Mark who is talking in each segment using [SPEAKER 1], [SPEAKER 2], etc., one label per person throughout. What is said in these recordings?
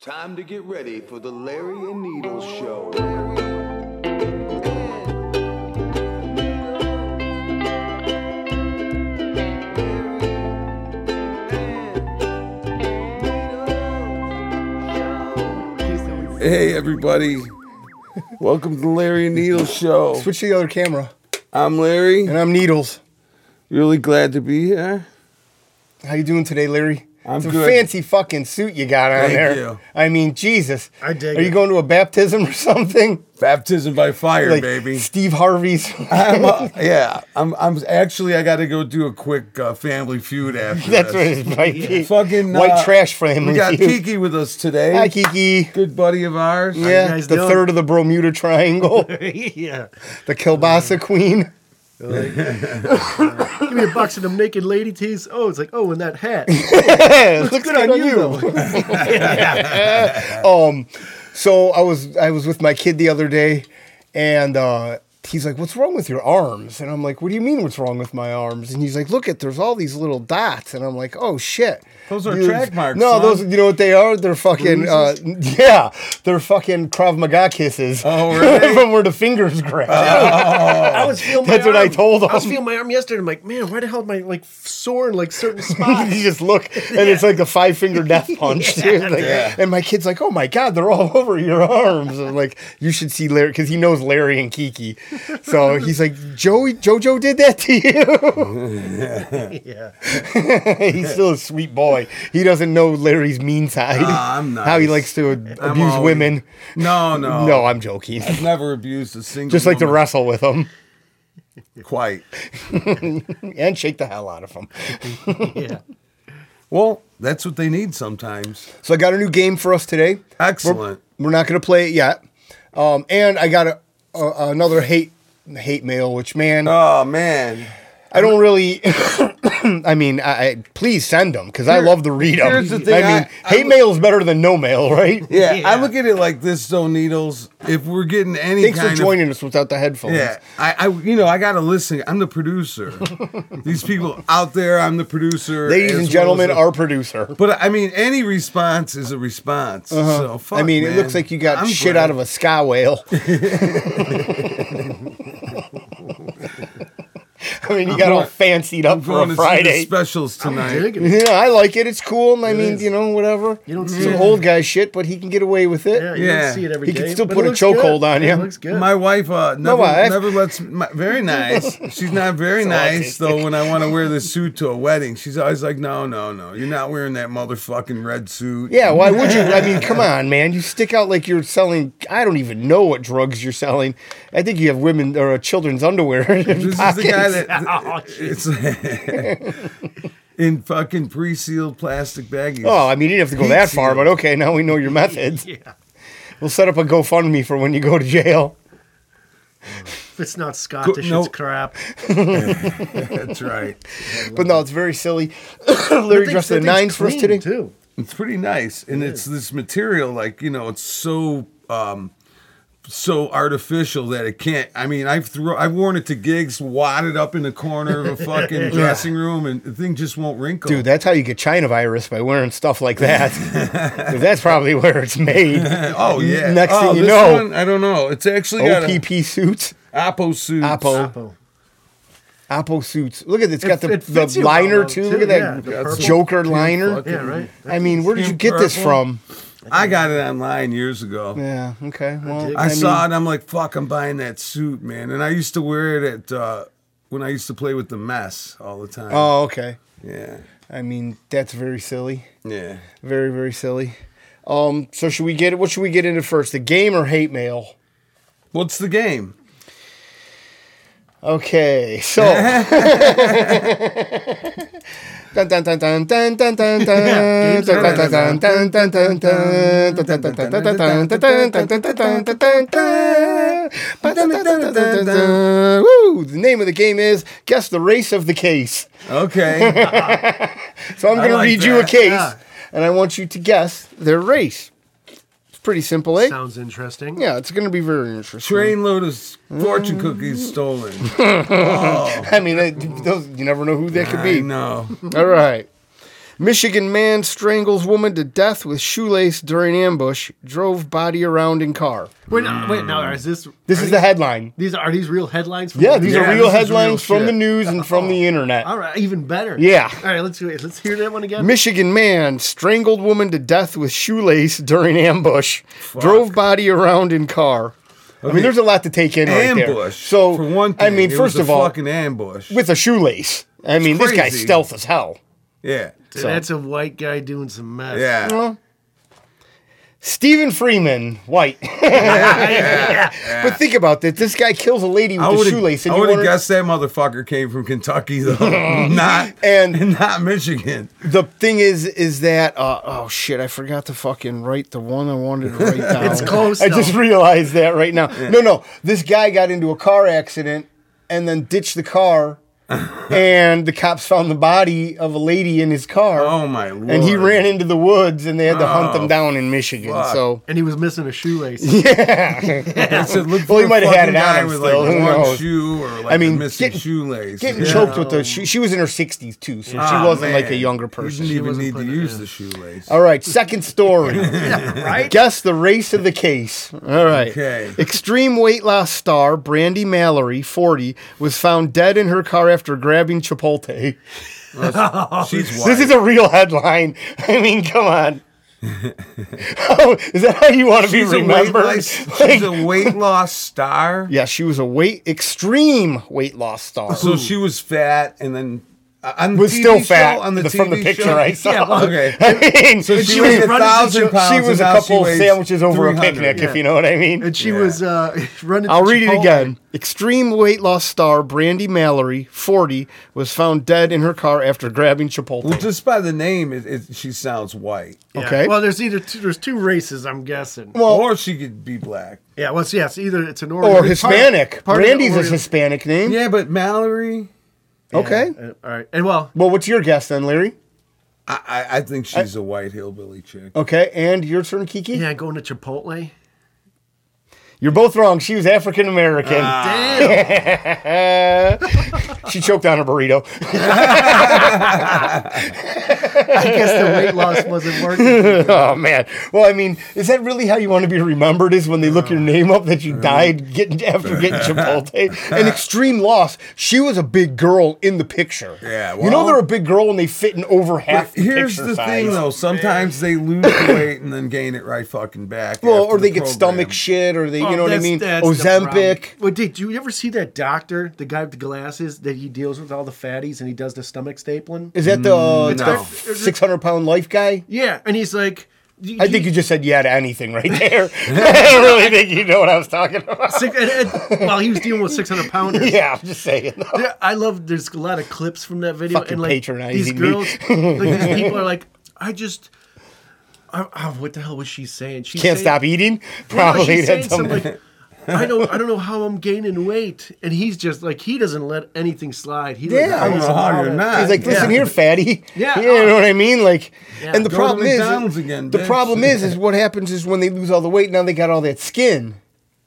[SPEAKER 1] Time to get ready for the Larry and Needles show.
[SPEAKER 2] Hey everybody. Welcome to the Larry and Needles show.
[SPEAKER 3] Switch to the other camera.
[SPEAKER 2] I'm Larry.
[SPEAKER 3] And I'm Needles.
[SPEAKER 2] Really glad to be here.
[SPEAKER 3] How you doing today, Larry?
[SPEAKER 2] I'm
[SPEAKER 3] it's a
[SPEAKER 2] good.
[SPEAKER 3] fancy fucking suit you got on
[SPEAKER 2] Thank
[SPEAKER 3] there.
[SPEAKER 2] you.
[SPEAKER 3] I mean, Jesus.
[SPEAKER 4] I dig
[SPEAKER 3] Are you
[SPEAKER 4] it.
[SPEAKER 3] going to a baptism or something?
[SPEAKER 2] Baptism by fire, baby.
[SPEAKER 3] Steve Harvey's.
[SPEAKER 2] I'm, uh, yeah, I'm. I'm actually. I got to go do a quick uh, family feud after
[SPEAKER 3] That's what
[SPEAKER 2] this.
[SPEAKER 3] it might be.
[SPEAKER 2] Fucking,
[SPEAKER 3] white
[SPEAKER 2] uh,
[SPEAKER 3] trash frame.
[SPEAKER 2] We got Kiki with us today.
[SPEAKER 3] Hi, Kiki.
[SPEAKER 2] Good buddy of ours.
[SPEAKER 3] Yeah,
[SPEAKER 4] guys
[SPEAKER 3] the
[SPEAKER 4] doing?
[SPEAKER 3] third of the Bermuda Triangle,
[SPEAKER 4] yeah.
[SPEAKER 3] the Kilbasa Queen.
[SPEAKER 4] Give me a box of them naked lady tees. Oh, it's like, oh, and that hat.
[SPEAKER 3] Yeah, looks
[SPEAKER 4] Good on you, though.
[SPEAKER 3] um so i was i was with my kid the other day and uh he's like what's wrong with your arms and i'm like what do you mean what's wrong with my arms and he's like look at there's all these little dots and i'm like oh shit
[SPEAKER 2] Those are
[SPEAKER 3] Dude,
[SPEAKER 2] track marks,
[SPEAKER 3] no
[SPEAKER 2] son.
[SPEAKER 3] those you know what they are they're fucking uh, yeah they're fucking krav maga kisses
[SPEAKER 2] Oh, really? Oh.
[SPEAKER 3] from where the fingers grab
[SPEAKER 4] I was feeling my
[SPEAKER 3] That's what I
[SPEAKER 4] arm.
[SPEAKER 3] told
[SPEAKER 4] I was
[SPEAKER 3] him.
[SPEAKER 4] feeling my arm yesterday. I'm like, man, why the hell am I like sore in like certain spots?
[SPEAKER 3] you just look and it's like the five finger death punch dude. Like, and my kid's like oh my god they're all over your arms i'm like you should see larry because he knows larry and kiki so he's like joey jojo did that to you
[SPEAKER 4] yeah.
[SPEAKER 3] he's still a sweet boy he doesn't know larry's mean side
[SPEAKER 2] Ah, I'm
[SPEAKER 3] how he
[SPEAKER 2] nice.
[SPEAKER 3] likes to abuse
[SPEAKER 2] I'm always- Oh.
[SPEAKER 3] women
[SPEAKER 2] No, no,
[SPEAKER 3] no i'm joking
[SPEAKER 2] I've never abused a single.
[SPEAKER 3] just like to
[SPEAKER 2] woman.
[SPEAKER 3] wrestle with him
[SPEAKER 2] Quite.
[SPEAKER 3] and shake the hell out of him
[SPEAKER 4] Yeah.
[SPEAKER 2] Well, that's what they need sometimes.
[SPEAKER 3] so i got a new game for us today
[SPEAKER 2] Excellent.
[SPEAKER 3] We're not going to play it yet. Um, and I got a, a, another hate hate mail, which man,
[SPEAKER 2] Oh man.
[SPEAKER 3] I don't really. I mean, I, I please send them because I love to read them.
[SPEAKER 2] here's the thing,
[SPEAKER 3] I mean,
[SPEAKER 2] I- I
[SPEAKER 3] hate mail is better than no mail, right?
[SPEAKER 2] Yeah, I
[SPEAKER 4] Yeah.
[SPEAKER 2] look at it like this, though, Needles. If we're getting any
[SPEAKER 3] Thanks for
[SPEAKER 2] kind of
[SPEAKER 3] joining us without the headphones.
[SPEAKER 2] Yeah, I, I, you know, I gotta listen. I'm the producer. These people out there, I'm the producer.
[SPEAKER 3] Ladies
[SPEAKER 2] as
[SPEAKER 3] and
[SPEAKER 2] well
[SPEAKER 3] gentlemen,
[SPEAKER 2] as the-
[SPEAKER 3] our producer.
[SPEAKER 2] But I mean, any response is a response. So fuck,
[SPEAKER 3] Uh-huh. I mean,
[SPEAKER 2] man.
[SPEAKER 3] it looks like you got
[SPEAKER 2] I'm
[SPEAKER 3] shit
[SPEAKER 2] glad.
[SPEAKER 3] out of a sky whale. I mean, you got all fancied up
[SPEAKER 2] I'm
[SPEAKER 3] for
[SPEAKER 2] going
[SPEAKER 3] a
[SPEAKER 2] to see the
[SPEAKER 3] Friday.
[SPEAKER 2] specials tonight.
[SPEAKER 4] Digging it.
[SPEAKER 3] Yeah, I like it. It's cool. And I mean,
[SPEAKER 4] is.
[SPEAKER 3] you know, whatever.
[SPEAKER 4] You don't see
[SPEAKER 3] some
[SPEAKER 4] it.
[SPEAKER 3] old guy shit, but he can get away with it.
[SPEAKER 4] Yeah, you
[SPEAKER 2] Yeah.
[SPEAKER 4] don't see it every
[SPEAKER 3] He
[SPEAKER 4] day.
[SPEAKER 3] can still
[SPEAKER 4] but
[SPEAKER 3] put
[SPEAKER 4] it
[SPEAKER 3] a
[SPEAKER 4] looks good.
[SPEAKER 3] chokehold on you.
[SPEAKER 4] It looks good.
[SPEAKER 2] My wife uh, never,
[SPEAKER 3] wife.
[SPEAKER 2] never lets. My, very nice. She's not very nice though. When I want to wear this suit to a wedding, she's always like, "No, no, no, you're not wearing that motherfucking red suit."
[SPEAKER 3] Yeah, why would you? I mean, come on, man. You stick out like you're selling. I don't even know what drugs you're selling. I think you have women or uh, children's underwear. in your
[SPEAKER 2] This is the guy
[SPEAKER 3] pockets.
[SPEAKER 2] that
[SPEAKER 4] Oh,
[SPEAKER 2] it's in fucking pre-sealed plastic baggies.
[SPEAKER 3] Oh, I mean, you didn't have to go that far, but okay, now we know your methods.
[SPEAKER 4] Yeah.
[SPEAKER 3] We'll set up a GoFundMe for when you go to jail.
[SPEAKER 4] If it's not Scottish,
[SPEAKER 2] no.
[SPEAKER 4] it's crap.
[SPEAKER 2] that's right.
[SPEAKER 3] But no, it's very silly. Larry dressed the
[SPEAKER 4] That thing's
[SPEAKER 3] nines for us
[SPEAKER 4] clean,
[SPEAKER 3] today.
[SPEAKER 4] Too.
[SPEAKER 2] It's pretty nice, and it's this material like you know it's so um so artificial that it can't. I mean, I've throw I've worn it to gigs, wadded up in the corner of a fucking dressing room, and the thing just won't wrinkle.
[SPEAKER 3] Dude, that's how you get China virus by wearing stuff like that. 'Cause that's probably where it's made.
[SPEAKER 2] oh yeah.
[SPEAKER 3] next
[SPEAKER 2] oh,
[SPEAKER 3] thing you
[SPEAKER 2] this
[SPEAKER 3] know-
[SPEAKER 2] one, I don't know. It's actually got a
[SPEAKER 3] OPP suits.
[SPEAKER 2] Oppo suit.
[SPEAKER 3] Oppo.
[SPEAKER 4] Apple.
[SPEAKER 3] Oppo suits. Look at this. It's got
[SPEAKER 4] It-
[SPEAKER 3] the,
[SPEAKER 4] it fits
[SPEAKER 3] the
[SPEAKER 4] you
[SPEAKER 3] liner
[SPEAKER 4] well,
[SPEAKER 3] too.
[SPEAKER 4] though,
[SPEAKER 3] Look
[SPEAKER 4] too.
[SPEAKER 3] at that
[SPEAKER 4] Yeah, the
[SPEAKER 3] It's
[SPEAKER 4] purple.
[SPEAKER 3] Joker liner.
[SPEAKER 4] Yeah, right.
[SPEAKER 3] I mean, where did you get this
[SPEAKER 2] Purple.
[SPEAKER 3] from?
[SPEAKER 2] I got it online years ago.
[SPEAKER 3] Yeah. Okay. Well,
[SPEAKER 2] I, saw
[SPEAKER 3] mean,
[SPEAKER 2] it. and I'm like, fuck, I'm buying that suit, man. And I used to wear it at uh, when I used to play with the mess all the time.
[SPEAKER 3] Oh, okay.
[SPEAKER 2] yeah,
[SPEAKER 3] I mean, that's very silly.
[SPEAKER 2] yeah.
[SPEAKER 3] Very, very silly. Um. So should we get it? What should we get into first? The game or hate mail?
[SPEAKER 2] What's the game?
[SPEAKER 3] Okay. So. Dun, dun, dun, dun, dun, dun, dun, dun, dun, dun, dun, dun, dun, dun, dun, dun, dun, dun, dun, dun, dun, dun, dun, dun, dun, dun, dun. Woo! The name of the game is Guess the Race of the Case.
[SPEAKER 2] Okay.
[SPEAKER 3] So I'm going to
[SPEAKER 2] like
[SPEAKER 3] read you a
[SPEAKER 2] that.
[SPEAKER 3] case,
[SPEAKER 4] Yeah.
[SPEAKER 3] and I want you to guess their race. It's pretty simple, eh?
[SPEAKER 4] Sounds interesting.
[SPEAKER 3] yeah, it's going to be very interesting.
[SPEAKER 2] Train load of fortune cookies stolen.
[SPEAKER 3] I mean, it, those, you never know who that could
[SPEAKER 2] I
[SPEAKER 3] be.
[SPEAKER 2] know.
[SPEAKER 3] All right. Michigan man strangles woman to death with shoelace during ambush, drove body around in car.
[SPEAKER 4] Wait, now, wait, now is this?
[SPEAKER 3] This
[SPEAKER 4] are
[SPEAKER 3] is
[SPEAKER 4] these-
[SPEAKER 3] the headline.
[SPEAKER 4] These are these real headlines. From
[SPEAKER 3] Yeah, these
[SPEAKER 2] Yeah,
[SPEAKER 3] are real
[SPEAKER 2] this is real
[SPEAKER 3] headlines from
[SPEAKER 2] shit. Oh.
[SPEAKER 3] the news and from the internet.
[SPEAKER 4] All right, even better.
[SPEAKER 3] Yeah.
[SPEAKER 4] All right, let's do it. Let's hear that one again.
[SPEAKER 3] Michigan man strangled woman to death with shoelace during ambush, drove body around in car. I mean,
[SPEAKER 2] mean,
[SPEAKER 3] there's a lot to take in right there.
[SPEAKER 2] ambush.
[SPEAKER 3] So
[SPEAKER 2] for one thing,
[SPEAKER 3] I mean,
[SPEAKER 2] it
[SPEAKER 3] first
[SPEAKER 2] was a
[SPEAKER 3] of all,
[SPEAKER 2] fucking ambush.
[SPEAKER 3] with a shoelace. I mean, this guy's
[SPEAKER 2] crazy.
[SPEAKER 3] stealth as hell.
[SPEAKER 2] yeah,
[SPEAKER 4] Dude, That's a white guy doing some meth.
[SPEAKER 2] yeah.
[SPEAKER 3] Well, Stephen Freeman, white. But think about this: this guy kills a lady with
[SPEAKER 2] I
[SPEAKER 3] a
[SPEAKER 2] would
[SPEAKER 3] shoelace, and you
[SPEAKER 2] have
[SPEAKER 3] wonder,
[SPEAKER 2] guessed that motherfucker came from Kentucky though, not
[SPEAKER 3] And-
[SPEAKER 2] and not Michigan.
[SPEAKER 3] the thing is, is that uh, oh shit, I forgot to fucking write the one I wanted to write down.
[SPEAKER 4] It's close,
[SPEAKER 3] I just
[SPEAKER 4] though.
[SPEAKER 3] realized that right now. No, no, this guy got into a car accident and then ditched the car, and the cops found the body of a lady in his car.
[SPEAKER 2] Oh my lord!
[SPEAKER 3] And he ran into the woods, and they had to hunt them down in Michigan.
[SPEAKER 2] fuck.
[SPEAKER 3] So
[SPEAKER 4] And he was missing a shoelace.
[SPEAKER 2] I said, look
[SPEAKER 3] Well,
[SPEAKER 2] for
[SPEAKER 3] he
[SPEAKER 2] a
[SPEAKER 3] might have had
[SPEAKER 2] fucking
[SPEAKER 3] it on
[SPEAKER 2] guy
[SPEAKER 3] him
[SPEAKER 2] with
[SPEAKER 3] still,
[SPEAKER 2] like
[SPEAKER 3] who
[SPEAKER 2] one
[SPEAKER 3] knows?
[SPEAKER 2] shoe or like
[SPEAKER 3] I mean,
[SPEAKER 2] a missing
[SPEAKER 3] getting-
[SPEAKER 2] shoelace.
[SPEAKER 3] getting
[SPEAKER 2] Yeah.
[SPEAKER 3] choked with the she, she was in her 60s too, so she
[SPEAKER 2] Ah,
[SPEAKER 3] wasn't like a
[SPEAKER 2] man.
[SPEAKER 3] younger
[SPEAKER 2] You
[SPEAKER 3] person.
[SPEAKER 2] didn't even
[SPEAKER 4] wasn't
[SPEAKER 2] need to
[SPEAKER 4] putting it
[SPEAKER 2] use
[SPEAKER 4] in.
[SPEAKER 2] the shoelace.
[SPEAKER 3] All right, second story.
[SPEAKER 4] right?
[SPEAKER 3] Guess the race of the case. All right.
[SPEAKER 2] Okay.
[SPEAKER 3] Extreme weight loss star Brandy Mallory, 40, was found dead in her car after grabbing Chipotle.
[SPEAKER 2] She's white.
[SPEAKER 3] Oh, This is a real headline. I mean, come on. oh, is that how you want to be
[SPEAKER 2] she's a weight
[SPEAKER 3] remembered?
[SPEAKER 2] loss.
[SPEAKER 3] Like-
[SPEAKER 2] She's a weight loss star.
[SPEAKER 3] yeah, she was a weight extreme weight loss star.
[SPEAKER 2] So she was fat, and then uh, on the
[SPEAKER 3] was
[SPEAKER 2] TV
[SPEAKER 3] still
[SPEAKER 2] show,
[SPEAKER 3] fat
[SPEAKER 2] on the TV
[SPEAKER 3] from the picture
[SPEAKER 2] show,
[SPEAKER 3] I saw.
[SPEAKER 4] Yeah, well,
[SPEAKER 2] Okay.
[SPEAKER 3] I mean,
[SPEAKER 2] So she, was a thousand pounds.
[SPEAKER 3] she was a
[SPEAKER 2] and now she
[SPEAKER 3] couple
[SPEAKER 2] weighs
[SPEAKER 3] sandwiches over a
[SPEAKER 2] 300.
[SPEAKER 3] picnic, if
[SPEAKER 4] Yeah.
[SPEAKER 3] you know what I mean.
[SPEAKER 4] And she was uh, running. to
[SPEAKER 3] I'll read it
[SPEAKER 4] Chipotle.
[SPEAKER 3] again. Extreme weight loss star Brandy Mallory, 40, was found dead in her car after grabbing
[SPEAKER 2] Well,
[SPEAKER 3] Chipotle.
[SPEAKER 2] just by the name, it, it, she sounds white.
[SPEAKER 4] Yeah.
[SPEAKER 3] Okay.
[SPEAKER 4] Well, there's either two, there's two races, I'm guessing.
[SPEAKER 3] Well-
[SPEAKER 2] or she could be black.
[SPEAKER 4] yeah. Well, it's, yeah. It's either it's an Oreo
[SPEAKER 3] Or Hispanic.
[SPEAKER 4] Part, part of the
[SPEAKER 3] Brandy's a
[SPEAKER 4] Oreo-
[SPEAKER 3] Hispanic name.
[SPEAKER 2] Yeah, but Mallory,
[SPEAKER 3] Okay.
[SPEAKER 4] Uh, all right. And well,
[SPEAKER 3] Well, what's your guess then, Larry?
[SPEAKER 2] I, I, I think she's a white hillbilly chick.
[SPEAKER 3] Okay, and your turn, Kiki.
[SPEAKER 4] yeah, going to Chipotle.
[SPEAKER 3] You're both wrong. She was African American.
[SPEAKER 4] Damn.
[SPEAKER 3] she choked on her burrito.
[SPEAKER 4] I guess the weight loss wasn't working.
[SPEAKER 3] oh man. Well, I mean, is that really how you want to be remembered? Is when they look your name up that you died getting after getting Chipotle? An extreme loss. She was a big girl in the picture.
[SPEAKER 2] Yeah,
[SPEAKER 3] you know
[SPEAKER 2] well-
[SPEAKER 3] they're a big girl and they fit in over half. the
[SPEAKER 2] Here's
[SPEAKER 3] picture
[SPEAKER 2] the
[SPEAKER 3] size.
[SPEAKER 2] thing, though. Sometimes they lose the weight and then gain it right fucking back.
[SPEAKER 3] Well,
[SPEAKER 2] after
[SPEAKER 3] or
[SPEAKER 2] the
[SPEAKER 3] they get
[SPEAKER 2] program.
[SPEAKER 3] stomach shit, or they, you
[SPEAKER 4] Oh,
[SPEAKER 3] know what I
[SPEAKER 4] that's-
[SPEAKER 3] mean?
[SPEAKER 4] that's the
[SPEAKER 3] Ozempic.
[SPEAKER 4] problem. Well, did you ever see that doctor, the guy with the glasses, that he deals with all the fatties and he does the stomach stapling?
[SPEAKER 3] Is that the uh,
[SPEAKER 2] Mm, no.
[SPEAKER 3] six hundred pound life guy?
[SPEAKER 4] Yeah, and he's like, y-
[SPEAKER 3] I think
[SPEAKER 4] he-
[SPEAKER 3] you just said yeah to anything right there. I really think you know what I was talking about.
[SPEAKER 4] Six, and, and, well, he was dealing with 600 pounders.
[SPEAKER 3] Yeah, I'm just saying.
[SPEAKER 4] There- I love. There's a lot of clips from that video.
[SPEAKER 3] Fucking
[SPEAKER 4] and like
[SPEAKER 3] patronizing
[SPEAKER 4] these
[SPEAKER 3] me.
[SPEAKER 4] girls, like these people are like, I just, I, I, what the hell was she saying? She
[SPEAKER 3] Can't stop eating.
[SPEAKER 4] No,
[SPEAKER 3] Probably
[SPEAKER 4] she's saying
[SPEAKER 3] that's
[SPEAKER 4] something
[SPEAKER 3] something.
[SPEAKER 4] like, I don't, I don't know how I'm gaining weight, and he's just like he doesn't let anything slide. He like,
[SPEAKER 2] I don't
[SPEAKER 4] goes
[SPEAKER 2] know how
[SPEAKER 4] all
[SPEAKER 2] you're
[SPEAKER 4] in.
[SPEAKER 2] not.
[SPEAKER 3] He's like, listen
[SPEAKER 4] Yeah.
[SPEAKER 3] here, fatty.
[SPEAKER 4] Yeah.
[SPEAKER 3] You know what I mean? Like,
[SPEAKER 4] Yeah.
[SPEAKER 3] and
[SPEAKER 2] oh. Go
[SPEAKER 3] the
[SPEAKER 2] to
[SPEAKER 3] problem is,
[SPEAKER 2] McDonald's again,
[SPEAKER 3] the
[SPEAKER 2] bitch.
[SPEAKER 3] problem is, is what happens is when they lose all the weight, now they got all that skin,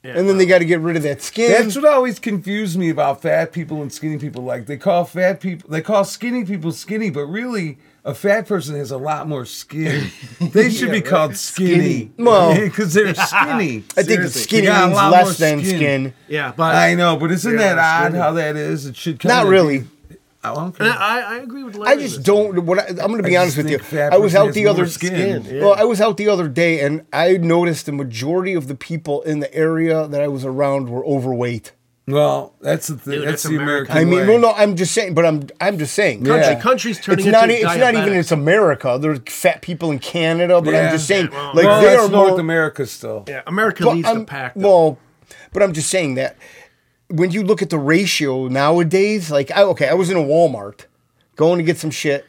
[SPEAKER 3] and then they got to get rid of that skin.
[SPEAKER 2] That's what always confused me about fat people and skinny people. Like they call fat people, they call skinny people skinny, but really, a fat person has a lot more skin. They should be called skinny,
[SPEAKER 3] Well-
[SPEAKER 2] because they're skinny.
[SPEAKER 3] I think
[SPEAKER 4] Seriously.
[SPEAKER 3] skinny
[SPEAKER 2] They got a
[SPEAKER 3] means
[SPEAKER 2] lot more
[SPEAKER 3] less than skin.
[SPEAKER 2] skin.
[SPEAKER 4] Yeah, but
[SPEAKER 2] I know, but isn't
[SPEAKER 4] Yeah,
[SPEAKER 2] that odd
[SPEAKER 4] skinny.
[SPEAKER 2] how that is? It should
[SPEAKER 3] Not
[SPEAKER 2] kinda
[SPEAKER 3] really.
[SPEAKER 2] be- I don't
[SPEAKER 4] And
[SPEAKER 2] care.
[SPEAKER 4] I, I agree with. Larry
[SPEAKER 3] I
[SPEAKER 4] on
[SPEAKER 3] just
[SPEAKER 4] this.
[SPEAKER 3] don't. What I, I'm going to be
[SPEAKER 2] I
[SPEAKER 3] honest
[SPEAKER 2] just
[SPEAKER 3] with you.
[SPEAKER 2] think fat
[SPEAKER 3] I was
[SPEAKER 2] person
[SPEAKER 3] out
[SPEAKER 2] has
[SPEAKER 3] the
[SPEAKER 2] more
[SPEAKER 3] other
[SPEAKER 2] skin.
[SPEAKER 4] Skin, yeah.
[SPEAKER 3] Well, I was out the other day, and I noticed the majority of the people in the area that I was around were overweight.
[SPEAKER 2] Well, that's the thing.
[SPEAKER 4] Dude,
[SPEAKER 2] That's
[SPEAKER 4] that's
[SPEAKER 2] the American.
[SPEAKER 4] American.
[SPEAKER 3] I mean,
[SPEAKER 2] way.
[SPEAKER 3] well, no, I'm just saying, but I'm I'm just saying.
[SPEAKER 4] Country,
[SPEAKER 2] Yeah.
[SPEAKER 4] country's
[SPEAKER 3] It's
[SPEAKER 4] turning into
[SPEAKER 3] not. e-, It's not even.
[SPEAKER 4] diabetics.
[SPEAKER 3] It's America. There's fat people in Canada, but I'm
[SPEAKER 2] Yeah.
[SPEAKER 3] just saying,
[SPEAKER 4] Well,
[SPEAKER 3] like
[SPEAKER 2] Well,
[SPEAKER 3] they
[SPEAKER 2] that's
[SPEAKER 3] are
[SPEAKER 2] North
[SPEAKER 3] more.
[SPEAKER 2] America still.
[SPEAKER 4] Yeah, America
[SPEAKER 3] but
[SPEAKER 4] needs
[SPEAKER 3] I'm-
[SPEAKER 4] to pack. them.
[SPEAKER 3] well, but I'm just saying that when you look at the ratio nowadays, like I, okay, I was in a Walmart going to get some shit,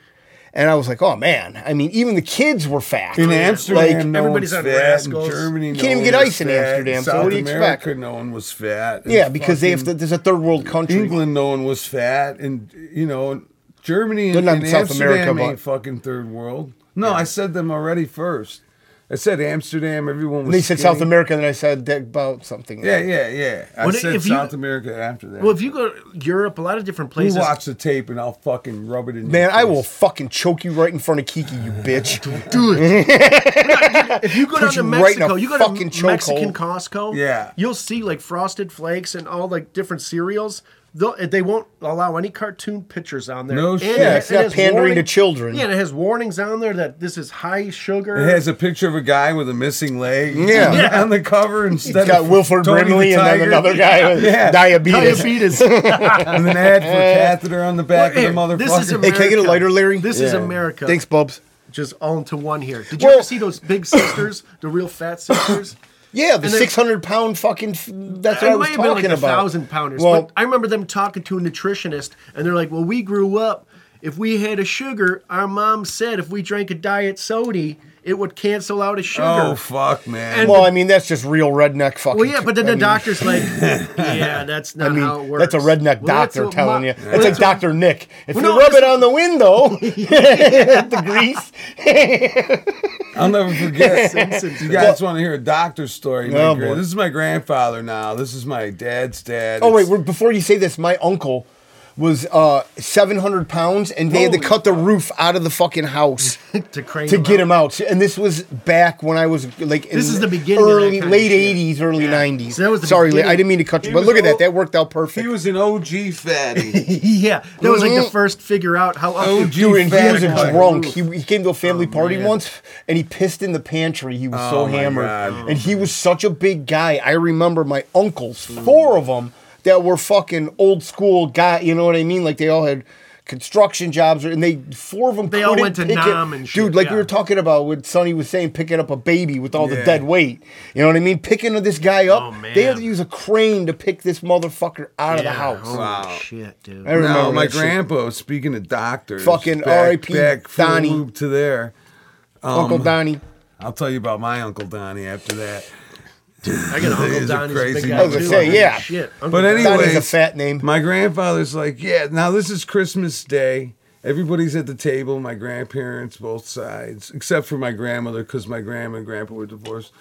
[SPEAKER 3] and I was like, oh man, I mean, even the kids were fat.
[SPEAKER 2] In Amsterdam,
[SPEAKER 3] like,
[SPEAKER 2] no
[SPEAKER 4] everybody's
[SPEAKER 2] one's
[SPEAKER 4] on
[SPEAKER 2] fat. In
[SPEAKER 4] Rascals.
[SPEAKER 2] Germany,
[SPEAKER 3] Can't
[SPEAKER 2] no
[SPEAKER 3] even
[SPEAKER 2] one
[SPEAKER 3] get
[SPEAKER 2] was
[SPEAKER 3] ice in
[SPEAKER 2] fat.
[SPEAKER 3] Amsterdam, so
[SPEAKER 2] South
[SPEAKER 3] what do you expect?
[SPEAKER 2] America, no one was fat. In
[SPEAKER 3] yeah, because they have to,
[SPEAKER 2] fucking
[SPEAKER 3] there's a third world country.
[SPEAKER 2] England, no one was fat, and you know, Germany and,
[SPEAKER 3] They're not
[SPEAKER 2] and
[SPEAKER 3] in South
[SPEAKER 2] Amsterdam
[SPEAKER 3] America,
[SPEAKER 2] ain't
[SPEAKER 3] but-
[SPEAKER 2] fucking third world. No, I said them already first. I said Amsterdam. Everyone was.
[SPEAKER 3] And they said
[SPEAKER 2] skinny.
[SPEAKER 3] South America, and then I said that about something.
[SPEAKER 2] Yeah, yeah, yeah. I
[SPEAKER 4] Well,
[SPEAKER 2] said
[SPEAKER 4] if you-
[SPEAKER 2] South America after that.
[SPEAKER 4] Well, if you go to Europe, a lot of different
[SPEAKER 2] you
[SPEAKER 4] places.
[SPEAKER 2] watch the tape, and I'll fucking rub it in.
[SPEAKER 3] Man,
[SPEAKER 2] your
[SPEAKER 3] I
[SPEAKER 2] face.
[SPEAKER 3] will fucking choke you right in front of Kiki, you bitch.
[SPEAKER 4] do it. if you go down
[SPEAKER 3] Put
[SPEAKER 4] to
[SPEAKER 3] you right in a
[SPEAKER 4] Mexico, you go
[SPEAKER 3] fucking
[SPEAKER 4] to Mexican
[SPEAKER 3] chokehold.
[SPEAKER 4] Costco.
[SPEAKER 2] Yeah.
[SPEAKER 4] you'll see like frosted flakes and all like different cereals. They'll, they won't allow any cartoon pictures on there.
[SPEAKER 2] No
[SPEAKER 4] And
[SPEAKER 2] shit.
[SPEAKER 4] it-
[SPEAKER 2] Yeah,
[SPEAKER 4] it
[SPEAKER 2] it's
[SPEAKER 3] not
[SPEAKER 4] has
[SPEAKER 3] pandering to children.
[SPEAKER 4] Yeah, and it has warnings on there that this is high sugar.
[SPEAKER 2] It has a picture of a guy with a missing leg.
[SPEAKER 3] Yeah.
[SPEAKER 4] Yeah.
[SPEAKER 2] on the cover instead
[SPEAKER 3] Got
[SPEAKER 2] of
[SPEAKER 3] Wilford
[SPEAKER 2] Tony the
[SPEAKER 3] Brimley and then
[SPEAKER 2] Tiger.
[SPEAKER 3] another guy with
[SPEAKER 2] Yeah.
[SPEAKER 3] diabetes.
[SPEAKER 4] diabetes.
[SPEAKER 2] and an ad for catheter on the back
[SPEAKER 4] Well,
[SPEAKER 2] of the motherfucker.
[SPEAKER 4] hey, this is
[SPEAKER 3] Hey, can I get a lighter, Larry?
[SPEAKER 4] This is
[SPEAKER 2] Yeah.
[SPEAKER 4] America.
[SPEAKER 3] Thanks, Bubs.
[SPEAKER 4] Just all into one here. Did you
[SPEAKER 3] Well-
[SPEAKER 4] ever see those big sisters, the real fat sisters?
[SPEAKER 3] Yeah, the
[SPEAKER 4] And then-
[SPEAKER 3] six hundred pound fucking. f- That's what I
[SPEAKER 4] It
[SPEAKER 3] was
[SPEAKER 4] might have been like
[SPEAKER 3] talking
[SPEAKER 4] a
[SPEAKER 3] about.
[SPEAKER 4] thousand pounders.
[SPEAKER 3] Well,
[SPEAKER 4] but I remember them talking to a nutritionist, and they're like, "Well, we grew up. If we had a sugar, our mom said if we drank a diet soda, it would cancel out a sugar."
[SPEAKER 2] oh fuck, man.
[SPEAKER 4] And-
[SPEAKER 3] well, I mean, that's just real redneck fucking.
[SPEAKER 4] well, yeah, but then
[SPEAKER 3] I
[SPEAKER 4] the
[SPEAKER 3] mean,
[SPEAKER 4] doctor's like, "Yeah, that's not
[SPEAKER 3] I
[SPEAKER 4] how it
[SPEAKER 3] mean,
[SPEAKER 4] works."
[SPEAKER 3] that's a redneck
[SPEAKER 4] Well, that's
[SPEAKER 3] doctor
[SPEAKER 4] what
[SPEAKER 3] telling
[SPEAKER 4] mo-
[SPEAKER 3] you.
[SPEAKER 4] well,
[SPEAKER 3] That's like
[SPEAKER 4] that's what-
[SPEAKER 3] Doctor Nick. If
[SPEAKER 4] Well,
[SPEAKER 3] you
[SPEAKER 4] no,
[SPEAKER 3] rub it
[SPEAKER 4] it's-
[SPEAKER 3] on the window, the grease.
[SPEAKER 2] I'll never forget. you guys want to hear a doctor story? My
[SPEAKER 3] Oh,
[SPEAKER 2] gra-
[SPEAKER 3] boy.
[SPEAKER 2] this is my grandfather now. This is my dad's dad.
[SPEAKER 3] Oh wait,
[SPEAKER 2] It's-
[SPEAKER 3] we're, before you say this, my uncle was uh, seven hundred pounds, and they had to
[SPEAKER 4] Holy
[SPEAKER 3] cut the roof out of the fucking house.
[SPEAKER 4] to crane
[SPEAKER 3] to
[SPEAKER 4] them
[SPEAKER 3] get
[SPEAKER 4] out.
[SPEAKER 3] him out. And this was back when I was like in
[SPEAKER 4] This is the beginning of that
[SPEAKER 3] early
[SPEAKER 4] kind of
[SPEAKER 3] late
[SPEAKER 4] shit.
[SPEAKER 3] '80s, early
[SPEAKER 4] Yeah.
[SPEAKER 3] '90s.
[SPEAKER 4] So that was the
[SPEAKER 3] Sorry,
[SPEAKER 4] beginning.
[SPEAKER 3] I didn't mean to cut you,
[SPEAKER 2] He
[SPEAKER 3] but
[SPEAKER 2] was
[SPEAKER 3] look at that.
[SPEAKER 2] all-
[SPEAKER 3] That worked out perfect.
[SPEAKER 2] He was an OG fatty.
[SPEAKER 4] yeah, that was like the
[SPEAKER 3] Mhm.
[SPEAKER 4] first figure out how up
[SPEAKER 2] Oh,
[SPEAKER 4] you-
[SPEAKER 2] gee,
[SPEAKER 3] Dude, and he
[SPEAKER 2] fat
[SPEAKER 3] was a
[SPEAKER 2] guy.
[SPEAKER 3] drunk. He, he came to a family party
[SPEAKER 4] man.
[SPEAKER 3] once, and he pissed in the pantry. He was so
[SPEAKER 2] Oh, my
[SPEAKER 3] hammered,
[SPEAKER 2] God.
[SPEAKER 3] and he was such a big guy. I remember my uncles, four of them, that were fucking old school guy. You know what I mean? Like they all had construction jobs, or- and they four of them
[SPEAKER 4] They all
[SPEAKER 3] couldn't
[SPEAKER 4] went to
[SPEAKER 3] pick it-
[SPEAKER 4] Nam and shit,
[SPEAKER 3] Dude, like
[SPEAKER 4] yeah.
[SPEAKER 3] we were talking about what Sonny was saying, picking up a baby with all the
[SPEAKER 2] Yeah.
[SPEAKER 3] dead weight. You know what I mean? Picking this guy up,
[SPEAKER 4] Oh,
[SPEAKER 3] they had to
[SPEAKER 4] man.
[SPEAKER 3] use a crane to pick this motherfucker out of the
[SPEAKER 4] Yeah,
[SPEAKER 3] house.
[SPEAKER 4] Holy
[SPEAKER 2] Wow.
[SPEAKER 4] shit, dude.
[SPEAKER 3] I remember
[SPEAKER 2] no, my
[SPEAKER 3] that shit.
[SPEAKER 2] grandpa. Speaking of doctors,
[SPEAKER 3] Fucking
[SPEAKER 2] back-
[SPEAKER 3] R.I.P.
[SPEAKER 2] Back full
[SPEAKER 3] Donnie.
[SPEAKER 2] loop to there.
[SPEAKER 4] oh,
[SPEAKER 2] um,
[SPEAKER 3] Uncle Donnie.
[SPEAKER 2] I'll tell you about my uncle Donnie after that.
[SPEAKER 4] I got
[SPEAKER 2] He
[SPEAKER 4] Uncle
[SPEAKER 2] is a
[SPEAKER 4] Don. He's a
[SPEAKER 2] crazy
[SPEAKER 4] big guy.
[SPEAKER 2] I was
[SPEAKER 3] gonna
[SPEAKER 4] too.
[SPEAKER 3] say,
[SPEAKER 4] Holy
[SPEAKER 3] yeah.
[SPEAKER 4] Shit.
[SPEAKER 2] But anyway,
[SPEAKER 3] Donnie's a fat name.
[SPEAKER 2] My grandfather's like, yeah, now this is Christmas Day. Everybody's at the table, my grandparents, both sides, except for my grandmother, because my grandma and grandpa were divorced.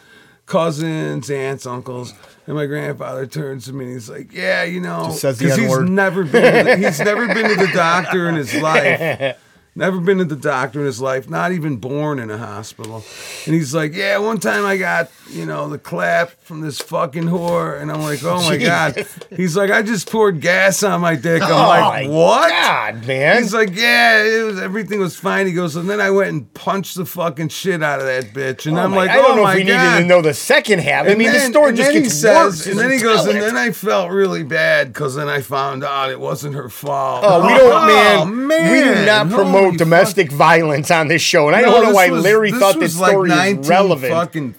[SPEAKER 2] Cousins, aunts, uncles, and my grandfather turns to me and he's like, "Yeah, you know,
[SPEAKER 3] Just says the
[SPEAKER 2] he's
[SPEAKER 3] N-word.
[SPEAKER 2] never been, to the- he's never been to the doctor in his life, never been to the doctor in his life, not even born in a hospital." And he's like, "Yeah, one time I got, you know, the clap from this fucking whore," and I'm like, "Oh my god." He's like, "I just poured gas on my dick." I'm like,
[SPEAKER 3] Oh, my
[SPEAKER 2] "What?"
[SPEAKER 3] God, man.
[SPEAKER 2] He's like, yeah, it was, everything was fine. He goes, and then I went and punched the fucking shit out of that bitch, and
[SPEAKER 3] Oh
[SPEAKER 2] I'm
[SPEAKER 3] my-
[SPEAKER 2] like,
[SPEAKER 3] I don't
[SPEAKER 2] oh
[SPEAKER 3] know
[SPEAKER 2] my
[SPEAKER 3] if we
[SPEAKER 2] god.
[SPEAKER 3] needed to know the second half. I mean, the
[SPEAKER 2] then-
[SPEAKER 3] story
[SPEAKER 2] and
[SPEAKER 3] just
[SPEAKER 2] then he
[SPEAKER 3] gets worse.
[SPEAKER 2] and then he
[SPEAKER 3] as
[SPEAKER 2] goes,
[SPEAKER 3] you
[SPEAKER 2] and
[SPEAKER 3] tell
[SPEAKER 2] then
[SPEAKER 3] it.
[SPEAKER 2] I felt really bad because then I found out it wasn't her fault.
[SPEAKER 3] Oh, we don't,
[SPEAKER 2] Oh,
[SPEAKER 3] man, We do not
[SPEAKER 2] Holy
[SPEAKER 3] promote
[SPEAKER 2] fuck.
[SPEAKER 3] domestic violence on this show, and I
[SPEAKER 2] No,
[SPEAKER 3] don't know
[SPEAKER 2] this
[SPEAKER 3] why
[SPEAKER 2] was-
[SPEAKER 3] Larry
[SPEAKER 2] this
[SPEAKER 3] thought
[SPEAKER 2] was
[SPEAKER 3] this
[SPEAKER 2] like
[SPEAKER 3] story
[SPEAKER 2] 19
[SPEAKER 3] is relevant.
[SPEAKER 2] Fucking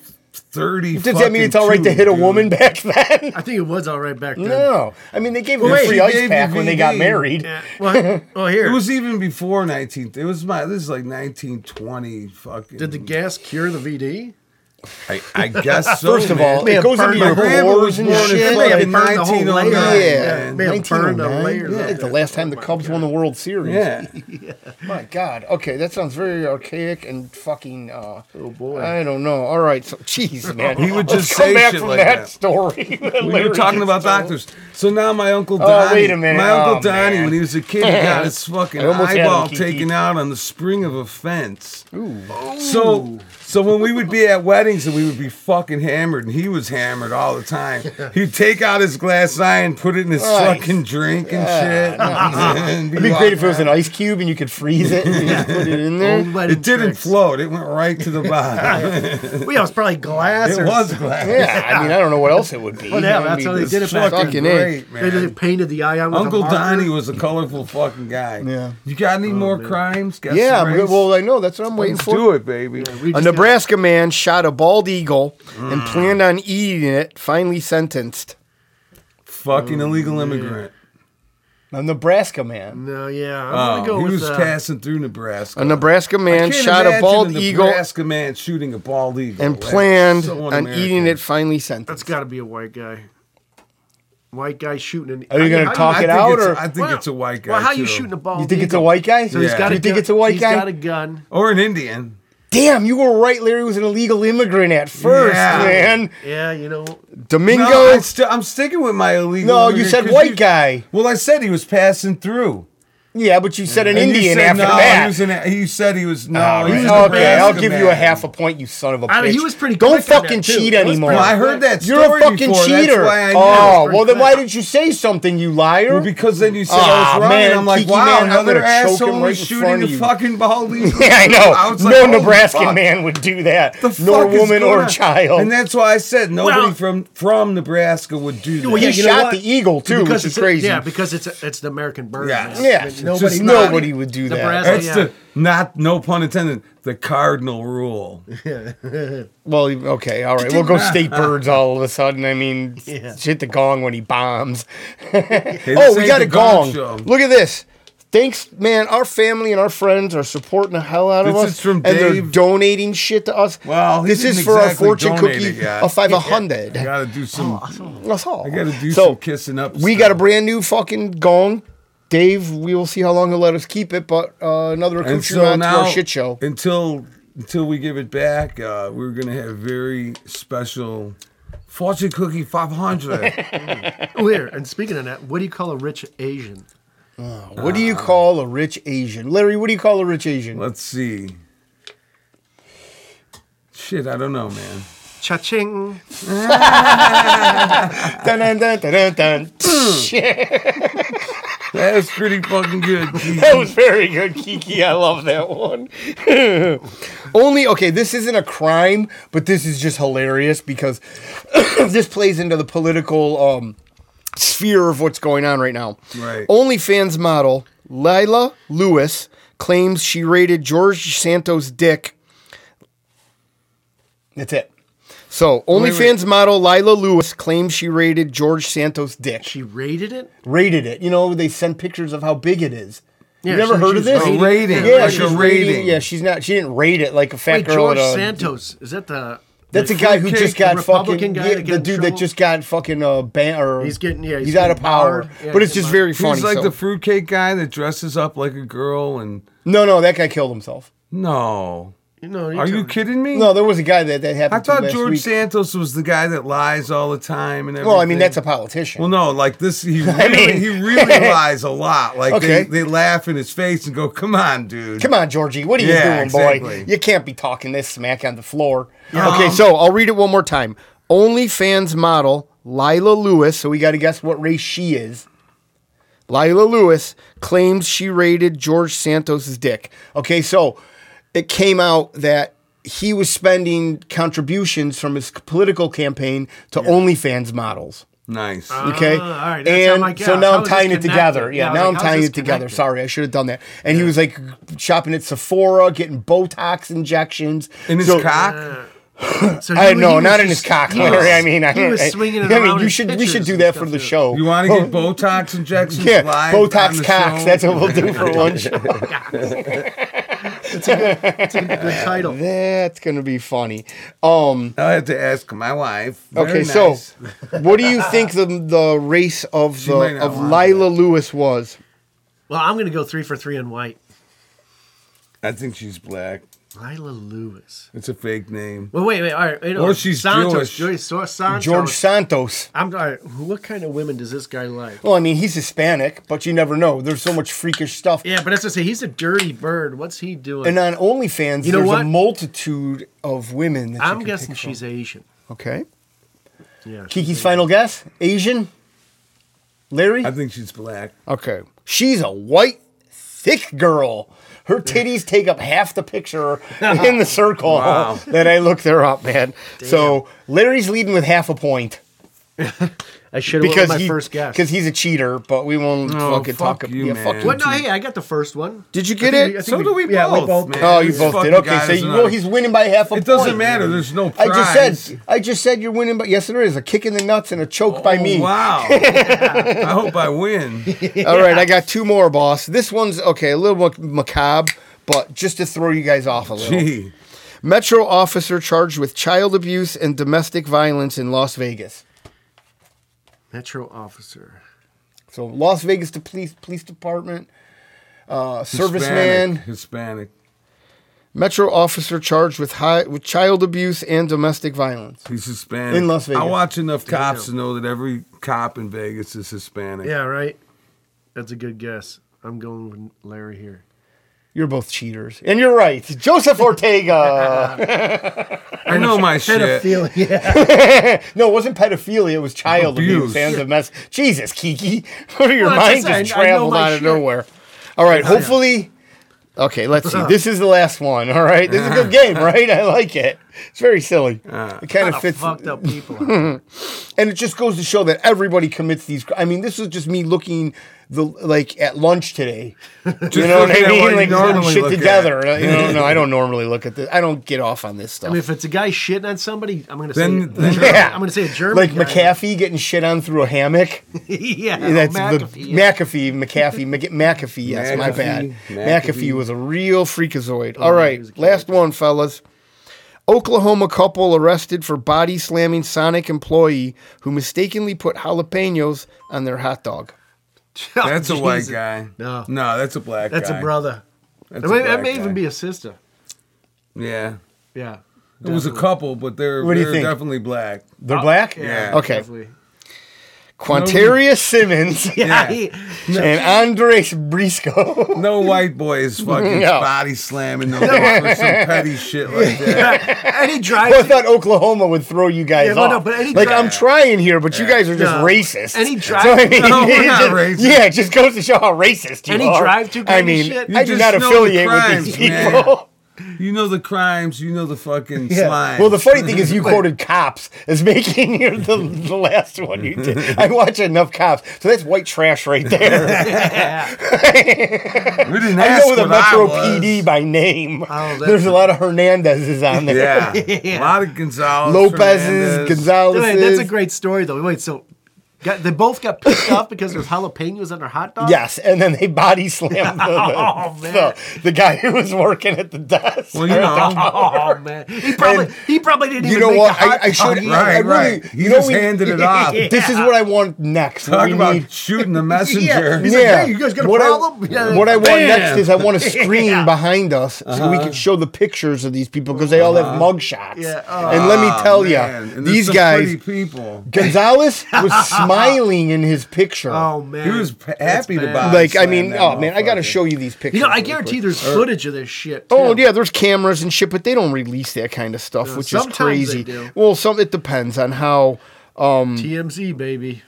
[SPEAKER 2] thirty.
[SPEAKER 3] Does that mean it's all right to hit a woman back then?
[SPEAKER 4] I think it was all right back then.
[SPEAKER 3] No, I mean they gave him
[SPEAKER 2] Well,
[SPEAKER 3] a
[SPEAKER 2] wait,
[SPEAKER 3] free
[SPEAKER 2] she
[SPEAKER 3] ice
[SPEAKER 2] gave
[SPEAKER 3] pack
[SPEAKER 2] you
[SPEAKER 3] when they got
[SPEAKER 2] VD.
[SPEAKER 3] married.
[SPEAKER 4] Yeah. Well, well, here.
[SPEAKER 2] It was even before 19th. It was my. This is like 1920. Fucking.
[SPEAKER 4] Did the gas cure the VD?
[SPEAKER 2] I, I guess so.
[SPEAKER 3] First of all,
[SPEAKER 2] man.
[SPEAKER 4] They
[SPEAKER 3] it
[SPEAKER 4] have
[SPEAKER 3] goes into
[SPEAKER 4] burned
[SPEAKER 2] my
[SPEAKER 3] your
[SPEAKER 2] grandma was
[SPEAKER 3] pores and
[SPEAKER 2] born in
[SPEAKER 3] shit.
[SPEAKER 4] They
[SPEAKER 2] fucking
[SPEAKER 4] have burned the whole
[SPEAKER 2] 1909.
[SPEAKER 4] layer.
[SPEAKER 3] oh Yeah,
[SPEAKER 2] man.
[SPEAKER 4] They have burned a
[SPEAKER 3] 1909.
[SPEAKER 4] layer
[SPEAKER 3] Yeah,
[SPEAKER 4] of
[SPEAKER 3] like the
[SPEAKER 4] that.
[SPEAKER 3] last time
[SPEAKER 4] Oh
[SPEAKER 3] the
[SPEAKER 4] my
[SPEAKER 3] Cubs won the World Series.
[SPEAKER 2] Yeah.
[SPEAKER 3] My God. Okay, that sounds very archaic and fucking. Uh,
[SPEAKER 4] Oh, boy.
[SPEAKER 3] I don't know. All right. So, jeez, man.
[SPEAKER 2] He would
[SPEAKER 3] Let's
[SPEAKER 2] just
[SPEAKER 3] come
[SPEAKER 2] say
[SPEAKER 3] back
[SPEAKER 2] shit
[SPEAKER 3] from
[SPEAKER 2] like
[SPEAKER 3] that,
[SPEAKER 2] that.
[SPEAKER 3] story.
[SPEAKER 2] We were talking about doctors. So now my uncle Donnie.
[SPEAKER 3] Oh, wait a minute.
[SPEAKER 2] My uncle
[SPEAKER 3] Oh,
[SPEAKER 2] Donnie,
[SPEAKER 3] man.
[SPEAKER 2] when he was a kid, he got his fucking
[SPEAKER 3] I almost had him,
[SPEAKER 2] eyeball
[SPEAKER 3] Kiki.
[SPEAKER 2] taken out on the spring of a fence. Ooh. So, so when we would be at weddings and we would be fucking hammered, and he was hammered all the time, he'd take out his glass eye and put it in his
[SPEAKER 3] Right.
[SPEAKER 2] fucking drink and shit. and be
[SPEAKER 3] It'd be great if it was
[SPEAKER 2] walking
[SPEAKER 3] an ice cube and you could freeze it and you just put it in there.
[SPEAKER 4] Old
[SPEAKER 2] around.
[SPEAKER 4] wedding
[SPEAKER 2] It didn't
[SPEAKER 4] tricks.
[SPEAKER 2] float. It went right to the bottom.
[SPEAKER 4] Well, yeah, it was probably glass.
[SPEAKER 2] it
[SPEAKER 4] or
[SPEAKER 2] was glass.
[SPEAKER 3] Yeah, I mean, I don't know what else it would be.
[SPEAKER 4] Well, yeah, that's how they did it back
[SPEAKER 3] fucking
[SPEAKER 4] then.
[SPEAKER 3] A.
[SPEAKER 2] great,
[SPEAKER 4] They, they
[SPEAKER 2] man.
[SPEAKER 4] painted the eye on with
[SPEAKER 2] Uncle
[SPEAKER 4] a marker. Oh,
[SPEAKER 2] Donnie was a colorful fucking guy.
[SPEAKER 3] Yeah.
[SPEAKER 2] You got any more crimes? Got
[SPEAKER 3] Yeah,
[SPEAKER 2] some
[SPEAKER 3] I'm
[SPEAKER 2] race?
[SPEAKER 3] good. well, I know. That's what I'm waiting
[SPEAKER 2] Let's
[SPEAKER 3] for.
[SPEAKER 2] do it, baby.
[SPEAKER 4] We
[SPEAKER 3] A
[SPEAKER 4] just got-
[SPEAKER 3] Nebraska man shot a bald eagle
[SPEAKER 2] Mm.
[SPEAKER 3] and planned on eating it, finally sentenced.
[SPEAKER 4] Oh,
[SPEAKER 2] Fucking illegal immigrant.
[SPEAKER 3] A Nebraska man.
[SPEAKER 4] No, yeah,
[SPEAKER 2] Oh,
[SPEAKER 4] I'm gonna go
[SPEAKER 2] he
[SPEAKER 4] with
[SPEAKER 2] was
[SPEAKER 4] uh,
[SPEAKER 2] passing through Nebraska.
[SPEAKER 3] A Nebraska
[SPEAKER 2] I
[SPEAKER 3] man
[SPEAKER 2] can't
[SPEAKER 3] shot a
[SPEAKER 2] imagine
[SPEAKER 3] bald
[SPEAKER 2] a
[SPEAKER 3] eagle
[SPEAKER 2] Nebraska man shooting a bald eagle
[SPEAKER 3] and
[SPEAKER 2] That's
[SPEAKER 3] planned
[SPEAKER 2] so
[SPEAKER 3] on
[SPEAKER 2] un-American.
[SPEAKER 3] eating it, finally sentenced.
[SPEAKER 4] That's got to be a white guy. White guy shooting an.
[SPEAKER 3] Are you gonna
[SPEAKER 4] how
[SPEAKER 3] talk
[SPEAKER 2] I
[SPEAKER 3] it
[SPEAKER 2] think
[SPEAKER 3] out,
[SPEAKER 2] it's-
[SPEAKER 3] or-
[SPEAKER 2] I think
[SPEAKER 4] well,
[SPEAKER 2] it's a white guy.
[SPEAKER 4] Well, how you
[SPEAKER 2] too.
[SPEAKER 4] shooting a ball?
[SPEAKER 3] You think it's a white guy?
[SPEAKER 4] So he's
[SPEAKER 2] Yeah.
[SPEAKER 4] got a
[SPEAKER 3] You think
[SPEAKER 4] gun-
[SPEAKER 3] it's a white guy?
[SPEAKER 4] He's got a gun.
[SPEAKER 2] or an Indian?
[SPEAKER 3] Damn, you were right. Larry was an illegal immigrant at first,
[SPEAKER 2] Yeah.
[SPEAKER 3] man.
[SPEAKER 4] Yeah, you know,
[SPEAKER 3] Domingo.
[SPEAKER 2] No, I sti- I'm sticking with my illegal.
[SPEAKER 3] No, you
[SPEAKER 2] immigrant
[SPEAKER 3] said
[SPEAKER 2] 'cause
[SPEAKER 3] white guy.
[SPEAKER 2] Well, I said he was passing through.
[SPEAKER 3] yeah, but you said an
[SPEAKER 2] And you
[SPEAKER 3] Indian
[SPEAKER 2] said
[SPEAKER 3] after
[SPEAKER 2] no, He,
[SPEAKER 3] that.
[SPEAKER 2] was an, he said he was no.
[SPEAKER 3] All
[SPEAKER 2] he
[SPEAKER 3] right.
[SPEAKER 2] was a
[SPEAKER 3] Okay, I'll
[SPEAKER 2] Nebraska
[SPEAKER 3] give
[SPEAKER 2] man.
[SPEAKER 3] you a half a point, you son of a
[SPEAKER 4] I
[SPEAKER 3] bitch.
[SPEAKER 4] mean, he was pretty
[SPEAKER 3] Don't
[SPEAKER 4] quick on that,
[SPEAKER 3] fucking
[SPEAKER 4] too.
[SPEAKER 3] cheat
[SPEAKER 4] That was
[SPEAKER 3] anymore.
[SPEAKER 4] pretty
[SPEAKER 2] Well, I heard that story
[SPEAKER 3] Oh, You're a fucking
[SPEAKER 2] before.
[SPEAKER 3] cheater.
[SPEAKER 2] That's why I knew.
[SPEAKER 3] oh,
[SPEAKER 4] Pretty
[SPEAKER 3] well, then why
[SPEAKER 4] quick.
[SPEAKER 3] didn't you say something, you liar?
[SPEAKER 2] Well, because then you said
[SPEAKER 3] Ah,
[SPEAKER 2] I was wrong,
[SPEAKER 3] man,
[SPEAKER 2] and I'm like,
[SPEAKER 3] Kiki,
[SPEAKER 2] wow,
[SPEAKER 3] man, I'm
[SPEAKER 2] another
[SPEAKER 3] gonna choke
[SPEAKER 2] asshole
[SPEAKER 3] him right
[SPEAKER 2] was
[SPEAKER 3] in
[SPEAKER 2] shooting
[SPEAKER 3] front of
[SPEAKER 2] the
[SPEAKER 3] you.
[SPEAKER 2] fucking ball.
[SPEAKER 3] yeah, I know.
[SPEAKER 2] was
[SPEAKER 3] no
[SPEAKER 2] like, holy
[SPEAKER 3] Nebraskan
[SPEAKER 2] fuck.
[SPEAKER 3] man would do that.
[SPEAKER 2] The
[SPEAKER 3] Nor
[SPEAKER 2] fuck is
[SPEAKER 3] woman
[SPEAKER 2] going
[SPEAKER 3] or
[SPEAKER 2] on?
[SPEAKER 3] child.
[SPEAKER 2] And that's why I said nobody
[SPEAKER 4] Well-
[SPEAKER 2] from from Nebraska would do that.
[SPEAKER 4] Well,
[SPEAKER 3] He
[SPEAKER 4] yeah, you know
[SPEAKER 3] shot
[SPEAKER 4] what?
[SPEAKER 3] the eagle, too, which
[SPEAKER 4] because
[SPEAKER 3] is
[SPEAKER 4] it's a-
[SPEAKER 3] crazy.
[SPEAKER 4] yeah, because it's a, it's the American bird.
[SPEAKER 2] Yeah.
[SPEAKER 4] man.
[SPEAKER 3] Yeah,
[SPEAKER 4] But
[SPEAKER 3] it's
[SPEAKER 4] nobody,
[SPEAKER 2] just
[SPEAKER 3] nobody would do that.
[SPEAKER 4] Nebraska,
[SPEAKER 2] That's
[SPEAKER 4] yeah.
[SPEAKER 2] the not no pun intended the cardinal rule.
[SPEAKER 3] Well, okay, all right. We'll go state birds all of a sudden. I mean,
[SPEAKER 4] Yeah.
[SPEAKER 3] hit the gong when he bombs.
[SPEAKER 2] this
[SPEAKER 3] oh, we
[SPEAKER 2] ain't
[SPEAKER 3] got
[SPEAKER 2] the
[SPEAKER 3] a gong.
[SPEAKER 2] gong show.
[SPEAKER 3] Look at this. Thanks, man. Our family and our friends are supporting the hell out of
[SPEAKER 2] This
[SPEAKER 3] us,
[SPEAKER 2] is from
[SPEAKER 3] and they're
[SPEAKER 2] Dave.
[SPEAKER 3] donating shit to us.
[SPEAKER 2] Well, he
[SPEAKER 3] this is
[SPEAKER 2] didn't
[SPEAKER 3] for our
[SPEAKER 2] exactly
[SPEAKER 3] fortune
[SPEAKER 2] donate
[SPEAKER 3] cookie
[SPEAKER 2] it yet.
[SPEAKER 3] of five
[SPEAKER 2] I
[SPEAKER 3] hundred.
[SPEAKER 2] gotta do
[SPEAKER 4] Oh,
[SPEAKER 2] some.
[SPEAKER 3] That's all.
[SPEAKER 2] I gotta do
[SPEAKER 3] So,
[SPEAKER 2] some kissing up.
[SPEAKER 3] We
[SPEAKER 2] stuff.
[SPEAKER 3] got a brand new fucking gong, Dave. We will see how long he'll let us keep it, but uh, another
[SPEAKER 2] and
[SPEAKER 3] accoutrement
[SPEAKER 2] so
[SPEAKER 3] to
[SPEAKER 2] now
[SPEAKER 3] our shit show.
[SPEAKER 2] until until we give it back. Uh, we're gonna have very special fortune cookie five hundred.
[SPEAKER 4] Weird. And speaking of that, what do you call a rich Asian?
[SPEAKER 3] What do you call a rich Asian, Larry? What do you call a rich Asian?
[SPEAKER 2] Let's see. Shit, I don't know, man.
[SPEAKER 4] Cha-ching.
[SPEAKER 3] Dun, dun, dun, dun, dun, dun. Shit.
[SPEAKER 2] That was pretty fucking good.
[SPEAKER 3] That was very good, Kiki. I love that one. Only, okay, this isn't a crime, but this is just hilarious because this plays into the political um, sphere of what's going on right now.
[SPEAKER 2] Right.
[SPEAKER 3] OnlyFans model Lila Lewis claims she rated George Santos' dick. That's it. So, OnlyFans model Lila Lewis claims she rated George Santos' dick.
[SPEAKER 4] She rated it?
[SPEAKER 3] rated it. You know, they send pictures of how big it is.
[SPEAKER 4] Yeah,
[SPEAKER 3] you never
[SPEAKER 4] so
[SPEAKER 3] heard of
[SPEAKER 4] she's
[SPEAKER 3] this?
[SPEAKER 2] a rating.
[SPEAKER 3] Yeah,
[SPEAKER 2] like
[SPEAKER 3] she's
[SPEAKER 2] a
[SPEAKER 3] rating.
[SPEAKER 2] rating.
[SPEAKER 3] Yeah, she's not. She didn't rate it like a fat
[SPEAKER 4] Wait,
[SPEAKER 3] girl.
[SPEAKER 4] George
[SPEAKER 3] at a-
[SPEAKER 4] Santos. Is that the.
[SPEAKER 3] That's a
[SPEAKER 4] the
[SPEAKER 3] guy who
[SPEAKER 4] fruitcake,
[SPEAKER 3] just
[SPEAKER 4] the
[SPEAKER 3] got
[SPEAKER 4] Republican
[SPEAKER 3] fucking
[SPEAKER 4] guy
[SPEAKER 3] yeah,
[SPEAKER 4] that got
[SPEAKER 3] the
[SPEAKER 4] in
[SPEAKER 3] dude that
[SPEAKER 4] trouble?
[SPEAKER 3] just got fucking uh ban or
[SPEAKER 4] He's getting- yeah, he's
[SPEAKER 3] he's, out of
[SPEAKER 4] getting
[SPEAKER 3] power.
[SPEAKER 4] barred. Yeah,
[SPEAKER 3] but it's
[SPEAKER 4] he's
[SPEAKER 3] just very
[SPEAKER 4] getting
[SPEAKER 3] funny.
[SPEAKER 2] He's like
[SPEAKER 3] so-
[SPEAKER 2] the fruitcake guy that dresses up like a girl and
[SPEAKER 3] no, no, that guy killed himself.
[SPEAKER 2] no.
[SPEAKER 4] No,
[SPEAKER 2] Are you
[SPEAKER 4] telling-
[SPEAKER 2] kidding me?
[SPEAKER 3] No, there was a guy that that
[SPEAKER 2] I
[SPEAKER 3] happened. to
[SPEAKER 2] thought
[SPEAKER 3] last
[SPEAKER 2] George
[SPEAKER 3] week.
[SPEAKER 2] Santos was the guy that lies all the time and everything.
[SPEAKER 3] Well, I mean that's a politician.
[SPEAKER 2] Well, no, like this, he really,
[SPEAKER 3] mean-
[SPEAKER 2] he really lies a lot. Like they,
[SPEAKER 3] Okay.
[SPEAKER 2] they laugh in his face and go, "Come on, dude."
[SPEAKER 3] Come on, Georgie. What are you
[SPEAKER 2] Yeah,
[SPEAKER 3] doing,
[SPEAKER 2] exactly.
[SPEAKER 3] boy? You can't be talking this smack on the floor.
[SPEAKER 2] Yeah.
[SPEAKER 3] Okay,
[SPEAKER 2] Um,
[SPEAKER 3] so I'll read it one more time. OnlyFans model Lila Lewis, so we got to guess what race she is. Lila Lewis claims she raided George Santos' dick. Okay, so it came out that he was spending contributions from his political campaign to OnlyFans models.
[SPEAKER 2] Nice.
[SPEAKER 3] Okay.
[SPEAKER 4] Ah, all right, that's how
[SPEAKER 3] and
[SPEAKER 4] my gal-
[SPEAKER 3] so now
[SPEAKER 4] how
[SPEAKER 3] I'm
[SPEAKER 4] is this
[SPEAKER 3] tying it together.
[SPEAKER 4] connected?
[SPEAKER 3] Yeah,
[SPEAKER 4] Yeah,
[SPEAKER 3] now
[SPEAKER 4] like,
[SPEAKER 3] I'm
[SPEAKER 4] how's
[SPEAKER 3] tying
[SPEAKER 4] this
[SPEAKER 3] it together.
[SPEAKER 4] connected?
[SPEAKER 3] Sorry, I should have done that. And he was like shopping at Sephora, getting Botox injections.
[SPEAKER 2] in his
[SPEAKER 3] So-
[SPEAKER 2] cock.
[SPEAKER 4] So
[SPEAKER 3] I
[SPEAKER 4] he- he
[SPEAKER 3] no,
[SPEAKER 4] was
[SPEAKER 3] not in his
[SPEAKER 4] just-
[SPEAKER 3] cock.
[SPEAKER 4] he was-
[SPEAKER 3] Larry. I mean, I,
[SPEAKER 4] he was
[SPEAKER 3] I-
[SPEAKER 4] swinging it
[SPEAKER 3] I
[SPEAKER 4] around
[SPEAKER 3] mean, you
[SPEAKER 4] in
[SPEAKER 3] should we should
[SPEAKER 4] pictures
[SPEAKER 3] do
[SPEAKER 4] and
[SPEAKER 3] that
[SPEAKER 4] stuff,
[SPEAKER 3] for the
[SPEAKER 4] too.
[SPEAKER 3] show.
[SPEAKER 2] You want to get Botox injections?
[SPEAKER 3] Oh. yeah,
[SPEAKER 2] live on
[SPEAKER 3] Botox
[SPEAKER 2] the
[SPEAKER 3] cocks.
[SPEAKER 2] show?
[SPEAKER 3] That's what we'll do for one show.
[SPEAKER 4] The title.
[SPEAKER 3] That's gonna be funny. Um,
[SPEAKER 2] I had to ask my wife. Very
[SPEAKER 3] okay,
[SPEAKER 2] nice.
[SPEAKER 3] so what do you think the the race of the
[SPEAKER 2] might not
[SPEAKER 3] of
[SPEAKER 2] want
[SPEAKER 3] Lila Lewis was?
[SPEAKER 4] Well, I'm going to go three for three in white.
[SPEAKER 2] I think she's black.
[SPEAKER 4] Lila Lewis.
[SPEAKER 2] It's a fake name.
[SPEAKER 4] Well, wait, wait. All right. Wait,
[SPEAKER 2] Or
[SPEAKER 4] oh,
[SPEAKER 2] she's
[SPEAKER 4] Santos,
[SPEAKER 2] Jewish.
[SPEAKER 4] Joyce, so, Santos.
[SPEAKER 3] George Santos.
[SPEAKER 4] I'm all right. What kind of women does this guy like?
[SPEAKER 3] Well, I mean, he's Hispanic, but you never know. There's so much freakish stuff.
[SPEAKER 4] Yeah, but as I say, he's a dirty bird. What's he doing?
[SPEAKER 3] And on OnlyFans,
[SPEAKER 4] You know
[SPEAKER 3] there's a
[SPEAKER 4] what?
[SPEAKER 3] multitude of women. That you
[SPEAKER 4] I'm
[SPEAKER 3] can
[SPEAKER 4] guessing
[SPEAKER 3] pick from.
[SPEAKER 4] she's Asian.
[SPEAKER 3] okay.
[SPEAKER 4] Yeah.
[SPEAKER 3] Kiki's final guess: Asian. Larry.
[SPEAKER 2] I think she's black.
[SPEAKER 3] Okay. She's a white, thick girl. Her titties take up half the picture in the circle
[SPEAKER 2] Wow.
[SPEAKER 3] that I looked her up, man. So Larry's leading with half a point
[SPEAKER 4] I should have
[SPEAKER 3] because
[SPEAKER 4] went with my
[SPEAKER 3] he,
[SPEAKER 4] first guess.
[SPEAKER 3] because he's a cheater. But we won't
[SPEAKER 2] Oh,
[SPEAKER 3] fucking
[SPEAKER 2] fuck
[SPEAKER 3] talk.
[SPEAKER 2] you,
[SPEAKER 3] yeah,
[SPEAKER 2] man.
[SPEAKER 3] fuck you.
[SPEAKER 4] What? No, hey, I got the first one.
[SPEAKER 3] Did you get
[SPEAKER 4] think we-
[SPEAKER 3] it?
[SPEAKER 4] I think
[SPEAKER 2] So do we
[SPEAKER 4] yeah, we
[SPEAKER 2] both.
[SPEAKER 4] both-
[SPEAKER 2] man.
[SPEAKER 3] Oh, you
[SPEAKER 2] This
[SPEAKER 3] both
[SPEAKER 2] fucking
[SPEAKER 3] did. Okay,
[SPEAKER 2] guy
[SPEAKER 3] so
[SPEAKER 2] is
[SPEAKER 3] you,
[SPEAKER 2] not-
[SPEAKER 3] well, he's winning by half
[SPEAKER 2] It
[SPEAKER 3] a point.
[SPEAKER 2] doesn't matter. There's no
[SPEAKER 3] I
[SPEAKER 2] prize.
[SPEAKER 3] just said, I just said you're winning, but yes, there is a kick in the nuts and a choke by
[SPEAKER 2] Oh,
[SPEAKER 3] me.
[SPEAKER 2] Wow. I hope I win.
[SPEAKER 3] All right, I got two more, boss. This one's okay, a little mac- macabre, but just to throw you guys off a little.
[SPEAKER 2] Gee.
[SPEAKER 3] Metro officer charged with child abuse and domestic violence in Las Vegas.
[SPEAKER 4] Metro officer.
[SPEAKER 3] So Las Vegas to police police department, uh,
[SPEAKER 2] Hispanic.
[SPEAKER 3] serviceman,
[SPEAKER 2] Hispanic.
[SPEAKER 3] Metro officer charged with high, with child abuse and domestic violence.
[SPEAKER 2] He's Hispanic.
[SPEAKER 3] In Las Vegas.
[SPEAKER 2] I watch enough cops to know that every cop in Vegas is Hispanic.
[SPEAKER 4] Yeah, right. That's a good guess. I'm going with Larry here.
[SPEAKER 3] You're both cheaters, and you're right. Joseph Ortega.
[SPEAKER 2] I know my shit.
[SPEAKER 4] Feel yeah.
[SPEAKER 3] no, it wasn't pedophilia. It was child abuse.
[SPEAKER 2] Abuse.
[SPEAKER 3] and domestic. Jesus, Kiki, your
[SPEAKER 4] Well, it's
[SPEAKER 3] mind
[SPEAKER 4] just
[SPEAKER 3] just
[SPEAKER 4] I- I know
[SPEAKER 3] traveled
[SPEAKER 4] my
[SPEAKER 3] out of
[SPEAKER 4] shit.
[SPEAKER 3] nowhere. All right, hopefully. Okay, let's see. This is the last one. All right, this is a good game, right? I like it. It's very silly.
[SPEAKER 2] Uh,
[SPEAKER 3] It kind of fits,
[SPEAKER 4] Fucked up people. are.
[SPEAKER 3] and it just goes to show that everybody commits these. cr- I mean, this is just me looking the like at lunch today. You
[SPEAKER 2] Just
[SPEAKER 3] know what
[SPEAKER 2] looking
[SPEAKER 3] I
[SPEAKER 2] at
[SPEAKER 3] mean?
[SPEAKER 2] you
[SPEAKER 3] Like putting
[SPEAKER 2] normally
[SPEAKER 3] shit
[SPEAKER 2] look at.
[SPEAKER 3] together. You know, no, I don't normally look at this. I don't get off on this stuff.
[SPEAKER 4] I mean, if it's a guy shitting on somebody, I'm gonna say
[SPEAKER 2] Then- then-
[SPEAKER 3] Yeah.
[SPEAKER 4] I'm gonna say a German.
[SPEAKER 3] like
[SPEAKER 4] guy.
[SPEAKER 3] McAfee getting shit on through a hammock.
[SPEAKER 4] yeah,
[SPEAKER 3] That's
[SPEAKER 4] McAfee.
[SPEAKER 3] the McAfee, McAfee, Mc, McAfee. Yes, my
[SPEAKER 2] McAfee,
[SPEAKER 3] bad. McAfee.
[SPEAKER 2] McAfee.
[SPEAKER 3] was a real freakazoid. All
[SPEAKER 4] he was a
[SPEAKER 3] right,
[SPEAKER 4] kid.
[SPEAKER 3] last one, fellas. Oklahoma couple arrested for body slamming Sonic employee who mistakenly put jalapenos on their hot dog.
[SPEAKER 2] That's a white
[SPEAKER 4] Jesus.
[SPEAKER 2] guy.
[SPEAKER 4] No.
[SPEAKER 2] no, that's a black
[SPEAKER 4] That's
[SPEAKER 2] guy.
[SPEAKER 4] a brother.
[SPEAKER 2] That's
[SPEAKER 4] That
[SPEAKER 2] a
[SPEAKER 4] may, that
[SPEAKER 2] black
[SPEAKER 4] may even
[SPEAKER 2] guy.
[SPEAKER 4] be a sister.
[SPEAKER 2] Yeah, it
[SPEAKER 4] Yeah.
[SPEAKER 2] was a couple, but they're
[SPEAKER 3] What do you
[SPEAKER 2] they're
[SPEAKER 3] think?
[SPEAKER 2] definitely black.
[SPEAKER 3] They're black.
[SPEAKER 2] Yeah.
[SPEAKER 3] Okay.
[SPEAKER 4] definitely.
[SPEAKER 3] Quantaria Simmons
[SPEAKER 2] Yeah.
[SPEAKER 4] Yeah. he-
[SPEAKER 3] and Andres Brisco.
[SPEAKER 2] No white boy is fucking
[SPEAKER 3] No.
[SPEAKER 2] body slamming them for some petty shit like that.
[SPEAKER 4] and he
[SPEAKER 3] I
[SPEAKER 4] drives.
[SPEAKER 3] thought Oklahoma would throw you guys
[SPEAKER 4] Yeah,
[SPEAKER 3] off.
[SPEAKER 4] well, no, but any
[SPEAKER 3] like
[SPEAKER 4] dri-
[SPEAKER 3] I'm trying here, but you guys are just
[SPEAKER 4] No.
[SPEAKER 3] racist.
[SPEAKER 4] Any
[SPEAKER 3] So,
[SPEAKER 4] drive-
[SPEAKER 3] I mean,
[SPEAKER 2] No, we're
[SPEAKER 3] it
[SPEAKER 2] not racist.
[SPEAKER 3] just- Yeah, it just goes to show how racist you
[SPEAKER 4] Any
[SPEAKER 3] are.
[SPEAKER 4] drive-to
[SPEAKER 3] I
[SPEAKER 4] kind of
[SPEAKER 3] mean,
[SPEAKER 4] shit.
[SPEAKER 3] I
[SPEAKER 2] You
[SPEAKER 3] do
[SPEAKER 2] just know
[SPEAKER 3] not
[SPEAKER 2] the
[SPEAKER 3] affiliate with
[SPEAKER 2] crimes,
[SPEAKER 3] these people.
[SPEAKER 2] man. You know the crimes. You know the fucking
[SPEAKER 4] Yeah.
[SPEAKER 2] slime.
[SPEAKER 3] Well, the funny thing is, you quoted cops as making you the, the last one you did. I watch enough cops, so that's white trash right there.
[SPEAKER 4] Yeah.
[SPEAKER 2] we didn't
[SPEAKER 3] I
[SPEAKER 2] ask
[SPEAKER 3] know the
[SPEAKER 2] what I
[SPEAKER 3] Metro
[SPEAKER 2] was.
[SPEAKER 3] PD by name.
[SPEAKER 4] that's-
[SPEAKER 3] There's a lot of Hernandez's on there.
[SPEAKER 2] Yeah.
[SPEAKER 4] Yeah.
[SPEAKER 2] a lot of Gonzalez,
[SPEAKER 3] Lopez's,
[SPEAKER 2] Fernandez.
[SPEAKER 3] Gonzalez's.
[SPEAKER 4] Wait, that's a great story, though. Wait, so got, they both got pissed off because there's jalapenos on their hot dog?
[SPEAKER 3] Yes, and then they body slammed the,
[SPEAKER 4] Oh,
[SPEAKER 3] the,
[SPEAKER 4] man.
[SPEAKER 3] the, the guy who was working at the desk.
[SPEAKER 2] Well, you know,
[SPEAKER 4] Oh, man. He probably, he probably didn't
[SPEAKER 3] You
[SPEAKER 4] even
[SPEAKER 3] know
[SPEAKER 4] make
[SPEAKER 3] what?
[SPEAKER 4] the hot
[SPEAKER 3] I, I should. e,
[SPEAKER 4] dog.
[SPEAKER 3] I
[SPEAKER 2] Right,
[SPEAKER 3] really-
[SPEAKER 2] right. He just handed it off.
[SPEAKER 3] This is what I want next. What
[SPEAKER 2] talk
[SPEAKER 3] we
[SPEAKER 2] about
[SPEAKER 3] need-
[SPEAKER 2] shooting the messenger.
[SPEAKER 4] He's like, "Hey, you guys got a
[SPEAKER 3] what I,
[SPEAKER 4] problem?" Yeah.
[SPEAKER 3] what I want
[SPEAKER 2] Bam.
[SPEAKER 3] next is I want a screen behind us so
[SPEAKER 2] Uh-huh.
[SPEAKER 3] we can show the pictures of these people because they all have mug shots.
[SPEAKER 4] Yeah.
[SPEAKER 3] and let me tell
[SPEAKER 2] Ah, Man,
[SPEAKER 3] you,
[SPEAKER 2] and there's
[SPEAKER 3] Oh, these
[SPEAKER 2] some
[SPEAKER 3] guys,
[SPEAKER 2] pretty people.
[SPEAKER 3] Gonzalez was smiling in his picture.
[SPEAKER 4] Oh, man.
[SPEAKER 2] He was p-
[SPEAKER 4] That's
[SPEAKER 2] happy to
[SPEAKER 4] bad.
[SPEAKER 2] buy.
[SPEAKER 3] like I
[SPEAKER 2] slam
[SPEAKER 3] mean,
[SPEAKER 2] that
[SPEAKER 3] oh man, I got to
[SPEAKER 2] motherfucker.
[SPEAKER 3] show you these pictures.
[SPEAKER 4] You know, I
[SPEAKER 3] really
[SPEAKER 4] guarantee
[SPEAKER 3] quick.
[SPEAKER 4] there's footage of this shit. Too.
[SPEAKER 3] uh, Oh yeah, there's cameras and shit, but they don't release that kind of stuff,
[SPEAKER 4] Yeah,
[SPEAKER 3] which is
[SPEAKER 4] Uh, sometimes
[SPEAKER 3] crazy.
[SPEAKER 4] they do.
[SPEAKER 3] Well, some it depends on how. um,
[SPEAKER 4] TMZ, baby.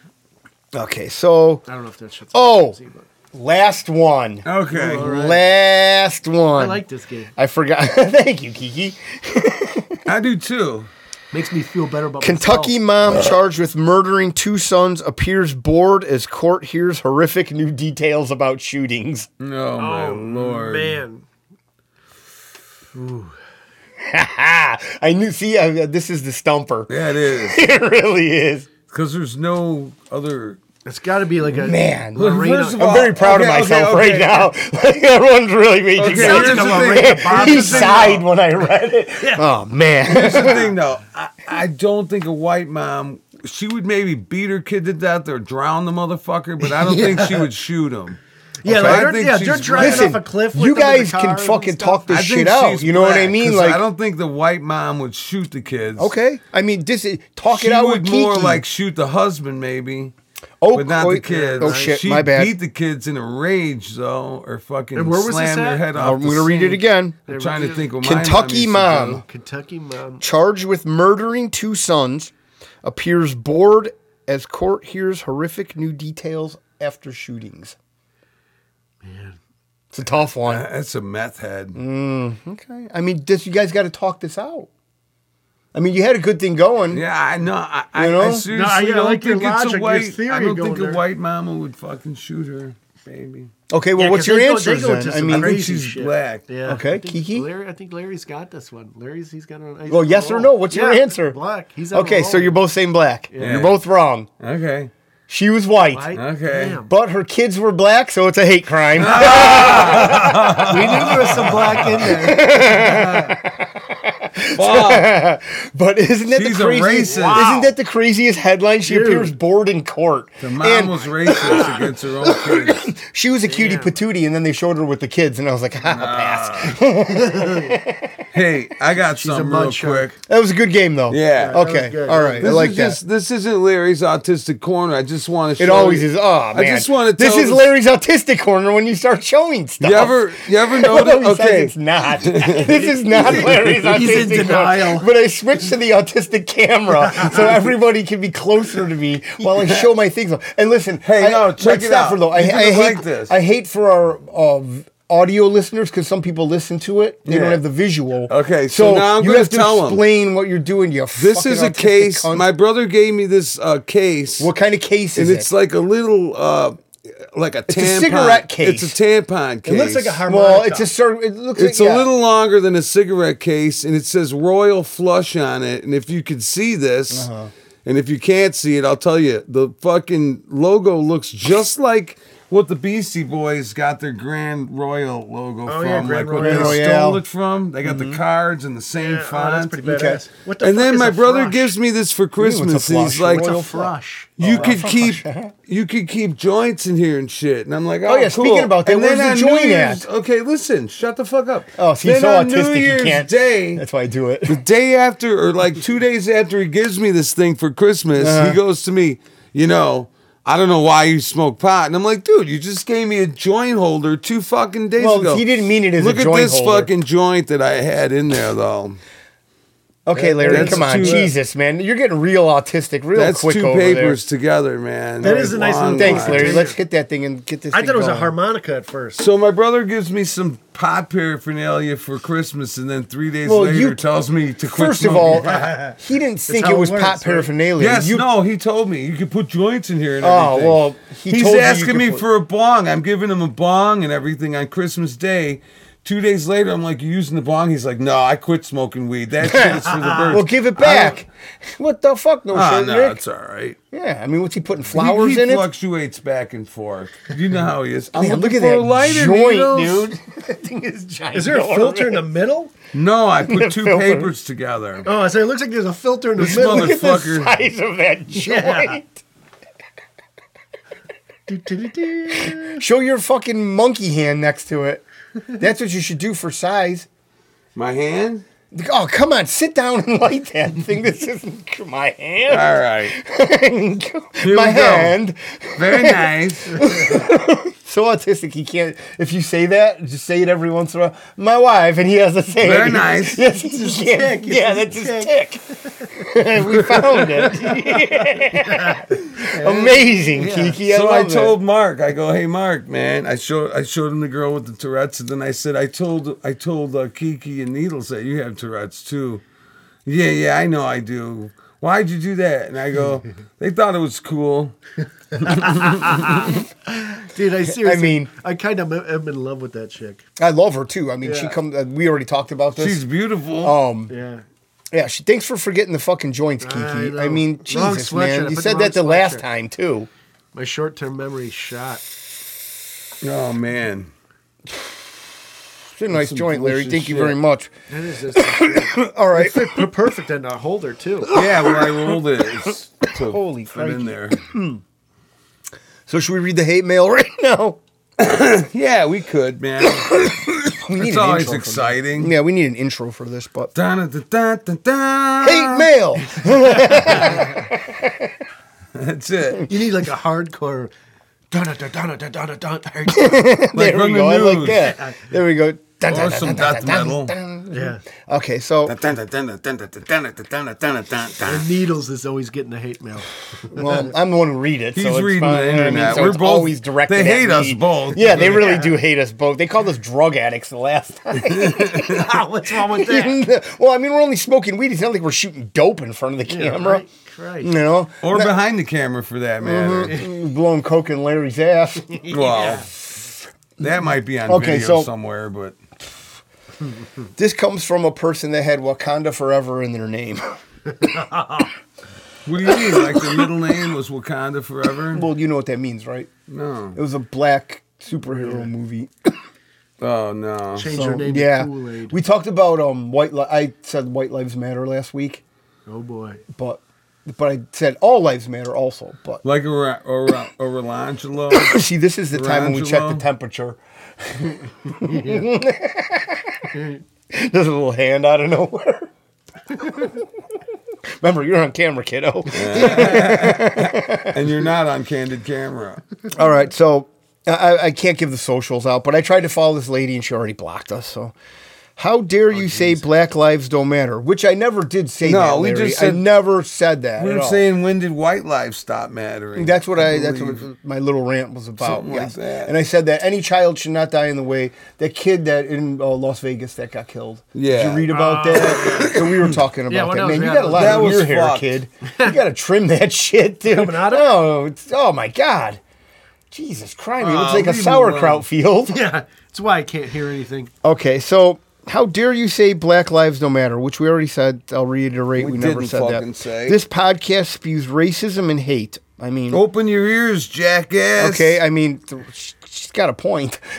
[SPEAKER 3] Okay, so
[SPEAKER 4] I don't know if that shit's.
[SPEAKER 3] Oh.
[SPEAKER 4] TMZ, but
[SPEAKER 3] last one,
[SPEAKER 2] Okay.
[SPEAKER 3] last one.
[SPEAKER 4] I like this game.
[SPEAKER 3] I forgot. Thank you, Kiki.
[SPEAKER 2] I do too.
[SPEAKER 4] Makes me feel better about
[SPEAKER 3] Kentucky
[SPEAKER 4] myself.
[SPEAKER 3] mom charged with murdering two sons appears bored as court hears horrific new details about shootings.
[SPEAKER 2] No, my
[SPEAKER 4] Oh,
[SPEAKER 2] lord.
[SPEAKER 4] man.
[SPEAKER 3] Ah, I knew. See, I, this is the stumper.
[SPEAKER 2] That is.
[SPEAKER 3] It really is.
[SPEAKER 2] Because there's no other.
[SPEAKER 4] It's got to be like a
[SPEAKER 3] Man.
[SPEAKER 2] Look,
[SPEAKER 4] Lorena-
[SPEAKER 2] first of
[SPEAKER 3] I'm
[SPEAKER 2] all-
[SPEAKER 3] very proud
[SPEAKER 2] okay,
[SPEAKER 3] of
[SPEAKER 2] okay,
[SPEAKER 3] myself
[SPEAKER 2] okay.
[SPEAKER 3] right now. Like, everyone's really making
[SPEAKER 2] Okay,
[SPEAKER 4] sounds
[SPEAKER 2] here's
[SPEAKER 4] like
[SPEAKER 2] the
[SPEAKER 4] a
[SPEAKER 2] thing.
[SPEAKER 4] Lorena Bobbitt
[SPEAKER 3] He
[SPEAKER 4] Here's the thing,
[SPEAKER 3] sighed when I read it. Oh man.
[SPEAKER 2] Here's the thing, though. I, I don't think a white mom. She would maybe beat her kid to death or drown the motherfucker, but I don't think she would shoot him.
[SPEAKER 4] Yeah,
[SPEAKER 2] Okay. I
[SPEAKER 4] like they're,
[SPEAKER 2] think
[SPEAKER 4] yeah,
[SPEAKER 2] she's
[SPEAKER 4] they're driving
[SPEAKER 2] Listen,
[SPEAKER 4] off a cliff. With
[SPEAKER 3] you
[SPEAKER 4] them in the
[SPEAKER 3] guys
[SPEAKER 4] car
[SPEAKER 3] can
[SPEAKER 4] and
[SPEAKER 3] fucking
[SPEAKER 4] stuff.
[SPEAKER 3] talk this
[SPEAKER 2] I
[SPEAKER 3] shit
[SPEAKER 2] think
[SPEAKER 3] out.
[SPEAKER 2] she's
[SPEAKER 3] You know what I
[SPEAKER 2] black,
[SPEAKER 3] mean?
[SPEAKER 2] 'cause
[SPEAKER 3] Like
[SPEAKER 2] I don't think the white mom would shoot the kids.
[SPEAKER 3] okay. I mean this is talk
[SPEAKER 2] She
[SPEAKER 3] it out
[SPEAKER 2] would
[SPEAKER 3] with Kiki.
[SPEAKER 2] more like shoot the husband, maybe.
[SPEAKER 3] oh,
[SPEAKER 2] but not
[SPEAKER 3] oh,
[SPEAKER 2] the kids.
[SPEAKER 3] Oh shit,
[SPEAKER 2] she
[SPEAKER 3] my bad.
[SPEAKER 2] beat the kids in a rage though, or fucking
[SPEAKER 4] And where was
[SPEAKER 2] slammed
[SPEAKER 4] this
[SPEAKER 2] their
[SPEAKER 4] at?
[SPEAKER 2] head off.
[SPEAKER 3] I'm
[SPEAKER 2] the
[SPEAKER 3] gonna read it
[SPEAKER 2] sink.
[SPEAKER 3] again.
[SPEAKER 2] I'm trying to think. What
[SPEAKER 3] Kentucky
[SPEAKER 2] my mom. used to
[SPEAKER 3] mom.
[SPEAKER 2] do.
[SPEAKER 4] Kentucky mom.
[SPEAKER 3] charged with murdering two sons, appears bored as court hears horrific new details after shootings. Man, it's a tough one.
[SPEAKER 2] That's a meth head.
[SPEAKER 3] Mm-hmm. Okay, I mean, this, you guys got to talk this out. I mean, you had a good thing going.
[SPEAKER 2] Yeah, I know. I, I,
[SPEAKER 3] You know?
[SPEAKER 2] I seriously
[SPEAKER 4] No, I- I
[SPEAKER 2] don't
[SPEAKER 4] like your
[SPEAKER 2] think it's
[SPEAKER 4] logic,
[SPEAKER 2] a
[SPEAKER 4] your
[SPEAKER 2] white.
[SPEAKER 4] theory
[SPEAKER 2] I don't
[SPEAKER 4] going
[SPEAKER 2] think
[SPEAKER 4] there.
[SPEAKER 2] a white mama would fucking shoot her baby.
[SPEAKER 3] Okay, well,
[SPEAKER 4] Yeah,
[SPEAKER 3] what's
[SPEAKER 4] 'cause
[SPEAKER 3] your
[SPEAKER 4] they go-
[SPEAKER 3] answer
[SPEAKER 4] they go
[SPEAKER 3] then?
[SPEAKER 4] to
[SPEAKER 3] I
[SPEAKER 4] some
[SPEAKER 3] mean,
[SPEAKER 4] crazy
[SPEAKER 2] she's
[SPEAKER 4] shit.
[SPEAKER 2] black.
[SPEAKER 4] Yeah.
[SPEAKER 3] Okay,
[SPEAKER 4] I think
[SPEAKER 3] Kiki?
[SPEAKER 4] Larry, I think Larry's got this one. Larry's he's got an. he's
[SPEAKER 3] well,
[SPEAKER 4] on a
[SPEAKER 3] yes or
[SPEAKER 4] roll.
[SPEAKER 3] no? What's your
[SPEAKER 4] Yeah,
[SPEAKER 3] answer?
[SPEAKER 4] Black. He's on a
[SPEAKER 3] Okay, so
[SPEAKER 4] roll.
[SPEAKER 3] you're both saying black. You're both wrong.
[SPEAKER 2] Okay.
[SPEAKER 3] She was white,
[SPEAKER 4] White?
[SPEAKER 2] Okay.
[SPEAKER 4] Damn.
[SPEAKER 3] but her kids were black, so it's a hate crime.
[SPEAKER 2] Ah!
[SPEAKER 4] we knew there was some black in there.
[SPEAKER 2] Fuck.
[SPEAKER 3] But isn't that
[SPEAKER 2] She's a
[SPEAKER 3] the craziest?
[SPEAKER 2] racist. Wow.
[SPEAKER 3] Isn't that the craziest headline? She
[SPEAKER 4] Dude.
[SPEAKER 3] appears bored in court.
[SPEAKER 2] The mom
[SPEAKER 3] and
[SPEAKER 2] was racist against her own kids.
[SPEAKER 3] she was a cutie
[SPEAKER 4] Damn.
[SPEAKER 3] patootie, and then they showed her with the kids, and I was like, ha, pass.
[SPEAKER 2] Hey, I got something
[SPEAKER 4] mud
[SPEAKER 2] real
[SPEAKER 4] shark.
[SPEAKER 2] quick.
[SPEAKER 3] That was a good game, though.
[SPEAKER 2] Yeah.
[SPEAKER 4] was
[SPEAKER 3] Okay.
[SPEAKER 4] good.
[SPEAKER 3] All right. I
[SPEAKER 2] This
[SPEAKER 3] like
[SPEAKER 2] is
[SPEAKER 3] that.
[SPEAKER 2] just- this isn't Larry's autistic corner. I just want to.
[SPEAKER 3] it
[SPEAKER 2] show
[SPEAKER 3] always
[SPEAKER 2] you-
[SPEAKER 3] is. Oh man.
[SPEAKER 2] I just want to.
[SPEAKER 3] This is Larry's autistic corner when you start showing stuff.
[SPEAKER 2] You ever? You ever
[SPEAKER 3] Although he
[SPEAKER 2] notice?
[SPEAKER 3] says
[SPEAKER 2] Okay.
[SPEAKER 3] it's not. This is not Larry's autistic.
[SPEAKER 4] He's in
[SPEAKER 3] corner.
[SPEAKER 4] denial.
[SPEAKER 3] But I switched to the autistic camera so everybody can be closer to me while I show my things. off. And listen,
[SPEAKER 2] Hey,
[SPEAKER 3] I,
[SPEAKER 2] no,
[SPEAKER 3] Mike
[SPEAKER 2] check it
[SPEAKER 3] Stafford,
[SPEAKER 2] out.
[SPEAKER 3] Though I,
[SPEAKER 2] You're gonna
[SPEAKER 3] I hate
[SPEAKER 2] like this.
[SPEAKER 3] I hate for our uh, v- audio listeners because some people listen to it. They
[SPEAKER 2] Yeah.
[SPEAKER 3] don't have the visual.
[SPEAKER 2] Okay, so now I'm
[SPEAKER 3] you
[SPEAKER 2] gonna
[SPEAKER 3] have to
[SPEAKER 2] tell 'em.
[SPEAKER 3] explain what you're doing. You
[SPEAKER 2] This
[SPEAKER 3] fucking
[SPEAKER 2] is a
[SPEAKER 3] autistic
[SPEAKER 2] case.
[SPEAKER 3] cunt.
[SPEAKER 2] My brother gave me this uh, case,
[SPEAKER 3] what kind of case
[SPEAKER 2] and
[SPEAKER 3] is
[SPEAKER 2] it's
[SPEAKER 3] it?
[SPEAKER 2] like a little, uh, like a tampon.
[SPEAKER 3] cigarette case.
[SPEAKER 2] It's a tampon case.
[SPEAKER 5] It looks like a harmonica.
[SPEAKER 3] well, it's a certain. It looks.
[SPEAKER 2] It's
[SPEAKER 3] like,
[SPEAKER 2] a
[SPEAKER 3] yeah.
[SPEAKER 2] little longer than a cigarette case, and it says Royal Flush on it. And if you can see this,
[SPEAKER 3] Uh-huh.
[SPEAKER 2] and if you can't see it, I'll tell you the fucking logo looks just like what the Beastie Boys got their Grand Royal logo
[SPEAKER 4] Oh,
[SPEAKER 2] from,
[SPEAKER 4] yeah,
[SPEAKER 2] like
[SPEAKER 4] Grand
[SPEAKER 2] what
[SPEAKER 4] Royal.
[SPEAKER 2] they
[SPEAKER 3] Royale. Mm-hmm.
[SPEAKER 2] stole it from. They got the cards and the same
[SPEAKER 4] Yeah, oh,
[SPEAKER 2] font.
[SPEAKER 4] that's pretty
[SPEAKER 3] Okay.
[SPEAKER 4] badass. What the
[SPEAKER 2] and
[SPEAKER 4] fuck
[SPEAKER 2] then
[SPEAKER 4] is
[SPEAKER 2] my
[SPEAKER 4] a
[SPEAKER 2] brother
[SPEAKER 4] flush?
[SPEAKER 2] gives me this for
[SPEAKER 3] what's a
[SPEAKER 2] Christmas, and he's
[SPEAKER 3] flush?
[SPEAKER 2] like,
[SPEAKER 4] What's a
[SPEAKER 3] Royal
[SPEAKER 4] flush.
[SPEAKER 2] you could keep you could keep joints in here and shit. And I'm like, oh,
[SPEAKER 3] yeah,
[SPEAKER 2] cool.
[SPEAKER 3] speaking about that,
[SPEAKER 2] And
[SPEAKER 3] where's
[SPEAKER 2] then
[SPEAKER 3] the
[SPEAKER 2] on
[SPEAKER 3] joint
[SPEAKER 2] New Year's-
[SPEAKER 3] at?
[SPEAKER 2] Okay, listen, shut the fuck up.
[SPEAKER 3] Oh, see,
[SPEAKER 2] then
[SPEAKER 3] he's so
[SPEAKER 2] on
[SPEAKER 3] autistic,
[SPEAKER 2] New
[SPEAKER 3] he
[SPEAKER 2] Year's
[SPEAKER 3] can't-
[SPEAKER 2] Day,
[SPEAKER 3] That's why I do it.
[SPEAKER 2] the day after or like two days after he gives me this thing for Christmas,
[SPEAKER 3] Uh-huh.
[SPEAKER 2] he goes to me, you know. I don't know why you smoke pot, and I'm like, dude, you just gave me a joint holder two fucking days
[SPEAKER 3] Well,
[SPEAKER 2] ago.
[SPEAKER 3] he didn't mean it as a
[SPEAKER 2] Look
[SPEAKER 3] joint
[SPEAKER 2] at this
[SPEAKER 3] holder.
[SPEAKER 2] fucking joint that I had in there, though.
[SPEAKER 3] Okay, Larry,
[SPEAKER 2] That's
[SPEAKER 3] come on,
[SPEAKER 2] too- uh,
[SPEAKER 3] Jesus, man, you're getting real autistic, real
[SPEAKER 2] That's
[SPEAKER 3] quick
[SPEAKER 2] two
[SPEAKER 3] over
[SPEAKER 2] papers together, man.
[SPEAKER 4] That is a nice
[SPEAKER 2] long
[SPEAKER 4] little
[SPEAKER 3] there. Thanks,
[SPEAKER 2] line.
[SPEAKER 3] Larry. Let's get that thing and get this.
[SPEAKER 4] I
[SPEAKER 3] thing
[SPEAKER 4] thought it was a
[SPEAKER 3] going.
[SPEAKER 4] harmonica at first.
[SPEAKER 2] So my brother gives me some pot paraphernalia for Christmas, and then three days
[SPEAKER 3] Well,
[SPEAKER 2] later
[SPEAKER 3] you-
[SPEAKER 2] tells me to quit.
[SPEAKER 3] First of
[SPEAKER 2] smoking.
[SPEAKER 3] all, he didn't think
[SPEAKER 4] how
[SPEAKER 3] it
[SPEAKER 4] it
[SPEAKER 3] was
[SPEAKER 4] works,
[SPEAKER 3] pot
[SPEAKER 4] right?
[SPEAKER 3] paraphernalia.
[SPEAKER 2] yes,
[SPEAKER 3] you,
[SPEAKER 2] no, he told me you could put joints in here and
[SPEAKER 3] Oh,
[SPEAKER 2] everything.
[SPEAKER 3] well, he
[SPEAKER 2] he's
[SPEAKER 3] told you you
[SPEAKER 2] asking
[SPEAKER 3] could
[SPEAKER 2] me
[SPEAKER 3] put-
[SPEAKER 2] for a bong. I'm giving him a bong and everything on Christmas Day. Two days later, I'm like, "You using the bong?" He's like, "No, I quit smoking weed. That shit is for the birds."
[SPEAKER 3] Well, give it
[SPEAKER 2] I don't-
[SPEAKER 3] back. What the fuck? No
[SPEAKER 2] Ah,
[SPEAKER 3] shit,
[SPEAKER 2] no,
[SPEAKER 3] Rick.
[SPEAKER 2] it's all right.
[SPEAKER 3] Yeah, I mean, what's he putting flowers
[SPEAKER 2] he, he
[SPEAKER 3] in it?
[SPEAKER 2] fluctuates back and forth. You know how he is. I'm
[SPEAKER 3] Man, look
[SPEAKER 2] looking
[SPEAKER 3] at
[SPEAKER 2] for
[SPEAKER 3] that
[SPEAKER 2] a lighter,
[SPEAKER 3] joint,
[SPEAKER 2] Needles.
[SPEAKER 3] dude. that thing is giant.
[SPEAKER 4] Is there a filter in the middle?
[SPEAKER 2] No, I put two
[SPEAKER 3] Filter.
[SPEAKER 2] papers together.
[SPEAKER 4] Oh, I said it looks like there's a filter in the
[SPEAKER 2] This
[SPEAKER 4] middle.
[SPEAKER 2] mother-
[SPEAKER 3] Look at the
[SPEAKER 2] Motherfucker.
[SPEAKER 3] size of that joint.
[SPEAKER 4] Yeah. Do, do, do, do.
[SPEAKER 3] Show your fucking monkey hand next to it. That's what you should do for size.
[SPEAKER 2] My hand.
[SPEAKER 3] Oh, come on, sit down and light that thing. This isn't my hand.
[SPEAKER 2] All right. we
[SPEAKER 3] my
[SPEAKER 2] go.
[SPEAKER 3] hand.
[SPEAKER 2] Very nice.
[SPEAKER 3] So autistic, he can't. If you say that, just say it every once in a while. My wife, and he has the same.
[SPEAKER 2] Very nice.
[SPEAKER 3] Yes, he can't.
[SPEAKER 4] tick,
[SPEAKER 3] Yeah, that's
[SPEAKER 4] it's
[SPEAKER 3] his
[SPEAKER 4] his
[SPEAKER 3] tick. we found it. Amazing, Kiki. I
[SPEAKER 2] so I
[SPEAKER 3] love
[SPEAKER 2] told Mark, I go, hey Mark, man, I showed I showed him the girl with the Tourette's, and then I said, I told I told uh, Kiki and Needles that you have Tourette's too. Yeah, yeah, I know I do. Why'd you do that? And I go, they thought it was cool.
[SPEAKER 4] Dude, I seriously,
[SPEAKER 3] mean-
[SPEAKER 4] I kind of am in love with that chick.
[SPEAKER 3] That. I love her too. I mean, she
[SPEAKER 4] Yeah.
[SPEAKER 3] come. Uh, we already talked about this.
[SPEAKER 2] She's beautiful.
[SPEAKER 3] um,
[SPEAKER 4] Yeah,
[SPEAKER 3] yeah. She. Thanks for forgetting the fucking joints, Kiki.
[SPEAKER 4] I
[SPEAKER 3] I,
[SPEAKER 4] know.
[SPEAKER 3] mean,
[SPEAKER 4] Wrong
[SPEAKER 3] Jesus,
[SPEAKER 4] sweatshirt. I
[SPEAKER 3] man.
[SPEAKER 4] put
[SPEAKER 3] You
[SPEAKER 4] the
[SPEAKER 3] said
[SPEAKER 4] wrong
[SPEAKER 3] that the last
[SPEAKER 4] sweatshirt.
[SPEAKER 3] time too.
[SPEAKER 4] my short-term memory shot.
[SPEAKER 2] oh man.
[SPEAKER 3] It's a nice
[SPEAKER 2] some
[SPEAKER 3] joint, Larry.
[SPEAKER 2] delicious
[SPEAKER 3] Thank you
[SPEAKER 2] shit.
[SPEAKER 3] very much.
[SPEAKER 4] That is just
[SPEAKER 3] All right.
[SPEAKER 4] perfect in a holder too.
[SPEAKER 2] Yeah, well I rolled it. It's to
[SPEAKER 3] Holy
[SPEAKER 2] fit in there.
[SPEAKER 3] So should we read the hate mail right now?
[SPEAKER 2] Yeah, we could, man.
[SPEAKER 3] We
[SPEAKER 2] it's
[SPEAKER 3] an
[SPEAKER 2] always
[SPEAKER 3] intro for this.
[SPEAKER 2] exciting.
[SPEAKER 3] Yeah, we need an intro for this, but
[SPEAKER 2] Dun, dun, dun, dun, dun.
[SPEAKER 3] hate mail.
[SPEAKER 2] That's it.
[SPEAKER 4] You need like a hardcore. Donna, donna, donna, donna, donna.
[SPEAKER 2] Like
[SPEAKER 3] there we
[SPEAKER 2] from the
[SPEAKER 3] go. I like
[SPEAKER 2] news.
[SPEAKER 3] that. There we go. Dun, dun,
[SPEAKER 2] Or
[SPEAKER 3] dun,
[SPEAKER 2] some
[SPEAKER 3] dun,
[SPEAKER 2] death
[SPEAKER 3] dun, dun,
[SPEAKER 2] metal.
[SPEAKER 3] dun.
[SPEAKER 4] Yeah,
[SPEAKER 3] Okay, so
[SPEAKER 4] and Needles is always getting the hate mail.
[SPEAKER 3] well, I'm the one who read it.
[SPEAKER 2] He's
[SPEAKER 3] so it's
[SPEAKER 2] reading the
[SPEAKER 3] fine, you know what I mean?
[SPEAKER 2] internet.
[SPEAKER 3] So
[SPEAKER 2] We're
[SPEAKER 3] it's
[SPEAKER 2] both-
[SPEAKER 3] always directed.
[SPEAKER 2] they
[SPEAKER 3] at
[SPEAKER 2] hate
[SPEAKER 3] me.
[SPEAKER 2] us both.
[SPEAKER 3] Yeah, they really do hate us both. They called us drug addicts the last time.
[SPEAKER 4] What's wrong with that?
[SPEAKER 3] well, I mean, we're only smoking weed. It's not like we're shooting dope in front of the camera.
[SPEAKER 4] Right, Christ.
[SPEAKER 3] You know,
[SPEAKER 2] Or behind the camera for that matter.
[SPEAKER 3] blowing coke in Larry's ass.
[SPEAKER 2] Well, that might be on
[SPEAKER 3] Mm-hmm. Okay,
[SPEAKER 2] video
[SPEAKER 3] so-
[SPEAKER 2] somewhere, but
[SPEAKER 3] this comes from a person that had Wakanda Forever in their name.
[SPEAKER 2] what do you mean? Like the middle name was Wakanda Forever?
[SPEAKER 3] Well, you know what that means, right?
[SPEAKER 2] No.
[SPEAKER 3] It was a black superhero movie.
[SPEAKER 2] Oh no.
[SPEAKER 4] Change
[SPEAKER 3] So,
[SPEAKER 4] their name
[SPEAKER 3] yeah,
[SPEAKER 4] to Kool Aid.
[SPEAKER 3] we talked about um white. Li- I said white lives matter last week,
[SPEAKER 4] oh boy.
[SPEAKER 3] but but I said all lives matter also. But
[SPEAKER 2] Like a ra- or ra- or Rolangelo.
[SPEAKER 3] see, this is the time when we check the
[SPEAKER 2] Orangelo.
[SPEAKER 3] temperature. There's a little hand out of nowhere. Remember, you're on camera, kiddo.
[SPEAKER 2] and you're not on candid camera.
[SPEAKER 3] All right, so I- I, I can't give the socials out, but I tried to follow this lady and she already blocked us. So, how dare you say Black Lives Don't Matter? Which I never did say.
[SPEAKER 2] Oh, No,
[SPEAKER 3] that,
[SPEAKER 2] we
[SPEAKER 3] Larry.
[SPEAKER 2] just
[SPEAKER 3] I
[SPEAKER 2] said-
[SPEAKER 3] never said that.
[SPEAKER 2] We
[SPEAKER 3] at
[SPEAKER 2] were
[SPEAKER 3] all.
[SPEAKER 2] saying when did white life stop mattering?
[SPEAKER 3] That's what I. That's
[SPEAKER 2] believe.
[SPEAKER 3] what my little rant was about.
[SPEAKER 2] Something like that.
[SPEAKER 3] And I said that any child should not die in the way. That kid that in uh, Las Vegas that got killed. Did
[SPEAKER 2] Yeah.
[SPEAKER 3] you read about that? so we were talking about
[SPEAKER 4] what
[SPEAKER 3] that.
[SPEAKER 4] else?
[SPEAKER 3] Man, you
[SPEAKER 4] Oh, Yeah,
[SPEAKER 3] got a lot
[SPEAKER 2] that
[SPEAKER 3] of
[SPEAKER 2] was
[SPEAKER 3] your hair,
[SPEAKER 2] fucked.
[SPEAKER 3] kid. You got to trim that shit, dude.
[SPEAKER 4] Coming out of it?
[SPEAKER 3] oh, it's, oh my god. Jesus Christ! It looks
[SPEAKER 2] Ah,
[SPEAKER 3] like a
[SPEAKER 2] leave him alone.
[SPEAKER 3] sauerkraut field.
[SPEAKER 4] Yeah, that's why I can't hear anything.
[SPEAKER 3] Okay, so how dare you say Black Lives No Matter, which we already said. I'll reiterate. We,
[SPEAKER 2] We
[SPEAKER 3] never
[SPEAKER 2] didn't
[SPEAKER 3] said
[SPEAKER 2] fucking
[SPEAKER 3] that.
[SPEAKER 2] say. Oh,
[SPEAKER 3] This podcast spews racism and hate. I mean,
[SPEAKER 2] Open your ears, jackass.
[SPEAKER 3] Okay, I mean, th- sh- she's got a point.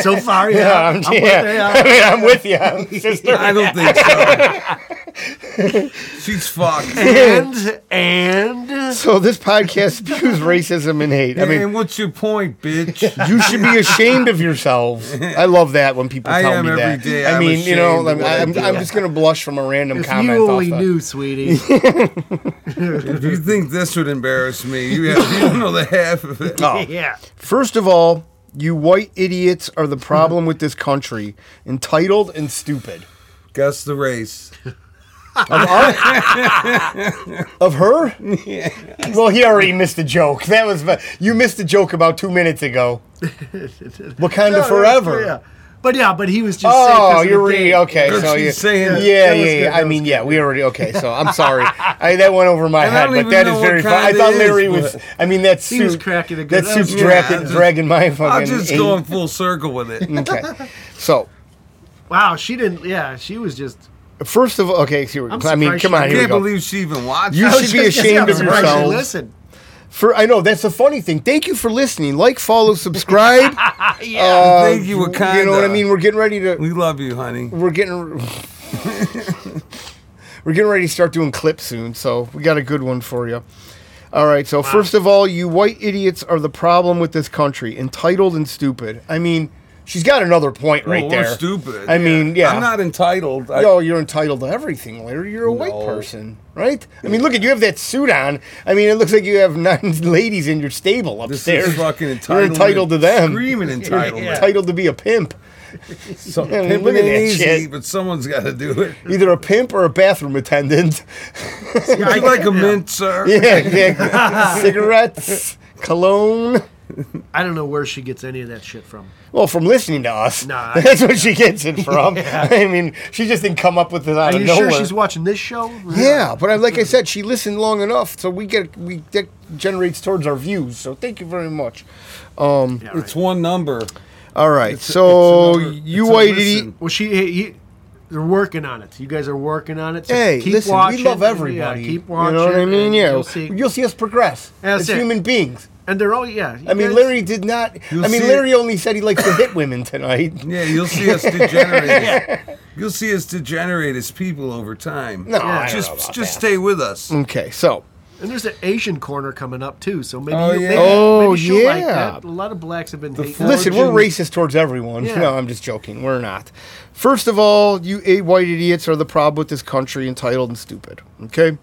[SPEAKER 4] So far, yeah. I'm with it, yeah.
[SPEAKER 3] I mean, I'm with you, sister.
[SPEAKER 2] I don't think so. She's fucked.
[SPEAKER 4] and and
[SPEAKER 3] So this podcast spews racism and hate. I mean,
[SPEAKER 2] and what's your point, bitch?
[SPEAKER 3] you should be ashamed of yourselves. I love that when people
[SPEAKER 2] I
[SPEAKER 3] tell
[SPEAKER 2] am
[SPEAKER 3] me
[SPEAKER 2] every
[SPEAKER 3] that.
[SPEAKER 2] day.
[SPEAKER 3] I
[SPEAKER 2] I'm
[SPEAKER 3] mean, you know,
[SPEAKER 2] ashamed of
[SPEAKER 3] I'm,
[SPEAKER 2] what I
[SPEAKER 3] I'm,
[SPEAKER 2] do.
[SPEAKER 3] I'm just gonna blush from a random
[SPEAKER 4] if
[SPEAKER 3] comment.
[SPEAKER 4] you only
[SPEAKER 3] off the-
[SPEAKER 4] knew, sweetie.
[SPEAKER 2] If you think this would embarrass me, you, have, you don't know the half of it.
[SPEAKER 3] Oh.
[SPEAKER 4] yeah.
[SPEAKER 3] First of all, you white idiots are the problem with this country. Entitled and stupid.
[SPEAKER 2] Guess the race.
[SPEAKER 3] Of her? Well, he already missed a joke. That was you missed a joke about two minutes ago. Wakanda
[SPEAKER 4] No,
[SPEAKER 3] forever.
[SPEAKER 4] Yeah. But yeah, but he was just. saying 'cause
[SPEAKER 3] Oh,
[SPEAKER 4] of the
[SPEAKER 3] you're re-
[SPEAKER 4] date.
[SPEAKER 3] okay.
[SPEAKER 2] That's
[SPEAKER 3] So
[SPEAKER 2] what
[SPEAKER 3] you
[SPEAKER 2] she's saying.
[SPEAKER 3] yeah, yeah,
[SPEAKER 4] That was
[SPEAKER 3] yeah.
[SPEAKER 4] good,
[SPEAKER 3] I
[SPEAKER 4] that
[SPEAKER 3] mean,
[SPEAKER 4] was
[SPEAKER 3] yeah, we already okay. So I'm sorry. I, that went over my
[SPEAKER 2] And I
[SPEAKER 3] head,
[SPEAKER 2] don't
[SPEAKER 3] but
[SPEAKER 2] even
[SPEAKER 3] that is
[SPEAKER 2] know what
[SPEAKER 3] very. Fun. I
[SPEAKER 2] kind
[SPEAKER 3] thought
[SPEAKER 2] it
[SPEAKER 3] Larry
[SPEAKER 2] is,
[SPEAKER 3] was.
[SPEAKER 2] but-
[SPEAKER 3] I mean, that suit.
[SPEAKER 4] was cracking a
[SPEAKER 3] That
[SPEAKER 4] good- that was
[SPEAKER 3] suit's
[SPEAKER 2] good.
[SPEAKER 3] dragging,
[SPEAKER 2] Yeah, I'm just-
[SPEAKER 3] dragging my fucking.
[SPEAKER 2] I'm just
[SPEAKER 3] eight.
[SPEAKER 2] going full circle with it.
[SPEAKER 3] Okay, so
[SPEAKER 4] Wow, she didn't. Yeah, she was just.
[SPEAKER 3] first of all, okay. Here we
[SPEAKER 4] I'm
[SPEAKER 3] go. I mean,
[SPEAKER 4] surprised
[SPEAKER 3] come
[SPEAKER 4] she-
[SPEAKER 3] on.
[SPEAKER 4] I
[SPEAKER 3] Here we
[SPEAKER 2] Can't
[SPEAKER 3] go.
[SPEAKER 2] believe she even watched.
[SPEAKER 3] You
[SPEAKER 2] it.
[SPEAKER 4] I was
[SPEAKER 3] should be
[SPEAKER 4] just gonna say,
[SPEAKER 3] ashamed
[SPEAKER 4] I'm
[SPEAKER 3] of
[SPEAKER 4] surprised she
[SPEAKER 3] yourselves.
[SPEAKER 4] Listened.
[SPEAKER 3] For I know that's the funny thing. Thank you for listening. Like, follow, subscribe.
[SPEAKER 4] Yeah.
[SPEAKER 3] Uh,
[SPEAKER 2] Thank you, Wakanda.
[SPEAKER 3] You know what I mean? We're getting ready to.
[SPEAKER 2] We love you, honey.
[SPEAKER 3] we're getting we're getting ready to start doing clips soon, so we got a good one for you. All right, so first of all, you white idiots are the problem with this country, entitled and stupid. I mean, she's got another point right
[SPEAKER 2] Well,
[SPEAKER 3] there.
[SPEAKER 2] Oh, We're stupid.
[SPEAKER 3] I mean, yeah.
[SPEAKER 2] I'm not entitled. I,
[SPEAKER 3] Yo, you're entitled to everything, Larry. You're a white
[SPEAKER 2] No.
[SPEAKER 3] person, right? I mean, look at you have that suit on. I mean, it looks like you have nine ladies in your stable
[SPEAKER 2] this
[SPEAKER 3] upstairs.
[SPEAKER 2] is fucking
[SPEAKER 3] You're
[SPEAKER 2] entitled.
[SPEAKER 3] entitled to them.
[SPEAKER 2] Screaming entitled.
[SPEAKER 4] Yeah.
[SPEAKER 3] Entitled to be a pimp.
[SPEAKER 2] So,
[SPEAKER 3] Yeah,
[SPEAKER 2] pimping
[SPEAKER 3] look at that
[SPEAKER 2] ain't easy,
[SPEAKER 3] shit.
[SPEAKER 2] but someone's got to do it.
[SPEAKER 3] Either a pimp or a bathroom attendant.
[SPEAKER 4] Yeah, I
[SPEAKER 2] You like a
[SPEAKER 4] yeah.
[SPEAKER 2] mint, sir?
[SPEAKER 3] Yeah, yeah. Cigarettes, cologne.
[SPEAKER 4] I don't know where she gets any of that shit from.
[SPEAKER 3] Well, from listening to us,
[SPEAKER 4] Nah.
[SPEAKER 3] that's where she gets it from. I mean, she just didn't come up with it out
[SPEAKER 4] Are
[SPEAKER 3] of
[SPEAKER 4] you
[SPEAKER 3] nowhere.
[SPEAKER 4] sure she's watching this show?
[SPEAKER 3] yeah, but I, like I said, she listened long enough, so we get we that generates towards our views. So thank you very much.
[SPEAKER 4] Yeah, right.
[SPEAKER 2] It's one number.
[SPEAKER 3] All right,
[SPEAKER 2] It's a-
[SPEAKER 3] so
[SPEAKER 2] it's a number-
[SPEAKER 3] you
[SPEAKER 2] it's a
[SPEAKER 3] white
[SPEAKER 2] listen.
[SPEAKER 3] idi-
[SPEAKER 4] Well, she. He, he, they're working on it. You guys are working on it. So
[SPEAKER 3] Hey,
[SPEAKER 4] keep
[SPEAKER 3] listen,
[SPEAKER 4] watching.
[SPEAKER 3] we love
[SPEAKER 4] Yeah,
[SPEAKER 3] everybody.
[SPEAKER 4] keep watching.
[SPEAKER 3] You know what I mean?
[SPEAKER 4] and
[SPEAKER 3] Yeah,
[SPEAKER 4] You'll see.
[SPEAKER 3] us progress
[SPEAKER 4] That's
[SPEAKER 3] as
[SPEAKER 4] it.
[SPEAKER 3] human beings.
[SPEAKER 4] and they're all yeah. you
[SPEAKER 3] I mean,
[SPEAKER 4] guys-
[SPEAKER 3] Larry did not.
[SPEAKER 2] You'll
[SPEAKER 3] I mean,
[SPEAKER 2] see it.
[SPEAKER 3] Larry only said he likes to hit women tonight.
[SPEAKER 2] Yeah, you'll see us degenerate. You'll see us degenerate as people over time.
[SPEAKER 3] No, I don't
[SPEAKER 2] just
[SPEAKER 3] know about
[SPEAKER 2] just
[SPEAKER 3] that. Mm.
[SPEAKER 2] stay with us.
[SPEAKER 3] Okay, so
[SPEAKER 4] And there's an Asian corner coming up too. So maybe.
[SPEAKER 2] Oh,
[SPEAKER 4] you,
[SPEAKER 2] yeah.
[SPEAKER 4] Maybe,
[SPEAKER 3] Oh,
[SPEAKER 4] maybe she'll Like
[SPEAKER 3] yeah.
[SPEAKER 4] that. A lot of blacks have been. hating
[SPEAKER 2] fourth-
[SPEAKER 4] on
[SPEAKER 3] Listen, we're
[SPEAKER 2] Origin-
[SPEAKER 3] racist towards everyone.
[SPEAKER 4] Yeah.
[SPEAKER 3] No, I'm just joking. We're not. First of all, you eight white idiots are the problem with this country, entitled and stupid. Okay?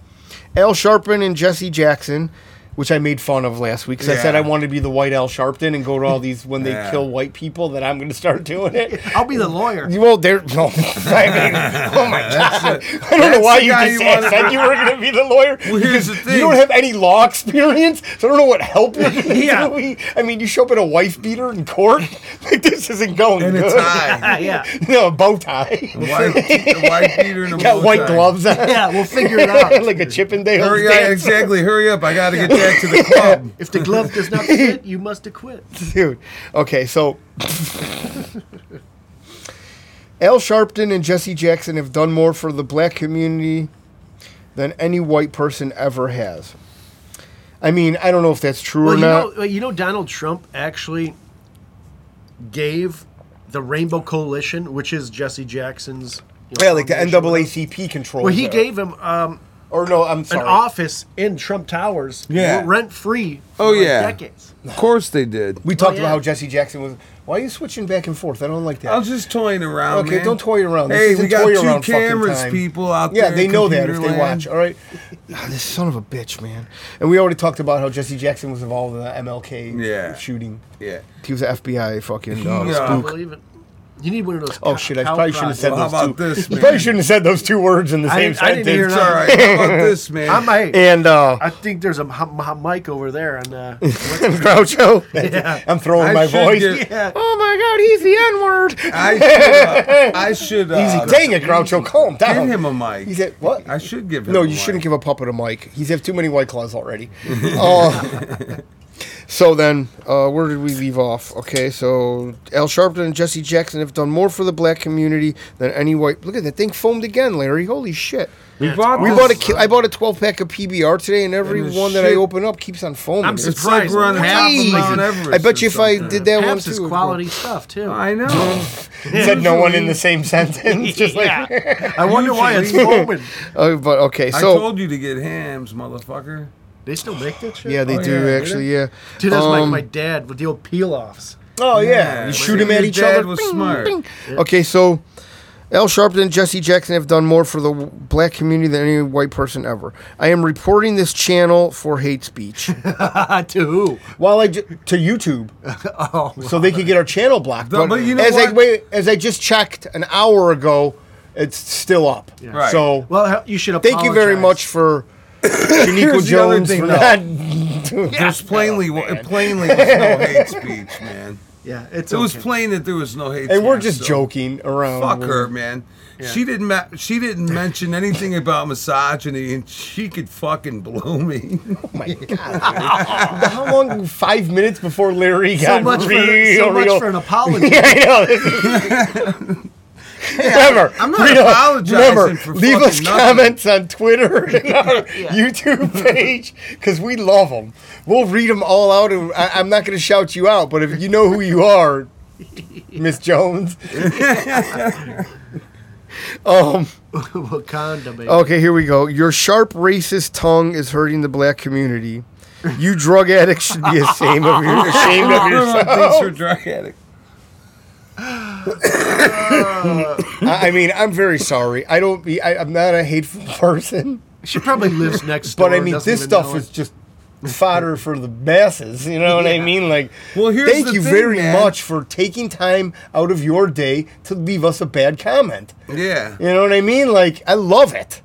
[SPEAKER 3] Al Sharpton and Jesse Jackson, which I made fun of last week because I said
[SPEAKER 2] Yeah.
[SPEAKER 3] I wanted to be the white Al Sharpton and go to all these when they
[SPEAKER 2] Yeah.
[SPEAKER 3] kill white people that I'm going to start doing it.
[SPEAKER 4] I'll be the lawyer.
[SPEAKER 3] You won't dare. No, I mean, oh my god! I don't know
[SPEAKER 2] that's
[SPEAKER 3] why
[SPEAKER 2] the
[SPEAKER 3] you
[SPEAKER 2] guy
[SPEAKER 3] just
[SPEAKER 2] you wanna-
[SPEAKER 3] said you were going to be the lawyer.
[SPEAKER 2] Well, here's the
[SPEAKER 3] because
[SPEAKER 2] thing.
[SPEAKER 3] You don't have any law experience, so I don't know what help you're going to
[SPEAKER 4] Yeah.
[SPEAKER 3] do. I mean, you show up in a wife beater in court. Like this isn't going
[SPEAKER 2] And a
[SPEAKER 3] good.
[SPEAKER 2] tie.
[SPEAKER 4] yeah.
[SPEAKER 3] no, a bow tie.
[SPEAKER 2] A white, a white beater and a
[SPEAKER 3] Got
[SPEAKER 2] bow
[SPEAKER 3] white
[SPEAKER 2] tie.
[SPEAKER 3] gloves on.
[SPEAKER 4] Yeah, we'll figure it out.
[SPEAKER 3] like a Chippendale.
[SPEAKER 2] Hurry
[SPEAKER 3] dance.
[SPEAKER 2] up, exactly. Hurry up. I got to get back to the club.
[SPEAKER 4] If the glove does not fit, you must acquit.
[SPEAKER 3] dude. Okay, so Al Sharpton and Jesse Jackson have done more for the black community than any white person ever has. I mean, I don't know if that's true
[SPEAKER 4] Well,
[SPEAKER 3] or
[SPEAKER 4] you
[SPEAKER 3] not.
[SPEAKER 4] know, well, you know, Donald Trump actually gave the Rainbow Coalition, which is Jesse Jackson's. you know,
[SPEAKER 3] Yeah, like the
[SPEAKER 4] foundation.
[SPEAKER 3] NAACP control.
[SPEAKER 4] Well, he gave him um,
[SPEAKER 3] or no, I'm
[SPEAKER 4] an
[SPEAKER 3] sorry.
[SPEAKER 4] office in Trump Towers,
[SPEAKER 2] Yeah.
[SPEAKER 4] rent free.
[SPEAKER 2] Oh yeah,
[SPEAKER 4] decades.
[SPEAKER 2] of course they did.
[SPEAKER 3] we talked
[SPEAKER 4] Oh, yeah.
[SPEAKER 3] about how Jesse Jackson was. Why are you switching back and forth? I don't like that.
[SPEAKER 2] I was just toying around.
[SPEAKER 3] Okay,
[SPEAKER 2] man.
[SPEAKER 3] don't toy around. This
[SPEAKER 2] Hey,
[SPEAKER 3] isn't
[SPEAKER 2] we got
[SPEAKER 3] toy
[SPEAKER 2] two
[SPEAKER 3] around fucking
[SPEAKER 2] cameras,
[SPEAKER 3] time.
[SPEAKER 2] people out
[SPEAKER 3] yeah,
[SPEAKER 2] there.
[SPEAKER 3] they
[SPEAKER 2] in
[SPEAKER 3] know that if
[SPEAKER 2] computer
[SPEAKER 3] they
[SPEAKER 2] land.
[SPEAKER 3] watch. All right, Ah, this son of a bitch, man. And we already talked about how Jesse Jackson was involved in the MLK
[SPEAKER 2] Yeah.
[SPEAKER 3] shooting.
[SPEAKER 2] Yeah.
[SPEAKER 3] He was an FBI fucking uh,
[SPEAKER 2] Yeah.
[SPEAKER 4] I
[SPEAKER 3] spook.
[SPEAKER 4] believe it. You need one of those.
[SPEAKER 3] Oh
[SPEAKER 4] cow-
[SPEAKER 3] shit! I
[SPEAKER 4] cow
[SPEAKER 3] probably shouldn't have said
[SPEAKER 2] Well,
[SPEAKER 3] those
[SPEAKER 2] how about
[SPEAKER 3] two.
[SPEAKER 2] this,
[SPEAKER 3] You
[SPEAKER 2] man?
[SPEAKER 3] probably shouldn't have said those two words in the
[SPEAKER 4] I
[SPEAKER 3] same
[SPEAKER 4] didn't- I
[SPEAKER 3] sentence.
[SPEAKER 4] didn't hear
[SPEAKER 2] It's
[SPEAKER 4] none.
[SPEAKER 2] all right. How about this, man?
[SPEAKER 4] I might.
[SPEAKER 3] And uh,
[SPEAKER 4] I think there's a m- m- mic over there, and uh, what's-
[SPEAKER 3] Groucho,
[SPEAKER 4] Yeah.
[SPEAKER 3] I'm throwing
[SPEAKER 2] I
[SPEAKER 3] my
[SPEAKER 2] should
[SPEAKER 3] voice.
[SPEAKER 2] get-
[SPEAKER 4] yeah.
[SPEAKER 3] Oh my god, he's the N word.
[SPEAKER 2] I should. Uh, I should. Uh,
[SPEAKER 3] Dang it, Groucho, calm down.
[SPEAKER 2] give him a mic.
[SPEAKER 3] He said, "What?"
[SPEAKER 2] I should give him.
[SPEAKER 3] No,
[SPEAKER 2] a
[SPEAKER 3] you
[SPEAKER 2] mic.
[SPEAKER 3] shouldn't give a puppet a mic. He's have too many white claws already. uh, so then, uh, where did we leave off? Okay, so Al Sharpton and Jesse Jackson have done more for the black community than any white. Look at that thing foamed again, Larry. Holy shit!
[SPEAKER 2] We bought.
[SPEAKER 3] We
[SPEAKER 2] this-
[SPEAKER 3] bought a. ki- I bought a twelve pack of PBR today, and every
[SPEAKER 2] And the
[SPEAKER 3] one that I
[SPEAKER 2] shit-
[SPEAKER 3] open up keeps on foaming.
[SPEAKER 4] I'm
[SPEAKER 3] It's-
[SPEAKER 2] It's like we're on the top uh, of
[SPEAKER 3] Jeez.
[SPEAKER 2] Mount Everest.
[SPEAKER 3] I bet
[SPEAKER 2] or
[SPEAKER 3] you if I
[SPEAKER 2] something.
[SPEAKER 3] did that one
[SPEAKER 4] Pabst
[SPEAKER 3] too.
[SPEAKER 4] is
[SPEAKER 3] it would go-
[SPEAKER 4] quality stuff too.
[SPEAKER 2] I know.
[SPEAKER 3] Said no one in the same sentence. Just
[SPEAKER 4] Yeah.
[SPEAKER 3] like,
[SPEAKER 4] I wonder why it's foaming.
[SPEAKER 3] oh, but okay,
[SPEAKER 2] I
[SPEAKER 3] so
[SPEAKER 2] told you to get hams, motherfucker.
[SPEAKER 4] They still make that shit.
[SPEAKER 3] yeah, they
[SPEAKER 2] Oh,
[SPEAKER 3] do
[SPEAKER 2] yeah,
[SPEAKER 3] actually. Yeah.
[SPEAKER 4] Dude, that's like
[SPEAKER 3] Um,
[SPEAKER 4] my dad with the old peel offs.
[SPEAKER 3] Oh yeah,
[SPEAKER 2] Yeah,
[SPEAKER 3] you
[SPEAKER 2] like
[SPEAKER 3] shoot him
[SPEAKER 2] your
[SPEAKER 3] at each
[SPEAKER 2] dad
[SPEAKER 3] other.
[SPEAKER 2] was smart.
[SPEAKER 3] Okay, so Al Sharpton and Jesse Jackson have done more for the w- black community than any white person ever. I am reporting this channel for hate speech.
[SPEAKER 4] to who?
[SPEAKER 3] While I ju- to YouTube, so they could get our channel blocked.
[SPEAKER 2] The-
[SPEAKER 3] But,
[SPEAKER 2] Oh, but you know
[SPEAKER 3] as I
[SPEAKER 2] what?
[SPEAKER 3] wait, as I just checked an hour ago, it's still up.
[SPEAKER 2] Right.
[SPEAKER 3] So
[SPEAKER 4] Well, how- you should apologize.
[SPEAKER 3] thank you very much for Janico
[SPEAKER 2] Here's the other
[SPEAKER 3] Jones
[SPEAKER 2] thing,
[SPEAKER 3] for
[SPEAKER 2] though.
[SPEAKER 3] not.
[SPEAKER 2] There's plainly, wa- plainly, was no hate speech, man.
[SPEAKER 4] Yeah, it's
[SPEAKER 2] It was
[SPEAKER 4] okay.
[SPEAKER 2] plain that there was no hate.
[SPEAKER 3] And we're
[SPEAKER 2] speech,
[SPEAKER 3] just
[SPEAKER 2] so
[SPEAKER 3] joking around.
[SPEAKER 2] Fuck her, man. She didn't. Ma- she didn't mention anything about misogyny, and she could fucking blow me.
[SPEAKER 3] Oh my god! How long? Five minutes before Larry got
[SPEAKER 4] so much for
[SPEAKER 3] real,
[SPEAKER 4] so much
[SPEAKER 3] real.
[SPEAKER 4] for an apology.
[SPEAKER 3] Yeah, I know. Remember,
[SPEAKER 2] I'm not
[SPEAKER 3] real-
[SPEAKER 2] apologizing
[SPEAKER 3] remember,
[SPEAKER 2] for
[SPEAKER 3] leave
[SPEAKER 2] fucking
[SPEAKER 3] us
[SPEAKER 2] nothing.
[SPEAKER 3] comments on Twitter and our YouTube page because we love them. We'll read them all out, and I, I'm not going to shout you out, but if you know who you are, Miss Jones. um.
[SPEAKER 4] Wakanda, baby.
[SPEAKER 3] Okay, here we go. Your sharp racist tongue is hurting the black community. You drug addicts should be ashamed of, your, ashamed of
[SPEAKER 2] Everyone
[SPEAKER 3] yourself.
[SPEAKER 2] thinks we're drug addict.
[SPEAKER 3] I, I mean, I'm very sorry. I don't be. I, I'm not a hateful person,
[SPEAKER 4] She probably lives next door.
[SPEAKER 3] but I
[SPEAKER 4] and
[SPEAKER 3] mean,
[SPEAKER 4] doesn't
[SPEAKER 3] this
[SPEAKER 4] even
[SPEAKER 3] stuff
[SPEAKER 4] know
[SPEAKER 3] is
[SPEAKER 4] it.
[SPEAKER 3] just fodder for the masses. You know what I mean? Like,
[SPEAKER 2] Well, here's
[SPEAKER 3] thank
[SPEAKER 2] the
[SPEAKER 3] you
[SPEAKER 2] thing,
[SPEAKER 3] very
[SPEAKER 2] man.
[SPEAKER 3] much for taking time out of your day to leave us a bad comment.
[SPEAKER 2] Yeah.
[SPEAKER 3] You know what I mean? Like, I love it.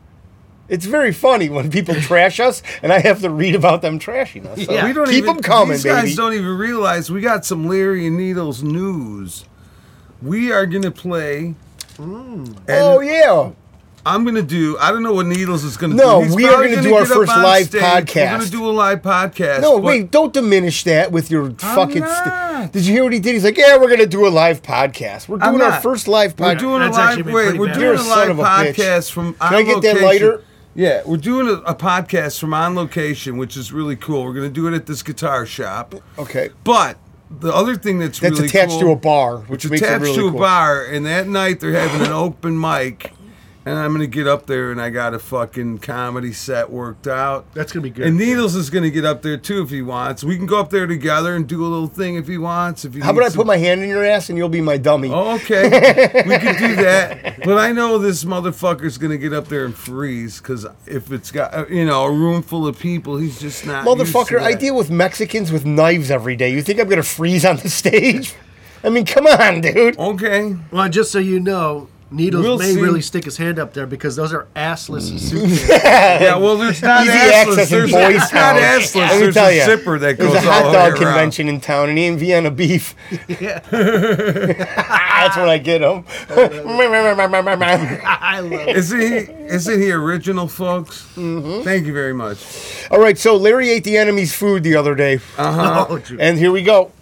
[SPEAKER 3] It's very funny when people trash us, and I have to read about them trashing us. So
[SPEAKER 4] Yeah.
[SPEAKER 2] We don't
[SPEAKER 3] keep
[SPEAKER 2] even,
[SPEAKER 3] them coming,
[SPEAKER 2] These guys
[SPEAKER 3] baby.
[SPEAKER 2] don't even realize we got some Leary and Needles news. We are gonna play. and
[SPEAKER 3] Oh yeah.
[SPEAKER 2] I'm gonna do. I don't know what Needles is gonna
[SPEAKER 3] No,
[SPEAKER 2] do. He's
[SPEAKER 3] we are
[SPEAKER 2] probably
[SPEAKER 3] gonna do our
[SPEAKER 2] get up
[SPEAKER 3] first
[SPEAKER 2] on
[SPEAKER 3] live
[SPEAKER 2] stage. We're gonna
[SPEAKER 3] podcast.
[SPEAKER 2] do a live podcast.
[SPEAKER 3] No,
[SPEAKER 2] but-
[SPEAKER 3] wait, don't diminish that with your fucking. St-
[SPEAKER 2] not.
[SPEAKER 3] Did you hear what he did? He's like, yeah, we're going to do a live podcast. We're
[SPEAKER 2] I'm
[SPEAKER 3] doing our
[SPEAKER 2] not.
[SPEAKER 3] first live
[SPEAKER 2] We're
[SPEAKER 3] podcast.
[SPEAKER 2] doing a
[SPEAKER 4] That's
[SPEAKER 2] live.
[SPEAKER 4] actually been
[SPEAKER 2] Wait,
[SPEAKER 4] pretty
[SPEAKER 2] we're
[SPEAKER 4] bad.
[SPEAKER 2] doing
[SPEAKER 3] You're
[SPEAKER 2] a
[SPEAKER 3] a son
[SPEAKER 2] live
[SPEAKER 3] of a bitch.
[SPEAKER 2] podcast from.
[SPEAKER 3] Can
[SPEAKER 2] on
[SPEAKER 3] I get that
[SPEAKER 2] location.
[SPEAKER 3] lighter?
[SPEAKER 2] Yeah, we're doing a, a podcast from on location, which is really cool. We're gonna do it at this guitar shop.
[SPEAKER 3] Okay.
[SPEAKER 2] But the other thing that's,
[SPEAKER 3] That's
[SPEAKER 2] really
[SPEAKER 3] attached
[SPEAKER 2] cool-
[SPEAKER 3] to a bar, which
[SPEAKER 2] it's
[SPEAKER 3] makes it
[SPEAKER 2] attached
[SPEAKER 3] really
[SPEAKER 2] to a
[SPEAKER 3] cool.
[SPEAKER 2] bar, and that night they're having an open mic, and I'm gonna get up there and I got a fucking comedy set worked out.
[SPEAKER 4] That's gonna be good.
[SPEAKER 2] And Needles is gonna get up there too if he wants. We can go up there together and do a little thing if he wants. If he
[SPEAKER 3] How about I
[SPEAKER 2] needs
[SPEAKER 3] put
[SPEAKER 2] to-
[SPEAKER 3] my hand in your ass and you'll be my dummy?
[SPEAKER 2] Oh, okay. we could do that. But I know this motherfucker's going to get up there and freeze because if it's got, uh, you know, a room full of people, he's just not. used to
[SPEAKER 3] Motherfucker, I
[SPEAKER 2] that.
[SPEAKER 3] deal with Mexicans with knives every day. You think I'm going to freeze on the stage? I mean, come on, dude.
[SPEAKER 2] Okay.
[SPEAKER 4] Well, just so you know, Needles
[SPEAKER 2] We'll
[SPEAKER 4] may
[SPEAKER 2] see.
[SPEAKER 4] really stick his hand up there because those are assless suitcases.
[SPEAKER 2] Yeah, well, there's not
[SPEAKER 3] Uh, Easy
[SPEAKER 2] assless.
[SPEAKER 3] access in
[SPEAKER 2] There's
[SPEAKER 3] Boys
[SPEAKER 2] it's
[SPEAKER 3] Town.
[SPEAKER 2] not assless.
[SPEAKER 3] Let me
[SPEAKER 2] There's
[SPEAKER 3] tell
[SPEAKER 2] a
[SPEAKER 3] ya,
[SPEAKER 2] zipper that goes
[SPEAKER 3] There's a hot
[SPEAKER 2] all the
[SPEAKER 3] dog
[SPEAKER 2] way around.
[SPEAKER 3] convention in town and he ain't Vienna beef.
[SPEAKER 4] Yeah.
[SPEAKER 3] That's when I get him.
[SPEAKER 4] I love it.
[SPEAKER 2] Isn't he, isn't he original, folks?
[SPEAKER 3] Mm-hmm.
[SPEAKER 2] Thank you very much.
[SPEAKER 3] All right, so Larry ate the enemy's food the other day.
[SPEAKER 2] Uh.
[SPEAKER 4] Oh, dude.
[SPEAKER 3] Uh-huh. And here we go.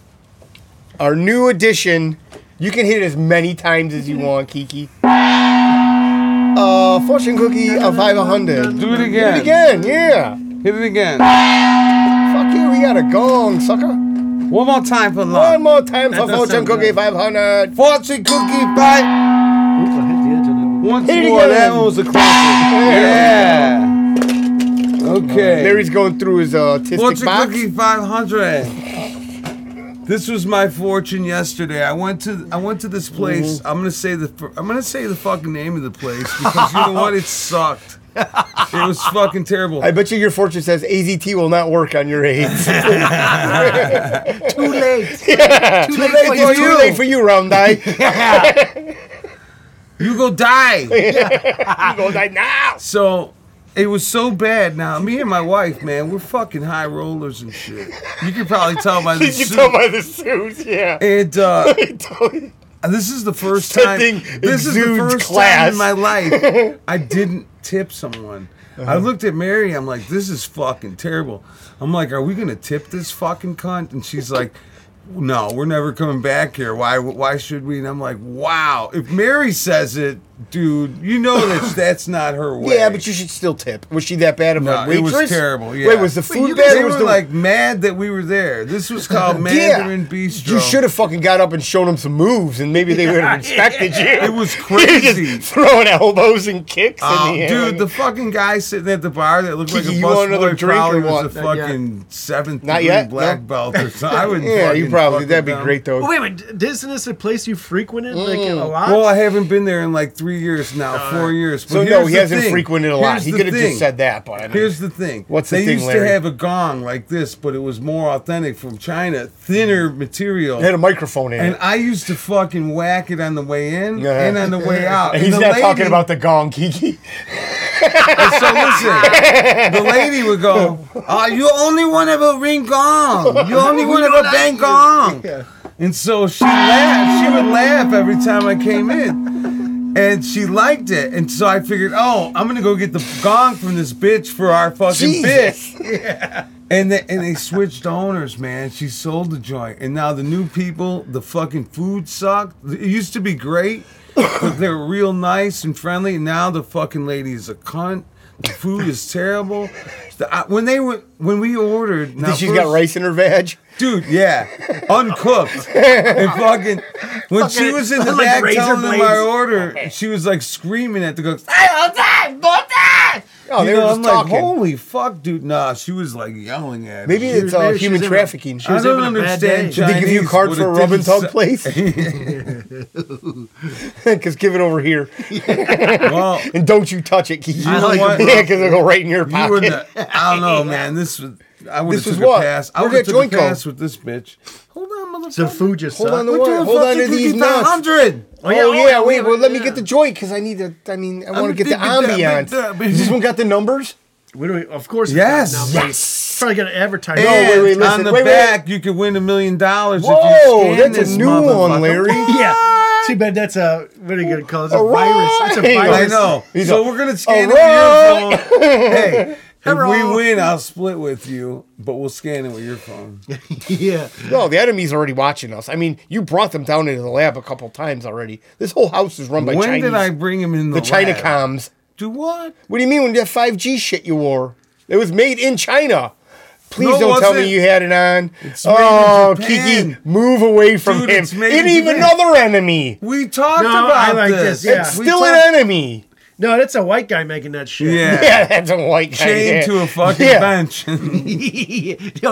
[SPEAKER 3] Our new edition. You can hit it as many times as you
[SPEAKER 2] Mm-hmm.
[SPEAKER 3] want, Kiki. Uh, fortune cookie of 500. Do
[SPEAKER 2] Do it again.
[SPEAKER 3] it again, yeah.
[SPEAKER 2] Hit it again.
[SPEAKER 3] Fuck you, we got a gong, sucker.
[SPEAKER 2] One more time for love.
[SPEAKER 3] One more time for
[SPEAKER 2] That does
[SPEAKER 3] Fortune
[SPEAKER 2] sound
[SPEAKER 3] Cookie
[SPEAKER 2] good.
[SPEAKER 3] 500.
[SPEAKER 2] Fortune cookie pie.
[SPEAKER 4] Oops, I hit the edge on that one.
[SPEAKER 2] Once
[SPEAKER 3] Hit it
[SPEAKER 2] more, that
[SPEAKER 3] again.
[SPEAKER 2] one was a classic. Yeah. Oh, Okay.
[SPEAKER 3] Larry's going through his uh, autistic
[SPEAKER 2] Fortune
[SPEAKER 3] box.
[SPEAKER 2] Cookie 500. This was my fortune yesterday. I went to I went to this place. I'm gonna say the fir- I'm gonna say the fucking name of the place because you know what? It sucked. It was fucking terrible.
[SPEAKER 3] I bet you your fortune says AZT will not work on your AIDS. too
[SPEAKER 4] Too late. Too
[SPEAKER 3] late,
[SPEAKER 4] late, for
[SPEAKER 3] it's
[SPEAKER 4] you.
[SPEAKER 3] too late for you, Round Eye.
[SPEAKER 2] you go die.
[SPEAKER 3] I'm going like now.
[SPEAKER 2] So it was so bad. Now me and my wife, man, we're fucking high rollers and shit. You can probably tell by the
[SPEAKER 3] You can
[SPEAKER 2] suit.
[SPEAKER 3] tell by the suits, yeah.
[SPEAKER 2] and uh,
[SPEAKER 3] Totally.
[SPEAKER 2] this is the first
[SPEAKER 3] That
[SPEAKER 2] time.
[SPEAKER 3] thing
[SPEAKER 2] This is the
[SPEAKER 3] exudes
[SPEAKER 2] first time
[SPEAKER 3] class.
[SPEAKER 2] in my life I didn't tip someone.
[SPEAKER 3] Uh-huh.
[SPEAKER 2] I looked at Mary. I'm like, this is fucking terrible. I'm like, are we gonna tip this fucking cunt? And she's like. No, we're never coming back here. Why? Why should we? And I'm like, wow. If Mary says it, dude, you know that's that's not her way.
[SPEAKER 3] Yeah, but you should still tip. Was she that bad of
[SPEAKER 2] No,
[SPEAKER 3] a
[SPEAKER 2] it was
[SPEAKER 3] waitress?
[SPEAKER 2] terrible. Yeah.
[SPEAKER 3] Wait, was the
[SPEAKER 2] But
[SPEAKER 3] food
[SPEAKER 2] you
[SPEAKER 3] bad?
[SPEAKER 2] They
[SPEAKER 3] or was
[SPEAKER 2] were
[SPEAKER 3] the
[SPEAKER 2] like mad that we were there. This was called Mandarin Bistro.
[SPEAKER 3] You should have fucking got up and shown them some moves, and maybe they would have respected you.
[SPEAKER 2] It was
[SPEAKER 3] You're
[SPEAKER 2] crazy.
[SPEAKER 3] just throwing elbows and kicks
[SPEAKER 2] Um,
[SPEAKER 3] in the air.
[SPEAKER 2] dude, the fucking guy sitting at the bar that looked like a
[SPEAKER 3] You
[SPEAKER 2] bus
[SPEAKER 3] want another
[SPEAKER 2] boy
[SPEAKER 3] drink or
[SPEAKER 2] probably
[SPEAKER 3] what?
[SPEAKER 2] was a
[SPEAKER 4] Not yet.
[SPEAKER 2] fucking seventh
[SPEAKER 3] Not
[SPEAKER 2] degree
[SPEAKER 3] yet?
[SPEAKER 2] black
[SPEAKER 3] No?
[SPEAKER 2] belt or something. I wouldn't.
[SPEAKER 3] yeah, you
[SPEAKER 2] fucking
[SPEAKER 3] probably
[SPEAKER 2] fuck
[SPEAKER 3] that'd
[SPEAKER 2] with
[SPEAKER 3] be
[SPEAKER 2] them.
[SPEAKER 3] great though.
[SPEAKER 4] But wait, wait. Isn't this a place you frequented like
[SPEAKER 3] Mm.
[SPEAKER 4] a lot?
[SPEAKER 2] Well, I haven't been there in like three years now, four years. But
[SPEAKER 3] so no,
[SPEAKER 2] here's
[SPEAKER 3] he
[SPEAKER 2] the
[SPEAKER 3] hasn't
[SPEAKER 2] thing.
[SPEAKER 3] frequented a lot.
[SPEAKER 2] Here's
[SPEAKER 3] He
[SPEAKER 2] the
[SPEAKER 3] could have
[SPEAKER 2] thing.
[SPEAKER 3] just said that, but I mean,
[SPEAKER 2] Here's the thing.
[SPEAKER 3] What's the
[SPEAKER 2] they
[SPEAKER 3] thing,
[SPEAKER 2] used
[SPEAKER 3] Larry?
[SPEAKER 2] to have a gong like this, but it was more authentic from China, thinner material.
[SPEAKER 3] it had a microphone in
[SPEAKER 2] And
[SPEAKER 3] it.
[SPEAKER 2] I used to fucking whack it on the way in
[SPEAKER 3] Yeah.
[SPEAKER 2] and on the way out.
[SPEAKER 3] And he's
[SPEAKER 2] the
[SPEAKER 3] not
[SPEAKER 2] lady-
[SPEAKER 3] talking about the gong, Kiki.
[SPEAKER 2] So listen, the lady would go, "Ah, you only want to ring gong. You only want to bang gong." And so she laughed. She would laugh every time I came in. And she liked it. And so I figured, oh, I'm going to go get the gong from this bitch for our fucking bitch.
[SPEAKER 3] Jesus.
[SPEAKER 2] And they, and they switched owners, man. She sold the joint, and now the new people, the fucking food sucked. It used to be great, but they were real nice and friendly. And now the fucking lady is a cunt. The food is terrible. The- I- when they were when we ordered, now
[SPEAKER 3] She's got
[SPEAKER 2] first-
[SPEAKER 3] rice in her veg.
[SPEAKER 2] dude. Yeah, uncooked and fucking. When she
[SPEAKER 4] Fucking-
[SPEAKER 2] was in the
[SPEAKER 4] like
[SPEAKER 2] back
[SPEAKER 4] razor
[SPEAKER 2] telling them my
[SPEAKER 4] blades.
[SPEAKER 2] order, she was like screaming at the cooks.
[SPEAKER 3] Oh, they
[SPEAKER 2] You
[SPEAKER 3] were
[SPEAKER 2] know,
[SPEAKER 3] just
[SPEAKER 2] I'm
[SPEAKER 3] talking.
[SPEAKER 2] like, holy fuck, dude. Nah, she was like yelling at.
[SPEAKER 3] Maybe
[SPEAKER 2] me.
[SPEAKER 3] it's uh,
[SPEAKER 4] maybe she
[SPEAKER 3] human
[SPEAKER 4] was in a-
[SPEAKER 3] trafficking.
[SPEAKER 4] she was
[SPEAKER 2] I don't
[SPEAKER 4] having a bad
[SPEAKER 2] understand.
[SPEAKER 4] day.
[SPEAKER 3] Did they give you a
[SPEAKER 2] Chinese,
[SPEAKER 3] card
[SPEAKER 2] but
[SPEAKER 3] for
[SPEAKER 2] it
[SPEAKER 3] a rub
[SPEAKER 2] didn't
[SPEAKER 3] and tug,
[SPEAKER 2] sa-
[SPEAKER 3] place? Because give it over here.
[SPEAKER 2] Well,
[SPEAKER 3] And don't you touch it, Kiki.
[SPEAKER 2] know
[SPEAKER 3] yeah,
[SPEAKER 2] what?
[SPEAKER 3] because it'll go right in your
[SPEAKER 2] you were
[SPEAKER 3] pocket.
[SPEAKER 2] the, I don't know, man. This was I would have
[SPEAKER 3] This was
[SPEAKER 2] took
[SPEAKER 3] what?
[SPEAKER 2] a pass. I
[SPEAKER 3] Where'd
[SPEAKER 2] would have
[SPEAKER 3] that
[SPEAKER 2] took a
[SPEAKER 3] joint go?
[SPEAKER 2] pass with this bitch. Hold on, motherfucker.
[SPEAKER 4] So food just
[SPEAKER 3] Hold
[SPEAKER 4] sucked.
[SPEAKER 3] on to
[SPEAKER 2] We're
[SPEAKER 3] what?
[SPEAKER 2] doing
[SPEAKER 3] Hold on to
[SPEAKER 2] fucking
[SPEAKER 3] these
[SPEAKER 2] cookie
[SPEAKER 3] nuts.
[SPEAKER 2] 500.
[SPEAKER 3] Oh,
[SPEAKER 4] yeah,
[SPEAKER 3] yeah,
[SPEAKER 4] oh, yeah,
[SPEAKER 3] wait.
[SPEAKER 4] we
[SPEAKER 3] Well,
[SPEAKER 4] have
[SPEAKER 3] let
[SPEAKER 4] it,
[SPEAKER 3] me get
[SPEAKER 4] yeah.
[SPEAKER 3] the joint because I need to. I mean, I want to
[SPEAKER 2] mean,
[SPEAKER 3] get
[SPEAKER 2] did- did
[SPEAKER 3] the
[SPEAKER 2] that-
[SPEAKER 3] ambiance.
[SPEAKER 2] did that-
[SPEAKER 3] Does this one got the numbers?
[SPEAKER 4] What do we, e, of course. it's
[SPEAKER 2] Yes.
[SPEAKER 4] not now, yes. Probably gonna advertise.
[SPEAKER 3] No, wait,
[SPEAKER 2] And
[SPEAKER 3] wait, listen.
[SPEAKER 2] on the
[SPEAKER 3] Wait, wait.
[SPEAKER 2] back, you could win a million dollars. if you
[SPEAKER 3] Whoa,
[SPEAKER 2] scan
[SPEAKER 3] that's a
[SPEAKER 2] this
[SPEAKER 3] new one,
[SPEAKER 2] motherfucker.
[SPEAKER 3] Larry.
[SPEAKER 2] What?
[SPEAKER 4] Yeah. Too bad that's a what are you gonna call it? It's a
[SPEAKER 3] All
[SPEAKER 4] virus. It's a
[SPEAKER 3] right.
[SPEAKER 2] I
[SPEAKER 4] virus.
[SPEAKER 2] know.
[SPEAKER 3] He's
[SPEAKER 2] so
[SPEAKER 3] a-
[SPEAKER 2] we're gonna scan it
[SPEAKER 3] All
[SPEAKER 2] with your phone. Hey, if
[SPEAKER 4] Hello.
[SPEAKER 2] we win, I'll split with you, but we'll scan it with your phone.
[SPEAKER 4] Yeah.
[SPEAKER 3] No, the enemy's already watching us. I mean, you brought them down into the lab a couple times already. This whole house is run by
[SPEAKER 2] When
[SPEAKER 3] Chinese.
[SPEAKER 2] did I bring him in the,
[SPEAKER 3] the China
[SPEAKER 2] lab?
[SPEAKER 3] comms.
[SPEAKER 2] Do what?
[SPEAKER 3] What do you mean when that 5G shit you wore? It was made in China. Please
[SPEAKER 2] No, it
[SPEAKER 3] don't tell me
[SPEAKER 2] wasn't.
[SPEAKER 3] you had it on.
[SPEAKER 2] It's made in
[SPEAKER 3] oh,
[SPEAKER 2] Japan.
[SPEAKER 3] Kiki, move away from
[SPEAKER 2] Dude,
[SPEAKER 3] him.
[SPEAKER 2] it's made
[SPEAKER 3] It
[SPEAKER 2] in
[SPEAKER 3] even
[SPEAKER 2] Japan.
[SPEAKER 3] another enemy.
[SPEAKER 2] We talked
[SPEAKER 4] No,
[SPEAKER 2] about
[SPEAKER 4] I like this, yeah.
[SPEAKER 2] We
[SPEAKER 3] Still
[SPEAKER 2] talked-
[SPEAKER 3] an enemy.
[SPEAKER 4] No, that's a white guy making that shit.
[SPEAKER 2] Yeah.
[SPEAKER 3] Yeah, that's a white guy.
[SPEAKER 2] chained
[SPEAKER 3] yeah.
[SPEAKER 2] to a fucking
[SPEAKER 3] Yeah.
[SPEAKER 2] bench.
[SPEAKER 4] no,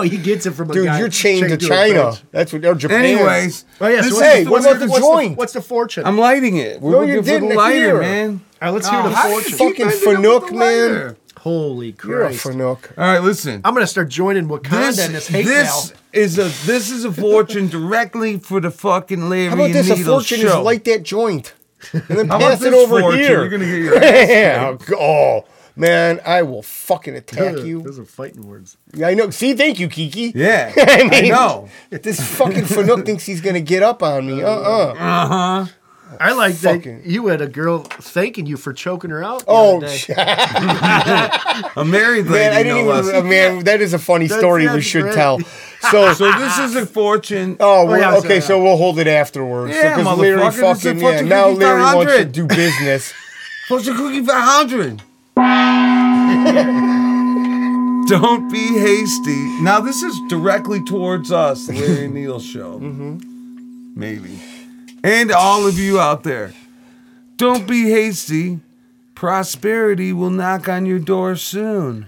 [SPEAKER 4] he gets it from a
[SPEAKER 3] Dude,
[SPEAKER 4] guy.
[SPEAKER 3] you're chained, to
[SPEAKER 4] a
[SPEAKER 3] China.
[SPEAKER 4] bitch.
[SPEAKER 3] That's what. Or Japan.
[SPEAKER 2] Anyways,
[SPEAKER 4] Oh yeah. So
[SPEAKER 2] this
[SPEAKER 4] what's
[SPEAKER 2] is
[SPEAKER 3] Hey, what
[SPEAKER 4] the, what's,
[SPEAKER 3] about
[SPEAKER 4] the,
[SPEAKER 3] the
[SPEAKER 4] what's,
[SPEAKER 3] joint?
[SPEAKER 4] The, what's the fortune?
[SPEAKER 2] I'm lighting it. We're
[SPEAKER 3] No,
[SPEAKER 2] looking
[SPEAKER 3] you
[SPEAKER 2] for the
[SPEAKER 3] didn't
[SPEAKER 2] lighter,
[SPEAKER 3] here.
[SPEAKER 2] man.
[SPEAKER 4] All right, let's hear the
[SPEAKER 2] how did
[SPEAKER 4] fortune.
[SPEAKER 2] you
[SPEAKER 3] Fucking
[SPEAKER 2] guys end up with
[SPEAKER 3] Fanuc,
[SPEAKER 2] the
[SPEAKER 3] man.
[SPEAKER 2] lighter?
[SPEAKER 4] Holy
[SPEAKER 3] You're a
[SPEAKER 4] Christ!
[SPEAKER 3] fanook.
[SPEAKER 2] All right, listen.
[SPEAKER 4] I'm gonna start joining Wakanda
[SPEAKER 2] this
[SPEAKER 4] in this hate
[SPEAKER 2] this is a this is a fortune directly for the fucking Larry
[SPEAKER 3] How about this? A
[SPEAKER 2] and Needles
[SPEAKER 3] fortune
[SPEAKER 2] show.
[SPEAKER 3] is light that joint, and then
[SPEAKER 2] How about
[SPEAKER 3] pass it
[SPEAKER 2] this
[SPEAKER 3] over
[SPEAKER 2] fortune?
[SPEAKER 3] here.
[SPEAKER 2] You're gonna get your ass
[SPEAKER 3] yeah. Oh man, I will fucking attack
[SPEAKER 4] mail.
[SPEAKER 3] you.
[SPEAKER 4] Those are fighting words.
[SPEAKER 3] Yeah, I know. See, thank you, Kiki.
[SPEAKER 2] Yeah,
[SPEAKER 3] I mean,
[SPEAKER 2] know.
[SPEAKER 3] This fucking Fanook thinks he's gonna get up on me. Uh uh
[SPEAKER 2] Uh-huh.
[SPEAKER 4] I like
[SPEAKER 3] Fucking-
[SPEAKER 4] that you had a girl thanking you for choking her out. the
[SPEAKER 3] Oh,
[SPEAKER 4] other day.
[SPEAKER 3] sh-
[SPEAKER 2] a married lady.
[SPEAKER 3] man, I didn't
[SPEAKER 2] no
[SPEAKER 3] even.
[SPEAKER 2] less.
[SPEAKER 3] uh, man, that is a funny
[SPEAKER 4] That's-
[SPEAKER 3] story we
[SPEAKER 4] that's
[SPEAKER 3] should
[SPEAKER 4] great.
[SPEAKER 3] tell. So,
[SPEAKER 2] So this is a fortune.
[SPEAKER 3] oh, well,
[SPEAKER 4] yeah, I'm
[SPEAKER 3] okay,
[SPEAKER 4] sorry.
[SPEAKER 3] so we'll hold it afterwards.
[SPEAKER 2] Yeah,
[SPEAKER 3] because Larry
[SPEAKER 2] motherfucker, this is a
[SPEAKER 3] fucking yeah.
[SPEAKER 2] fucking
[SPEAKER 3] Now
[SPEAKER 2] Kiki
[SPEAKER 3] Larry wants to
[SPEAKER 2] 500.
[SPEAKER 3] do business.
[SPEAKER 2] Fortune cookie 500. Don't be hasty. Now this is directly towards us, the Larry Neal Show. mm-hmm. Maybe, and all of you out there. Don't be hasty. Prosperity will knock on your door soon.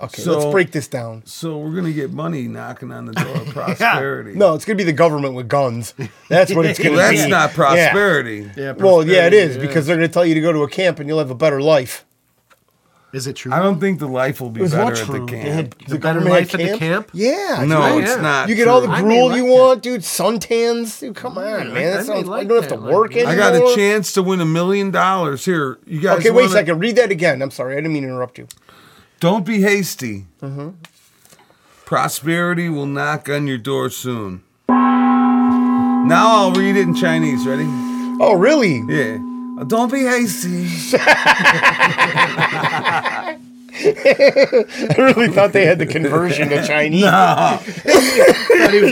[SPEAKER 3] Okay,
[SPEAKER 2] So-
[SPEAKER 3] let's break this down.
[SPEAKER 2] So we're gonna get money knocking on the door of prosperity.
[SPEAKER 3] No, it's gonna be the government with guns. That's what it's
[SPEAKER 2] Well,
[SPEAKER 3] gonna be.
[SPEAKER 2] that's not prosperity.
[SPEAKER 4] Yeah,
[SPEAKER 3] Well, yeah, it
[SPEAKER 4] prosperity,
[SPEAKER 3] is because they're gonna tell you to go to a camp and you'll have a better life.
[SPEAKER 4] is it true?
[SPEAKER 2] I don't think the life will be
[SPEAKER 3] It was
[SPEAKER 2] better
[SPEAKER 3] not
[SPEAKER 2] at
[SPEAKER 3] true.
[SPEAKER 2] the
[SPEAKER 3] They
[SPEAKER 2] camp.
[SPEAKER 3] had-
[SPEAKER 4] The better
[SPEAKER 3] government
[SPEAKER 4] life at
[SPEAKER 3] had
[SPEAKER 4] the camp?
[SPEAKER 3] Yeah.
[SPEAKER 2] No,
[SPEAKER 4] right.
[SPEAKER 2] it's
[SPEAKER 4] Yeah.
[SPEAKER 2] not.
[SPEAKER 3] You get all the
[SPEAKER 2] true.
[SPEAKER 4] I may
[SPEAKER 3] gruel
[SPEAKER 4] like
[SPEAKER 3] you
[SPEAKER 4] that.
[SPEAKER 3] want, dude. Suntans, dude. Come on,
[SPEAKER 4] I
[SPEAKER 3] man. That
[SPEAKER 4] may
[SPEAKER 3] sounds.
[SPEAKER 4] like
[SPEAKER 3] I don't have to
[SPEAKER 4] that, like,
[SPEAKER 3] work
[SPEAKER 4] I
[SPEAKER 3] anymore.
[SPEAKER 2] I got a chance to win a million dollars. Here, you guys.
[SPEAKER 3] Okay, wait a
[SPEAKER 2] wanna-
[SPEAKER 3] second. Read that again. I'm sorry. I didn't mean to interrupt you.
[SPEAKER 2] Don't be hasty.
[SPEAKER 3] Mm-hmm.
[SPEAKER 2] Prosperity will knock on your door soon. Now I'll read it in Chinese. Ready?
[SPEAKER 3] Oh, really?
[SPEAKER 2] Yeah. Uh, Don't be hasty.
[SPEAKER 3] I really thought they had the conversion to Chinese. that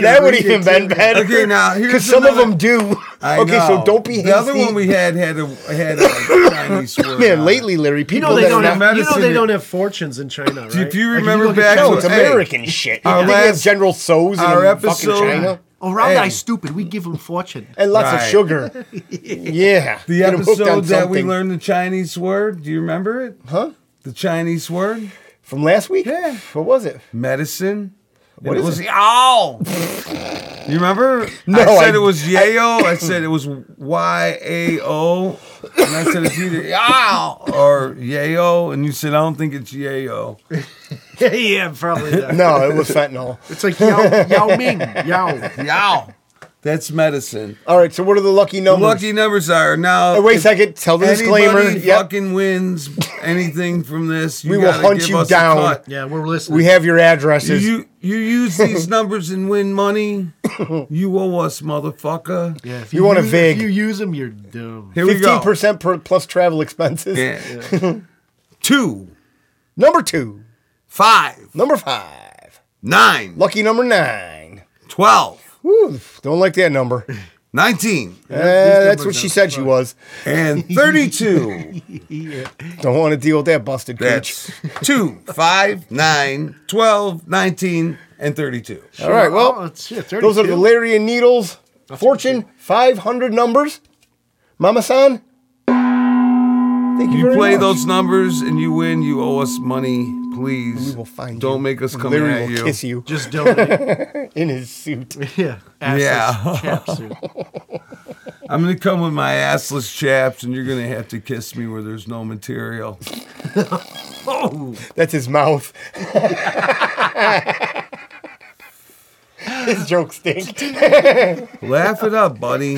[SPEAKER 4] that
[SPEAKER 3] would even been better.
[SPEAKER 2] Okay, now here's
[SPEAKER 3] because some
[SPEAKER 2] another-
[SPEAKER 3] of them do.
[SPEAKER 2] I
[SPEAKER 3] okay,
[SPEAKER 2] know.
[SPEAKER 3] so don't be hasty.
[SPEAKER 2] The other one we had had a had a Chinese word. on it.
[SPEAKER 3] man. Lately, Larry,
[SPEAKER 4] You
[SPEAKER 3] people
[SPEAKER 4] know they
[SPEAKER 3] that
[SPEAKER 4] don't
[SPEAKER 3] are
[SPEAKER 4] have.
[SPEAKER 3] not,
[SPEAKER 4] You know
[SPEAKER 2] medicine
[SPEAKER 4] they
[SPEAKER 2] is-
[SPEAKER 4] don't have fortunes in China, right?
[SPEAKER 2] If you
[SPEAKER 4] Like,
[SPEAKER 2] remember
[SPEAKER 4] look at
[SPEAKER 2] back
[SPEAKER 3] no,
[SPEAKER 4] China-
[SPEAKER 3] it's
[SPEAKER 2] Hey,
[SPEAKER 3] American shit.
[SPEAKER 2] our
[SPEAKER 3] I think they have
[SPEAKER 2] last-
[SPEAKER 3] General So's in
[SPEAKER 2] our
[SPEAKER 3] fucking
[SPEAKER 2] episode-
[SPEAKER 3] China
[SPEAKER 4] Oh, round
[SPEAKER 2] Hey.
[SPEAKER 4] eye's stupid. We give them fortune.
[SPEAKER 3] and lots of
[SPEAKER 2] Right.
[SPEAKER 3] sugar. yeah,
[SPEAKER 2] The
[SPEAKER 3] Get 'em hooked on
[SPEAKER 2] episode that we
[SPEAKER 3] something.
[SPEAKER 2] learned the Chinese word. Do you remember it?
[SPEAKER 3] huh?
[SPEAKER 2] The Chinese word
[SPEAKER 3] From last week?
[SPEAKER 2] Yeah.
[SPEAKER 3] What was it?
[SPEAKER 2] medicine.
[SPEAKER 3] What
[SPEAKER 2] it
[SPEAKER 3] is
[SPEAKER 2] was
[SPEAKER 3] it?
[SPEAKER 2] yao. you remember?
[SPEAKER 3] No,
[SPEAKER 2] I said
[SPEAKER 3] I-
[SPEAKER 2] it was yayo. I said it was y a o, and I said it's either yao or yayo, and you said I don't think it's yayo.
[SPEAKER 4] yeah, probably. Not.
[SPEAKER 3] No, it was fentanyl.
[SPEAKER 4] It's like Yao, Yao Ming. Yao.
[SPEAKER 2] Yao. That's medicine.
[SPEAKER 3] All right, so what are the lucky numbers?
[SPEAKER 2] Lucky numbers are now.
[SPEAKER 3] Oh, wait a
[SPEAKER 2] if
[SPEAKER 3] second. Tell the disclaimer.
[SPEAKER 2] Anybody
[SPEAKER 3] Yep.
[SPEAKER 2] fucking wins anything from this, you
[SPEAKER 3] We will
[SPEAKER 2] gotta
[SPEAKER 3] hunt
[SPEAKER 2] give
[SPEAKER 3] you
[SPEAKER 2] us a
[SPEAKER 3] down.
[SPEAKER 2] cut.
[SPEAKER 4] Yeah, we're listening.
[SPEAKER 3] We have your addresses.
[SPEAKER 2] You you use these numbers and win money. You owe us, motherfucker.
[SPEAKER 4] yeah, if
[SPEAKER 3] You want a
[SPEAKER 4] use-
[SPEAKER 3] vig.
[SPEAKER 4] If you use them, you're dumb.
[SPEAKER 2] Here we go.
[SPEAKER 3] Fifteen percent per plus travel expenses.
[SPEAKER 2] Yeah. Two,
[SPEAKER 3] Number two.
[SPEAKER 2] five,
[SPEAKER 3] Number five.
[SPEAKER 2] nine,
[SPEAKER 3] Lucky number nine.
[SPEAKER 2] twelve,
[SPEAKER 3] Woo, don't like that number. Eh,
[SPEAKER 2] nineteen,
[SPEAKER 3] that's what she said she was.
[SPEAKER 2] and thirty-two.
[SPEAKER 3] Don't want to deal with that busted creature.
[SPEAKER 2] That's two, five, nine, twelve, nineteen, and thirty-two.
[SPEAKER 3] All right, well,
[SPEAKER 4] Oh, shit, 32.
[SPEAKER 3] those are the Larry and Needles. Fortune 500 numbers. Mama san. Thank you,
[SPEAKER 2] You
[SPEAKER 3] very
[SPEAKER 2] play
[SPEAKER 3] much.
[SPEAKER 2] those numbers and you win. You owe us money, please.
[SPEAKER 3] We will find
[SPEAKER 2] Don't
[SPEAKER 3] you.
[SPEAKER 2] make us come
[SPEAKER 3] Larry
[SPEAKER 2] at
[SPEAKER 3] will
[SPEAKER 2] you.
[SPEAKER 3] kiss you
[SPEAKER 4] Just donate.
[SPEAKER 3] in his suit.
[SPEAKER 4] yeah. Assless
[SPEAKER 2] Yeah.
[SPEAKER 4] chaps are-
[SPEAKER 2] I'm gonna come with my assless chaps, and you're gonna have to kiss me where there's no material.
[SPEAKER 4] Oh,
[SPEAKER 3] That's his mouth. his jokes stink.
[SPEAKER 2] Laugh it up, buddy.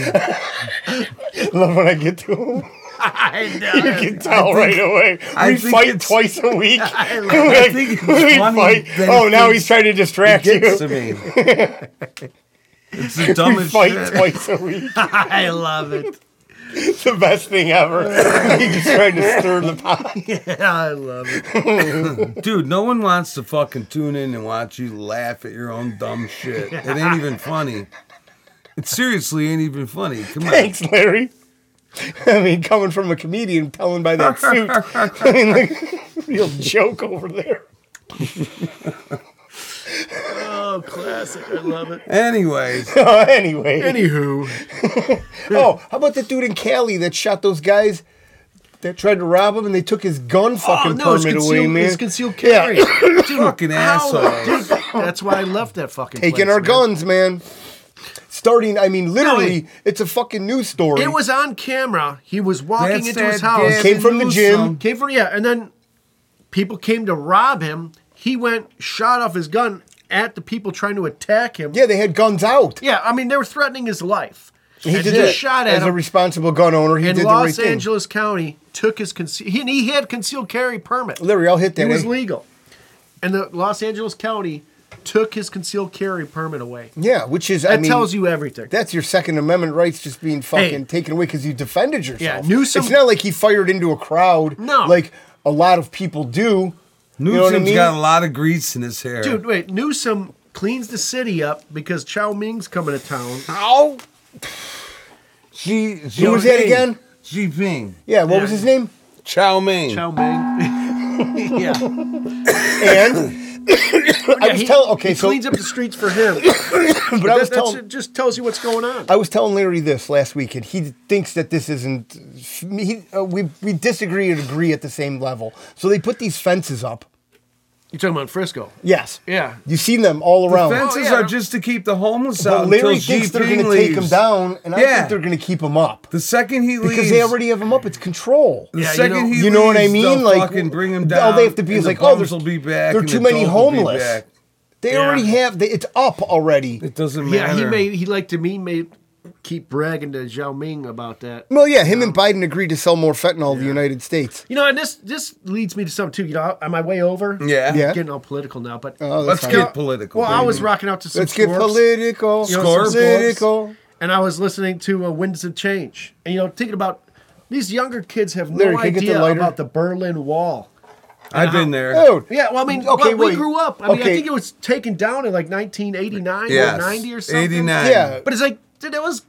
[SPEAKER 3] Love when I get to him.
[SPEAKER 4] I know.
[SPEAKER 3] You can tell right away.
[SPEAKER 2] I
[SPEAKER 3] we
[SPEAKER 2] think
[SPEAKER 3] fight
[SPEAKER 2] it's-
[SPEAKER 3] twice a week.
[SPEAKER 2] I think it's
[SPEAKER 3] we
[SPEAKER 2] funny
[SPEAKER 3] fight.
[SPEAKER 2] that
[SPEAKER 3] Oh,
[SPEAKER 2] it
[SPEAKER 3] now
[SPEAKER 2] thinks
[SPEAKER 3] he's trying to distract
[SPEAKER 2] Gets to
[SPEAKER 3] you.
[SPEAKER 2] me. It's the
[SPEAKER 3] We
[SPEAKER 2] dumbest
[SPEAKER 3] fight
[SPEAKER 2] shit.
[SPEAKER 3] twice a week.
[SPEAKER 4] I love it.
[SPEAKER 3] It's the best thing ever. he's just trying to stir the pot.
[SPEAKER 4] Yeah, I love it.
[SPEAKER 2] Dude, no one wants to fucking tune in and watch you laugh at your own dumb shit. It ain't even funny. It seriously ain't even funny. Come on.
[SPEAKER 3] Thanks, Larry. I mean, coming from a comedian, telling by that suit. I mean, like, real joke over there.
[SPEAKER 4] Oh, classic. I love it.
[SPEAKER 2] Anyways,
[SPEAKER 3] Oh, anyway.
[SPEAKER 4] Anywho,
[SPEAKER 3] Oh, how about that dude in Cali that shot those guys that tried to rob him and they took his gun
[SPEAKER 4] oh
[SPEAKER 3] fucking
[SPEAKER 4] no, it's
[SPEAKER 3] permit away,
[SPEAKER 4] concealed,
[SPEAKER 3] man?
[SPEAKER 4] it's concealed carry. Dude,
[SPEAKER 2] fucking
[SPEAKER 4] how-
[SPEAKER 2] asshole.
[SPEAKER 4] dude, that's why I left that fucking.
[SPEAKER 3] taking
[SPEAKER 4] place,
[SPEAKER 3] our
[SPEAKER 4] man.
[SPEAKER 3] guns, man. Starting, I mean, literally,
[SPEAKER 4] it-
[SPEAKER 3] it's a fucking news story.
[SPEAKER 4] It was on camera. He was walking
[SPEAKER 2] That's
[SPEAKER 4] into his
[SPEAKER 2] that
[SPEAKER 4] house.
[SPEAKER 2] Gavin
[SPEAKER 3] Came from the
[SPEAKER 2] Newsom.
[SPEAKER 3] gym.
[SPEAKER 4] Came from yeah, and then people came to rob him. He went, shot off his gun at the people trying to attack him.
[SPEAKER 3] yeah, they had guns out.
[SPEAKER 4] Yeah, I mean they were threatening his life.
[SPEAKER 3] He
[SPEAKER 4] and
[SPEAKER 3] did
[SPEAKER 4] he
[SPEAKER 3] that
[SPEAKER 4] shot
[SPEAKER 3] as
[SPEAKER 4] at
[SPEAKER 3] a
[SPEAKER 4] him.
[SPEAKER 3] responsible gun owner. He
[SPEAKER 4] and
[SPEAKER 3] did
[SPEAKER 4] Los
[SPEAKER 3] the right
[SPEAKER 4] Angeles County took his conceal. He, and he had concealed carry permit.
[SPEAKER 3] thing. Larry, I'll hit that.
[SPEAKER 4] It was
[SPEAKER 3] eh?
[SPEAKER 4] legal, and the Los Angeles County took his concealed carry permit away.
[SPEAKER 3] yeah, which is I
[SPEAKER 4] That
[SPEAKER 3] mean,
[SPEAKER 4] tells you everything.
[SPEAKER 3] that's your Second Amendment rights just being fucking
[SPEAKER 4] Hey.
[SPEAKER 3] taken away because you defended yourself.
[SPEAKER 4] Yeah, Newsom-
[SPEAKER 3] It's not like he fired into a crowd.
[SPEAKER 4] No.
[SPEAKER 3] like a lot of people do.
[SPEAKER 2] Newsom's
[SPEAKER 3] you know what I mean?
[SPEAKER 2] got a lot of grease in his hair.
[SPEAKER 4] Dude, wait, Newsom cleans the city up because Chow Ming's coming to town.
[SPEAKER 2] How? Xi, Xi
[SPEAKER 3] Who was that
[SPEAKER 2] Jinping.
[SPEAKER 3] again?
[SPEAKER 2] Xi Jinping.
[SPEAKER 3] Yeah, what
[SPEAKER 4] Yeah.
[SPEAKER 3] was his name?
[SPEAKER 2] Chow Mein.
[SPEAKER 4] Chow Ming. yeah.
[SPEAKER 3] And I was
[SPEAKER 4] He-
[SPEAKER 3] telling okay,
[SPEAKER 4] he
[SPEAKER 3] so
[SPEAKER 4] cleans up the streets for him.
[SPEAKER 3] but I
[SPEAKER 4] That-
[SPEAKER 3] was
[SPEAKER 4] that's-
[SPEAKER 3] telling
[SPEAKER 4] it just tells you what's going on.
[SPEAKER 3] I was telling Larry this last week, and he thinks that this isn't. He, uh, we we disagree and agree at the same level. So they put these fences up.
[SPEAKER 4] You're talking about Frisco.
[SPEAKER 3] Yes.
[SPEAKER 4] Yeah.
[SPEAKER 3] You've seen them all
[SPEAKER 2] The
[SPEAKER 3] around.
[SPEAKER 2] fences
[SPEAKER 4] yeah.
[SPEAKER 2] are just to keep the homeless
[SPEAKER 3] but
[SPEAKER 2] out until
[SPEAKER 3] Larry
[SPEAKER 2] G.
[SPEAKER 3] thinks they're
[SPEAKER 2] Ping
[SPEAKER 3] going to take them
[SPEAKER 2] leaves.
[SPEAKER 3] down, and I
[SPEAKER 2] Yeah.
[SPEAKER 3] think they're going to keep them up
[SPEAKER 2] The second he leaves,
[SPEAKER 3] because they already have them up. It's control.
[SPEAKER 2] The
[SPEAKER 4] Yeah, you
[SPEAKER 2] second
[SPEAKER 4] know-
[SPEAKER 2] he
[SPEAKER 3] You know what I
[SPEAKER 2] leaves,
[SPEAKER 3] mean?
[SPEAKER 2] they'll
[SPEAKER 3] Like,
[SPEAKER 2] fucking bring him down.
[SPEAKER 3] all they have to be
[SPEAKER 2] and
[SPEAKER 3] is
[SPEAKER 2] the
[SPEAKER 3] like, oh,
[SPEAKER 2] bums
[SPEAKER 3] there's-
[SPEAKER 2] will be back.
[SPEAKER 3] there are
[SPEAKER 2] and
[SPEAKER 3] too
[SPEAKER 2] the
[SPEAKER 3] many
[SPEAKER 2] dogs will be
[SPEAKER 3] homeless.
[SPEAKER 2] back.
[SPEAKER 3] They
[SPEAKER 4] Yeah.
[SPEAKER 3] already have. They, it's up already.
[SPEAKER 2] It doesn't
[SPEAKER 4] Yeah,
[SPEAKER 2] matter.
[SPEAKER 4] he may he like to me may keep bragging to Zhao Ming about that.
[SPEAKER 3] Well, yeah, him and Biden agreed to sell more fentanyl to the United States.
[SPEAKER 4] You know, and this this leads me to something too. You know, on my way over,
[SPEAKER 2] Yeah.
[SPEAKER 3] Yeah.
[SPEAKER 4] getting all political now, but
[SPEAKER 3] Oh, that's
[SPEAKER 2] Let's
[SPEAKER 3] fine.
[SPEAKER 2] get political.
[SPEAKER 4] well, I was
[SPEAKER 2] baby.
[SPEAKER 4] rocking out to some
[SPEAKER 3] let's get
[SPEAKER 4] Scorps,
[SPEAKER 3] political.
[SPEAKER 4] You know, some Scorps.
[SPEAKER 3] Political.
[SPEAKER 4] and I was listening to uh, Winds of Change, and you know, thinking about these younger kids have
[SPEAKER 3] Larry,
[SPEAKER 4] no
[SPEAKER 3] can you get the
[SPEAKER 4] idea
[SPEAKER 3] lighter?
[SPEAKER 4] about the Berlin Wall.
[SPEAKER 2] I've been there.
[SPEAKER 3] Dude,
[SPEAKER 4] Yeah, well, I mean,
[SPEAKER 3] Okay,
[SPEAKER 4] well, we
[SPEAKER 3] wait.
[SPEAKER 4] grew up. I mean,
[SPEAKER 3] Okay.
[SPEAKER 4] I think it was taken down in like 1989
[SPEAKER 2] Yes.
[SPEAKER 4] or 90 or something.
[SPEAKER 2] 89.
[SPEAKER 3] Yeah.
[SPEAKER 4] But it's like, dude, that was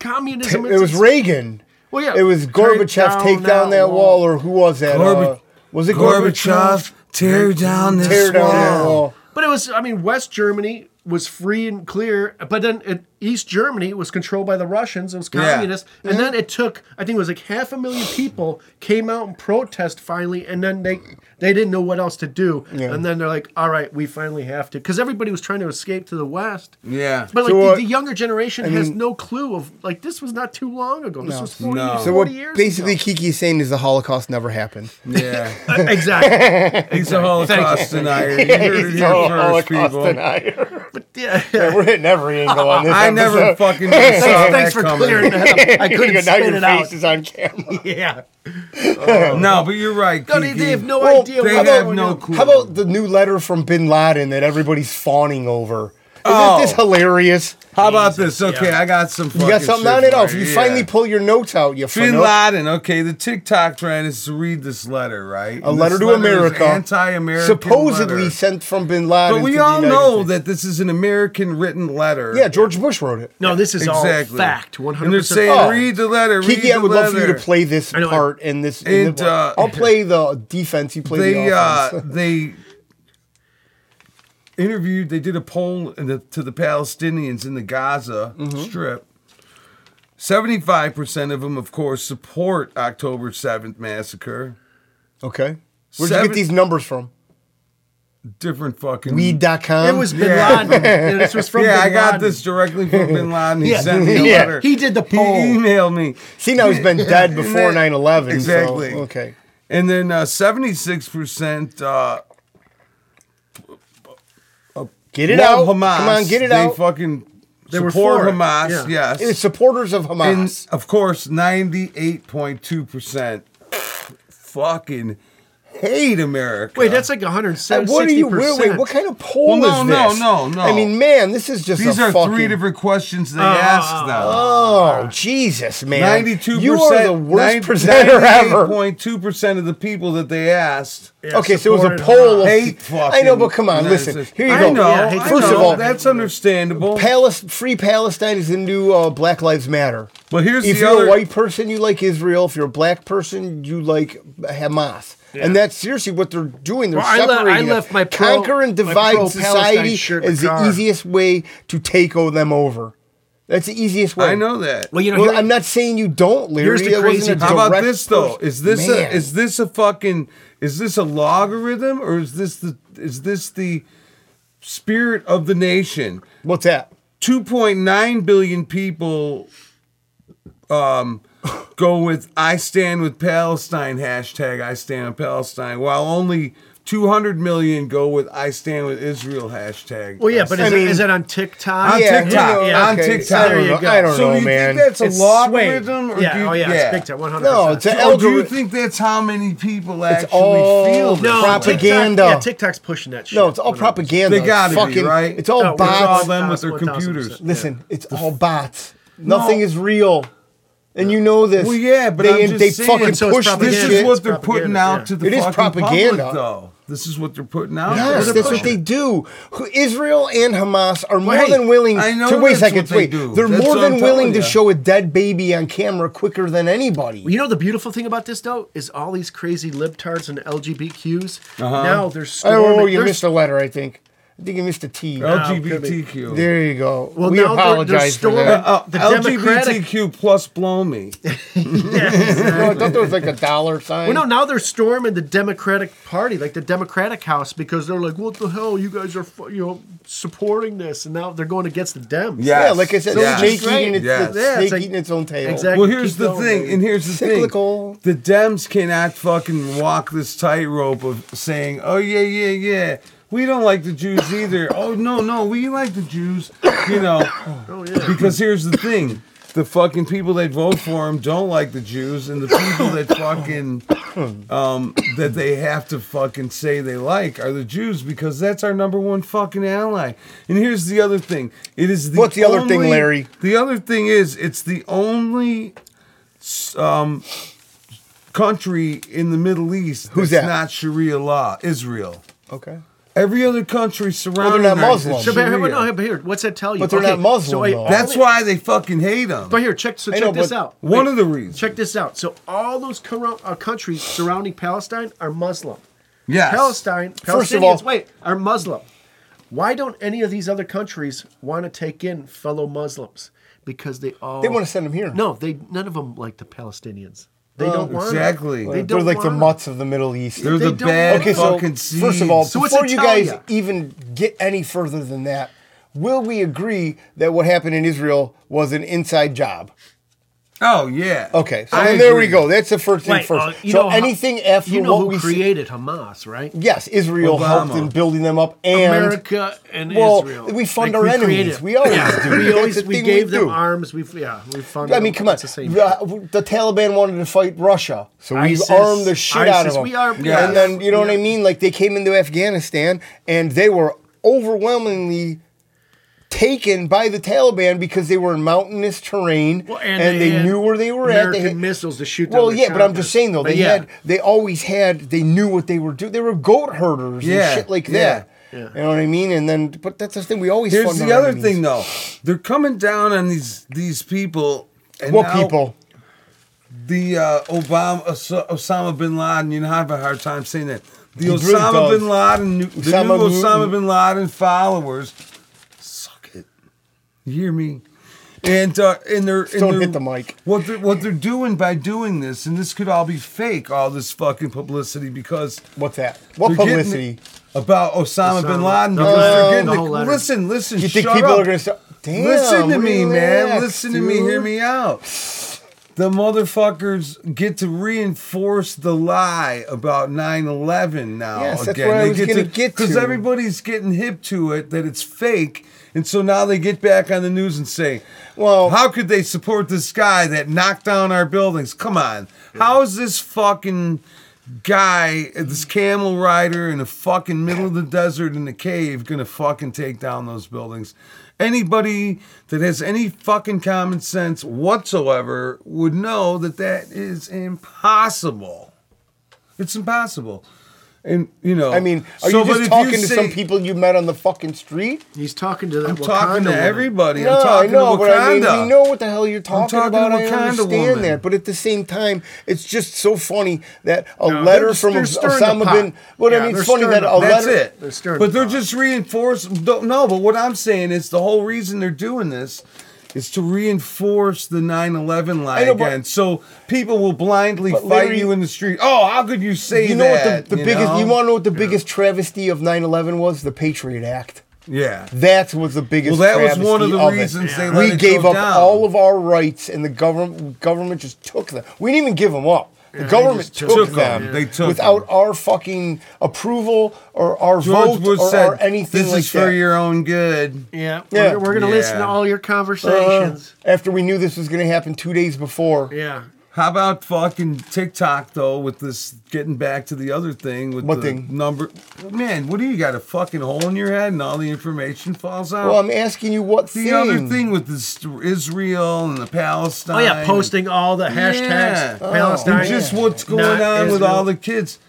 [SPEAKER 4] communism.
[SPEAKER 3] it was Reagan.
[SPEAKER 4] Well, yeah.
[SPEAKER 3] It was Gorbachev take down that wall, or who was that?
[SPEAKER 2] Gorba-
[SPEAKER 3] Uh, was it
[SPEAKER 2] Gorbachev,
[SPEAKER 3] Gorbachev?
[SPEAKER 2] tear down this
[SPEAKER 3] Tear down that
[SPEAKER 2] wall.
[SPEAKER 3] wall.
[SPEAKER 4] But it was, I mean, West Germany was free and clear, but then it, East Germany was controlled by the Russians. It was
[SPEAKER 2] Yeah.
[SPEAKER 4] communist, and then it took, I think it was like half a million people came out and protest finally, and then they they didn't know what else to do,
[SPEAKER 3] Yeah.
[SPEAKER 4] and then they're like, all right, we finally have to, because everybody was trying to escape to the West.
[SPEAKER 2] Yeah.
[SPEAKER 4] But like
[SPEAKER 3] So
[SPEAKER 4] the,
[SPEAKER 3] what-
[SPEAKER 4] the younger generation has
[SPEAKER 3] mean-
[SPEAKER 4] no clue of like this was not too long ago. This was 40,
[SPEAKER 2] No.
[SPEAKER 4] 40
[SPEAKER 2] So
[SPEAKER 3] So what
[SPEAKER 4] years.
[SPEAKER 3] basically
[SPEAKER 4] ago. Uh,
[SPEAKER 3] Kiki's saying is the Holocaust never happened.
[SPEAKER 2] yeah.
[SPEAKER 4] exactly.
[SPEAKER 2] He's a Holocaust denier. You heard it here first, people.
[SPEAKER 4] But yeah,
[SPEAKER 3] We're hitting every angle on this.
[SPEAKER 2] I never fucking thanks, saw
[SPEAKER 4] thanks
[SPEAKER 2] that
[SPEAKER 4] for
[SPEAKER 2] coming.
[SPEAKER 4] clearing that up. I couldn't
[SPEAKER 3] now
[SPEAKER 4] spit
[SPEAKER 3] your
[SPEAKER 4] it
[SPEAKER 3] face
[SPEAKER 4] out.
[SPEAKER 3] is on camera.
[SPEAKER 4] Yeah.
[SPEAKER 2] No, but you're right.
[SPEAKER 4] No, they,
[SPEAKER 2] Kiki.
[SPEAKER 4] they have no
[SPEAKER 3] Well,
[SPEAKER 4] idea.
[SPEAKER 2] they
[SPEAKER 4] what-
[SPEAKER 2] have
[SPEAKER 4] what-
[SPEAKER 2] no
[SPEAKER 4] what-
[SPEAKER 2] clue.
[SPEAKER 3] How about the new letter from Bin Laden that everybody's fawning over? Isn't
[SPEAKER 2] Oh.
[SPEAKER 3] this hilarious?
[SPEAKER 2] How about this? Okay,
[SPEAKER 4] yeah.
[SPEAKER 2] I got some.
[SPEAKER 3] You got something on it? Oh, if you finally
[SPEAKER 2] pull.
[SPEAKER 3] pull your notes out, you
[SPEAKER 2] Bin
[SPEAKER 3] funnel.
[SPEAKER 2] Laden. Okay, the TikTok trend is to read this letter, right?
[SPEAKER 3] A letter to America.
[SPEAKER 2] anti-American,
[SPEAKER 3] supposedly
[SPEAKER 2] letter.
[SPEAKER 3] sent from Bin Laden.
[SPEAKER 2] But
[SPEAKER 3] to
[SPEAKER 2] we
[SPEAKER 3] the
[SPEAKER 2] all
[SPEAKER 3] United
[SPEAKER 2] know
[SPEAKER 3] States.
[SPEAKER 2] that this is an American-written letter.
[SPEAKER 3] Yeah, George Bush wrote it.
[SPEAKER 4] No, this is all fact. One
[SPEAKER 2] And
[SPEAKER 4] hundred
[SPEAKER 2] they're saying,
[SPEAKER 4] percent.
[SPEAKER 3] Oh.
[SPEAKER 2] read the letter. Read
[SPEAKER 3] Kiki, I
[SPEAKER 2] the
[SPEAKER 3] would love for you to
[SPEAKER 2] letter."
[SPEAKER 3] play this
[SPEAKER 4] I know.
[SPEAKER 3] part in this. in
[SPEAKER 2] And,
[SPEAKER 3] the-
[SPEAKER 2] uh,
[SPEAKER 3] I'll play the defense. You play
[SPEAKER 2] They
[SPEAKER 3] the offense.
[SPEAKER 2] uh, they interviewed. They did a poll in the, to the Palestinians in the Gaza
[SPEAKER 3] Mm-hmm.
[SPEAKER 2] Strip. Seventy-five percent of them, of course, support October seventh massacre.
[SPEAKER 3] okay. Where'd you
[SPEAKER 2] Seven-
[SPEAKER 3] get these numbers from?
[SPEAKER 2] Different fucking
[SPEAKER 3] Weed.com.
[SPEAKER 4] Oh, It was Bin
[SPEAKER 2] Yeah.
[SPEAKER 4] Laden. Yeah, this was from.
[SPEAKER 2] yeah,
[SPEAKER 4] Bin
[SPEAKER 2] I got
[SPEAKER 4] Laden.
[SPEAKER 2] this directly from Bin Laden. He
[SPEAKER 4] Yeah.
[SPEAKER 2] sent me a
[SPEAKER 3] Yeah.
[SPEAKER 2] letter.
[SPEAKER 4] He did the
[SPEAKER 2] He
[SPEAKER 4] poll.
[SPEAKER 2] emailed me.
[SPEAKER 3] See, now he's been dead before
[SPEAKER 2] that-
[SPEAKER 3] 9 11.
[SPEAKER 2] Exactly.
[SPEAKER 3] okay.
[SPEAKER 2] And then uh, 76% uh,
[SPEAKER 3] Get it
[SPEAKER 2] love
[SPEAKER 3] out.
[SPEAKER 2] Hamas.
[SPEAKER 3] Come on, get it
[SPEAKER 2] they
[SPEAKER 3] out.
[SPEAKER 2] fucking
[SPEAKER 4] They were
[SPEAKER 2] support
[SPEAKER 4] for it.
[SPEAKER 2] Hamas,
[SPEAKER 4] Yeah.
[SPEAKER 2] yes.
[SPEAKER 3] It's supporters of
[SPEAKER 2] and
[SPEAKER 3] Hamas.
[SPEAKER 2] of course, 98.2% fucking hate America.
[SPEAKER 4] Wait, that's like one hundred seventy.
[SPEAKER 3] what are you? Wait, wait, what kind of poll
[SPEAKER 2] Well, no,
[SPEAKER 3] is this?
[SPEAKER 2] no, no, no.
[SPEAKER 3] I mean, man, this is just
[SPEAKER 2] These
[SPEAKER 3] a
[SPEAKER 2] are
[SPEAKER 3] fucking,
[SPEAKER 2] three different questions they
[SPEAKER 4] oh,
[SPEAKER 2] asked them.
[SPEAKER 3] Oh, Jesus, man!
[SPEAKER 2] Ninety-two.
[SPEAKER 3] You are the worst presenter ever.
[SPEAKER 2] Point two percent of the people that they asked
[SPEAKER 3] Okay, so it was a poll. of-
[SPEAKER 2] hate fucking.
[SPEAKER 3] I know, but come on, listen. Here you
[SPEAKER 2] I
[SPEAKER 3] go.
[SPEAKER 2] Know,
[SPEAKER 4] Yeah, hate
[SPEAKER 2] I
[SPEAKER 3] First of
[SPEAKER 2] know,
[SPEAKER 3] all-
[SPEAKER 2] that's understandable.
[SPEAKER 3] Palis- free Palestine is the new uh, Black Lives Matter.
[SPEAKER 2] but here's
[SPEAKER 3] if
[SPEAKER 2] the
[SPEAKER 3] you're
[SPEAKER 2] other.
[SPEAKER 3] a white person, you like Israel. If you're a black person, you like Hamas. And that's seriously what they're doing. They're
[SPEAKER 4] Well, I le-
[SPEAKER 3] separating.
[SPEAKER 4] I
[SPEAKER 3] us.
[SPEAKER 4] left my pro-
[SPEAKER 3] conquer and
[SPEAKER 4] my
[SPEAKER 3] divide
[SPEAKER 4] pro-Palestine
[SPEAKER 3] society
[SPEAKER 4] shirt in
[SPEAKER 3] is
[SPEAKER 4] the
[SPEAKER 3] the
[SPEAKER 4] car.
[SPEAKER 3] easiest way to take o- them over. That's the easiest way.
[SPEAKER 2] I know that.
[SPEAKER 4] Well, you know,
[SPEAKER 3] Well,
[SPEAKER 4] here-
[SPEAKER 3] I'm not saying you don't, Larry.
[SPEAKER 4] Here's the
[SPEAKER 3] That wasn't
[SPEAKER 4] crazy
[SPEAKER 3] a
[SPEAKER 4] part.
[SPEAKER 2] How about
[SPEAKER 3] direct
[SPEAKER 2] this though?
[SPEAKER 3] person.
[SPEAKER 2] Is this
[SPEAKER 3] Man.
[SPEAKER 2] a is this a fucking is this a logarithm or is this the is this the spirit of the nation?
[SPEAKER 3] what's that?
[SPEAKER 2] 2.9 billion people um, go with I stand with Palestine hashtag I stand with Palestine, while only 200 million go with I stand with Israel hashtag.
[SPEAKER 4] Well, Oh, yeah, but
[SPEAKER 2] I
[SPEAKER 4] is,
[SPEAKER 2] mean,
[SPEAKER 4] it, is it on TikTok?
[SPEAKER 2] On
[SPEAKER 3] Yeah,
[SPEAKER 2] TikTok.
[SPEAKER 3] you know,
[SPEAKER 4] Yeah,
[SPEAKER 2] on
[SPEAKER 3] okay.
[SPEAKER 2] TikTok.
[SPEAKER 3] I don't
[SPEAKER 4] There you
[SPEAKER 3] know,
[SPEAKER 4] go.
[SPEAKER 3] I don't
[SPEAKER 2] so
[SPEAKER 3] know,
[SPEAKER 2] you
[SPEAKER 3] man.
[SPEAKER 2] think that's a
[SPEAKER 4] It's
[SPEAKER 2] logarithm? Or
[SPEAKER 4] swayed. Yeah,
[SPEAKER 2] do you,
[SPEAKER 4] oh yeah,
[SPEAKER 2] yeah.
[SPEAKER 4] it's TikTok. One hundred.
[SPEAKER 3] No, it's an
[SPEAKER 2] Or do you
[SPEAKER 3] algorithm.
[SPEAKER 2] think that's how many people actually
[SPEAKER 3] all
[SPEAKER 2] feel this
[SPEAKER 4] no
[SPEAKER 2] way?
[SPEAKER 3] propaganda.
[SPEAKER 4] TikTok, yeah, TikTok's pushing that shit.
[SPEAKER 3] No, it's all
[SPEAKER 4] Whatever.
[SPEAKER 3] propaganda.
[SPEAKER 2] They gotta
[SPEAKER 3] it's
[SPEAKER 2] be,
[SPEAKER 3] fucking,
[SPEAKER 2] right?
[SPEAKER 3] It's all
[SPEAKER 4] No, it's
[SPEAKER 3] bots.
[SPEAKER 2] It's all them with their
[SPEAKER 4] 1,000%.
[SPEAKER 2] computers.
[SPEAKER 3] Listen, it's all bots. Nothing
[SPEAKER 2] No.
[SPEAKER 3] is real. and you know this.
[SPEAKER 2] Well, yeah, but
[SPEAKER 3] they,
[SPEAKER 2] I'm just
[SPEAKER 3] they
[SPEAKER 2] saying,
[SPEAKER 3] fucking
[SPEAKER 2] so
[SPEAKER 4] it's
[SPEAKER 3] push
[SPEAKER 4] propaganda.
[SPEAKER 3] this
[SPEAKER 2] This
[SPEAKER 3] shit.
[SPEAKER 2] is what
[SPEAKER 4] It's
[SPEAKER 2] they're putting
[SPEAKER 4] propaganda,
[SPEAKER 2] out
[SPEAKER 4] yeah.
[SPEAKER 2] to the
[SPEAKER 3] It is
[SPEAKER 2] fucking
[SPEAKER 3] propaganda.
[SPEAKER 2] public, though. This is what they're putting out.
[SPEAKER 3] Yes,
[SPEAKER 2] there.
[SPEAKER 4] they're
[SPEAKER 3] that's what
[SPEAKER 4] pushing
[SPEAKER 3] they
[SPEAKER 4] it.
[SPEAKER 3] do. Who- Israel and Hamas are more
[SPEAKER 4] Right.
[SPEAKER 3] than willing
[SPEAKER 2] I know
[SPEAKER 3] to wait a
[SPEAKER 2] that's
[SPEAKER 3] second.
[SPEAKER 2] what they
[SPEAKER 3] Wait,
[SPEAKER 2] do.
[SPEAKER 3] they're
[SPEAKER 2] That's
[SPEAKER 3] more
[SPEAKER 2] what I'm
[SPEAKER 3] than willing
[SPEAKER 2] telling
[SPEAKER 3] to
[SPEAKER 2] ya.
[SPEAKER 3] show a dead baby on camera quicker than anybody.
[SPEAKER 4] You know the beautiful thing about this though is all these crazy libtards and LGBTQs. Now they're storming.
[SPEAKER 3] Uh-huh. oh, you
[SPEAKER 4] they're-
[SPEAKER 3] missed a letter. I think. I think you missed a T.
[SPEAKER 2] LGBTQ.
[SPEAKER 3] There you go.
[SPEAKER 4] Well,
[SPEAKER 3] we
[SPEAKER 4] now they're- they're
[SPEAKER 3] apologize for
[SPEAKER 4] storming-
[SPEAKER 3] that.
[SPEAKER 2] Uh,
[SPEAKER 4] The Democratic-
[SPEAKER 2] LGBTQ plus blow me.
[SPEAKER 3] No, I thought there was like a dollar sign.
[SPEAKER 4] Well, no, now they're storming the Democratic Party, like the Democratic House, because they're like, "What the hell? You guys are, fu- you know, supporting this," and now they're going against the Dems.
[SPEAKER 2] Yeah.
[SPEAKER 3] Yeah, like I said,
[SPEAKER 2] So
[SPEAKER 3] the
[SPEAKER 2] it's
[SPEAKER 3] snake
[SPEAKER 2] just
[SPEAKER 4] right.
[SPEAKER 3] eating its,
[SPEAKER 2] Yes.
[SPEAKER 3] the
[SPEAKER 4] Yeah, it's
[SPEAKER 3] snake
[SPEAKER 4] like-
[SPEAKER 3] eating its own tail.
[SPEAKER 4] Exactly.
[SPEAKER 2] Well,
[SPEAKER 4] Keep
[SPEAKER 2] here's the
[SPEAKER 4] going,
[SPEAKER 2] thing,
[SPEAKER 4] baby.
[SPEAKER 2] and here's the
[SPEAKER 3] Cyclical.
[SPEAKER 2] thing: the Dems cannot fucking walk this tightrope of saying, "Oh yeah, yeah, yeah, we don't like the Jews either." oh no, no, we like the Jews, you know.
[SPEAKER 4] Oh yeah.
[SPEAKER 2] Because here's the thing: the fucking people that vote for him don't like the Jews, and the people that fucking um, that they have to fucking say they like are the Jews because that's our number one fucking ally. And here's the other thing: it is the
[SPEAKER 3] What's the other thing,
[SPEAKER 2] only-
[SPEAKER 3] Larry?
[SPEAKER 2] The other thing is it's the only um, country in the Middle East
[SPEAKER 3] Who's
[SPEAKER 2] that's
[SPEAKER 3] that?
[SPEAKER 2] not Sharia law. Israel.
[SPEAKER 3] Okay.
[SPEAKER 2] Every other country surrounding
[SPEAKER 3] not
[SPEAKER 2] us is
[SPEAKER 3] Muslim.
[SPEAKER 4] So, but, here- but no,
[SPEAKER 2] Sharia.
[SPEAKER 4] but here, what's that tell you?
[SPEAKER 3] But they're not Muslim,
[SPEAKER 4] So, I-
[SPEAKER 3] though.
[SPEAKER 2] That's why they fucking hate them.
[SPEAKER 4] But here, check. So
[SPEAKER 3] I
[SPEAKER 4] check
[SPEAKER 3] know,
[SPEAKER 4] this
[SPEAKER 3] but
[SPEAKER 4] out.
[SPEAKER 2] One
[SPEAKER 4] Wait,
[SPEAKER 2] of the reasons.
[SPEAKER 4] check this out. So all those cor- uh, countries surrounding Palestine are Muslim.
[SPEAKER 2] Yes.
[SPEAKER 4] Palestine,
[SPEAKER 3] First of
[SPEAKER 4] Palestinians,
[SPEAKER 3] all-
[SPEAKER 4] wait, are Muslim. Why don't any of these other countries want to take in fellow Muslims? Because they all
[SPEAKER 3] They want to send them here.
[SPEAKER 4] No, they none of them like the Palestinians. They don't want 'em.
[SPEAKER 2] exactly.
[SPEAKER 4] They
[SPEAKER 3] Oh, They're
[SPEAKER 4] don't
[SPEAKER 3] like the
[SPEAKER 4] want 'em.
[SPEAKER 3] mutts of the Middle East.
[SPEAKER 2] They're
[SPEAKER 4] They
[SPEAKER 2] the
[SPEAKER 4] don't-
[SPEAKER 2] bad
[SPEAKER 3] okay, so
[SPEAKER 2] fucking seeds.
[SPEAKER 3] first of all,
[SPEAKER 4] So what's
[SPEAKER 3] before you guys
[SPEAKER 4] Italia?
[SPEAKER 3] even get any further than that, will we agree that what happened in Israel was an inside job?
[SPEAKER 2] oh yeah.
[SPEAKER 3] Okay, so
[SPEAKER 2] I
[SPEAKER 3] there we
[SPEAKER 2] agree.
[SPEAKER 3] go. That's the first thing
[SPEAKER 4] Right,
[SPEAKER 3] first.
[SPEAKER 4] uh, you
[SPEAKER 3] so
[SPEAKER 4] know how-
[SPEAKER 3] anything after
[SPEAKER 4] You know
[SPEAKER 3] what
[SPEAKER 4] who
[SPEAKER 3] we see,
[SPEAKER 4] created Hamas, right?
[SPEAKER 3] yes, Israel helped
[SPEAKER 2] Obama.
[SPEAKER 3] in building them up, and
[SPEAKER 4] America and
[SPEAKER 3] well,
[SPEAKER 4] Israel.
[SPEAKER 3] we fund
[SPEAKER 4] Like,
[SPEAKER 3] our enemies.
[SPEAKER 4] created-
[SPEAKER 3] We always
[SPEAKER 4] Yeah,
[SPEAKER 3] do.
[SPEAKER 4] We
[SPEAKER 3] That's
[SPEAKER 4] always
[SPEAKER 3] the
[SPEAKER 4] we
[SPEAKER 3] thing
[SPEAKER 4] gave
[SPEAKER 3] we
[SPEAKER 4] them
[SPEAKER 3] do.
[SPEAKER 4] arms. We yeah, we funded.
[SPEAKER 3] I mean, come on.
[SPEAKER 4] It's the same. thing.
[SPEAKER 3] The, the Taliban wanted to fight Russia, so we
[SPEAKER 4] ISIS,
[SPEAKER 3] armed the shit out of
[SPEAKER 4] ISIS,
[SPEAKER 3] them.
[SPEAKER 4] we are-
[SPEAKER 2] Yeah.
[SPEAKER 3] And then you know what I
[SPEAKER 4] yeah.
[SPEAKER 3] mean? Like they came into Afghanistan and they were overwhelmingly taken by the Taliban because they were in mountainous terrain
[SPEAKER 4] Well,
[SPEAKER 3] and, they
[SPEAKER 4] had
[SPEAKER 3] knew where they were at. They
[SPEAKER 4] American
[SPEAKER 3] had-
[SPEAKER 4] missiles to shoot. down
[SPEAKER 3] well,
[SPEAKER 4] their
[SPEAKER 3] yeah, but I'm just
[SPEAKER 4] choppers.
[SPEAKER 3] saying though,
[SPEAKER 4] But
[SPEAKER 3] they
[SPEAKER 4] yeah.
[SPEAKER 3] had, they always had, they knew what they were doing. They were goat herders
[SPEAKER 2] Yeah,
[SPEAKER 3] and shit like
[SPEAKER 2] yeah,
[SPEAKER 3] that.
[SPEAKER 4] yeah.
[SPEAKER 3] You know what I mean? And then, but that's the thing. We always
[SPEAKER 2] Here's
[SPEAKER 3] fund
[SPEAKER 2] the
[SPEAKER 3] our
[SPEAKER 2] other
[SPEAKER 3] enemies.
[SPEAKER 2] thing though. They're coming down on these these people. And
[SPEAKER 3] What
[SPEAKER 2] now
[SPEAKER 3] people?
[SPEAKER 2] The uh, Obama Os- Osama bin Laden. You know, I have a hard time saying that. The
[SPEAKER 3] He really
[SPEAKER 2] Osama
[SPEAKER 3] does.
[SPEAKER 2] bin Laden, the new
[SPEAKER 3] Osama bin-
[SPEAKER 2] Osama bin Laden followers. Suck it. You hear me? And uh, and they're and
[SPEAKER 3] Don't
[SPEAKER 2] they're-
[SPEAKER 3] hit the mic.
[SPEAKER 2] What they're, what they're doing by doing this, and this could all be fake, all this fucking publicity, because
[SPEAKER 3] What's that? What
[SPEAKER 2] They're getting
[SPEAKER 3] publicity?
[SPEAKER 2] the- about Osama, bin
[SPEAKER 4] Osama.
[SPEAKER 2] Laden?
[SPEAKER 4] No,
[SPEAKER 2] Because
[SPEAKER 4] no,
[SPEAKER 2] they're getting
[SPEAKER 4] no,
[SPEAKER 2] the,
[SPEAKER 4] no, letter.
[SPEAKER 2] listen, listen.
[SPEAKER 3] You think
[SPEAKER 2] shut
[SPEAKER 3] people
[SPEAKER 2] up.
[SPEAKER 3] are gonna start? Damn,
[SPEAKER 2] listen to me, man.
[SPEAKER 3] relax,
[SPEAKER 2] Listen to me. Hear
[SPEAKER 3] dude.
[SPEAKER 2] me out. The motherfuckers get to reinforce the lie about 9/11 now
[SPEAKER 3] Yes, that's
[SPEAKER 2] again.
[SPEAKER 3] where I was gonna get
[SPEAKER 2] because
[SPEAKER 3] to.
[SPEAKER 2] everybody's getting hip to it that it's fake, and so now they get back on the news and say,
[SPEAKER 3] Well-
[SPEAKER 2] how could they support this guy that knocked down our buildings? Come on, how is this fucking guy, this camel rider in the fucking middle of the desert in the cave, gonna fucking take down those buildings? Anybody that has any fucking common sense whatsoever would know that that is impossible. It's impossible. And you know,
[SPEAKER 3] I mean, are
[SPEAKER 2] so,
[SPEAKER 3] you
[SPEAKER 2] but if
[SPEAKER 3] just talking to
[SPEAKER 2] say-
[SPEAKER 3] some people you met on the fucking street?
[SPEAKER 4] He's talking to that.
[SPEAKER 2] I'm talking to everybody.
[SPEAKER 3] No,
[SPEAKER 2] I'm
[SPEAKER 3] I
[SPEAKER 2] talking
[SPEAKER 3] know,
[SPEAKER 2] to
[SPEAKER 3] but I mean,
[SPEAKER 2] Wakanda.
[SPEAKER 3] we know what the hell you're talking,
[SPEAKER 2] talking to
[SPEAKER 3] about. I
[SPEAKER 2] Wakanda
[SPEAKER 3] understand
[SPEAKER 2] woman.
[SPEAKER 3] that, but at the same time, it's just so funny that a
[SPEAKER 4] No,
[SPEAKER 3] letter
[SPEAKER 4] they're-
[SPEAKER 3] from
[SPEAKER 4] they're stirring the
[SPEAKER 3] Osama
[SPEAKER 4] pot.
[SPEAKER 3] bin. What
[SPEAKER 4] Yeah,
[SPEAKER 3] I mean,
[SPEAKER 4] they're
[SPEAKER 3] it's funny
[SPEAKER 4] stirring
[SPEAKER 3] that
[SPEAKER 4] the
[SPEAKER 3] a
[SPEAKER 4] pot.
[SPEAKER 2] That's
[SPEAKER 3] letter.
[SPEAKER 2] it.
[SPEAKER 4] They're stirring
[SPEAKER 2] but they're
[SPEAKER 4] pot.
[SPEAKER 2] just reinforced. Don't, no, but what I'm saying is the whole reason they're doing this is to reinforce the 9/11 lie
[SPEAKER 3] I know, but-
[SPEAKER 2] again. So people will blindly
[SPEAKER 3] But
[SPEAKER 2] fight
[SPEAKER 3] Larry-
[SPEAKER 2] you in the street. Oh, how could you say
[SPEAKER 3] You know
[SPEAKER 2] that?
[SPEAKER 3] what the, the biggest?
[SPEAKER 2] know?
[SPEAKER 3] You want to know what the biggest travesty of 9/11 was? The Patriot Act.
[SPEAKER 2] Yeah.
[SPEAKER 3] That's was the biggest.
[SPEAKER 2] Well, that was one of
[SPEAKER 3] travesty
[SPEAKER 2] the
[SPEAKER 3] it.
[SPEAKER 2] reasons they let
[SPEAKER 3] we
[SPEAKER 2] it go
[SPEAKER 3] gave up
[SPEAKER 2] down.
[SPEAKER 3] all of our rights, and the government government just took them. We didn't even give them up. The
[SPEAKER 4] they
[SPEAKER 3] government
[SPEAKER 4] just
[SPEAKER 3] took,
[SPEAKER 4] took
[SPEAKER 2] them,
[SPEAKER 3] them,
[SPEAKER 2] yeah. They took
[SPEAKER 3] without
[SPEAKER 2] them.
[SPEAKER 3] our fucking approval or our
[SPEAKER 2] George
[SPEAKER 3] vote
[SPEAKER 2] Bush
[SPEAKER 3] or
[SPEAKER 2] said,
[SPEAKER 3] our anything
[SPEAKER 2] "This
[SPEAKER 3] like
[SPEAKER 2] is for
[SPEAKER 3] that."
[SPEAKER 2] your own good."
[SPEAKER 4] Yeah,
[SPEAKER 3] Yeah.
[SPEAKER 4] We're, we're gonna
[SPEAKER 2] Yeah.
[SPEAKER 4] listen to all your
[SPEAKER 3] Uh,
[SPEAKER 2] Uh-huh.
[SPEAKER 4] conversations.
[SPEAKER 3] after we knew this was going to happen two days before,
[SPEAKER 4] yeah.
[SPEAKER 2] How about fucking TikTok though? With this getting back to the other thing with
[SPEAKER 3] What
[SPEAKER 2] the
[SPEAKER 3] thing?
[SPEAKER 2] number. Man, what do you got a fucking hole in your head and all the information falls out?
[SPEAKER 3] Well, I'm asking you what
[SPEAKER 2] the
[SPEAKER 3] thing.
[SPEAKER 2] other thing with this Israel and the Palestine.
[SPEAKER 4] Oh yeah,
[SPEAKER 2] and-
[SPEAKER 4] posting all the hashtags
[SPEAKER 2] Yeah. Oh,
[SPEAKER 4] Palestine.
[SPEAKER 2] and just what's going
[SPEAKER 4] Not
[SPEAKER 2] on with
[SPEAKER 4] Israel.
[SPEAKER 2] all the kids.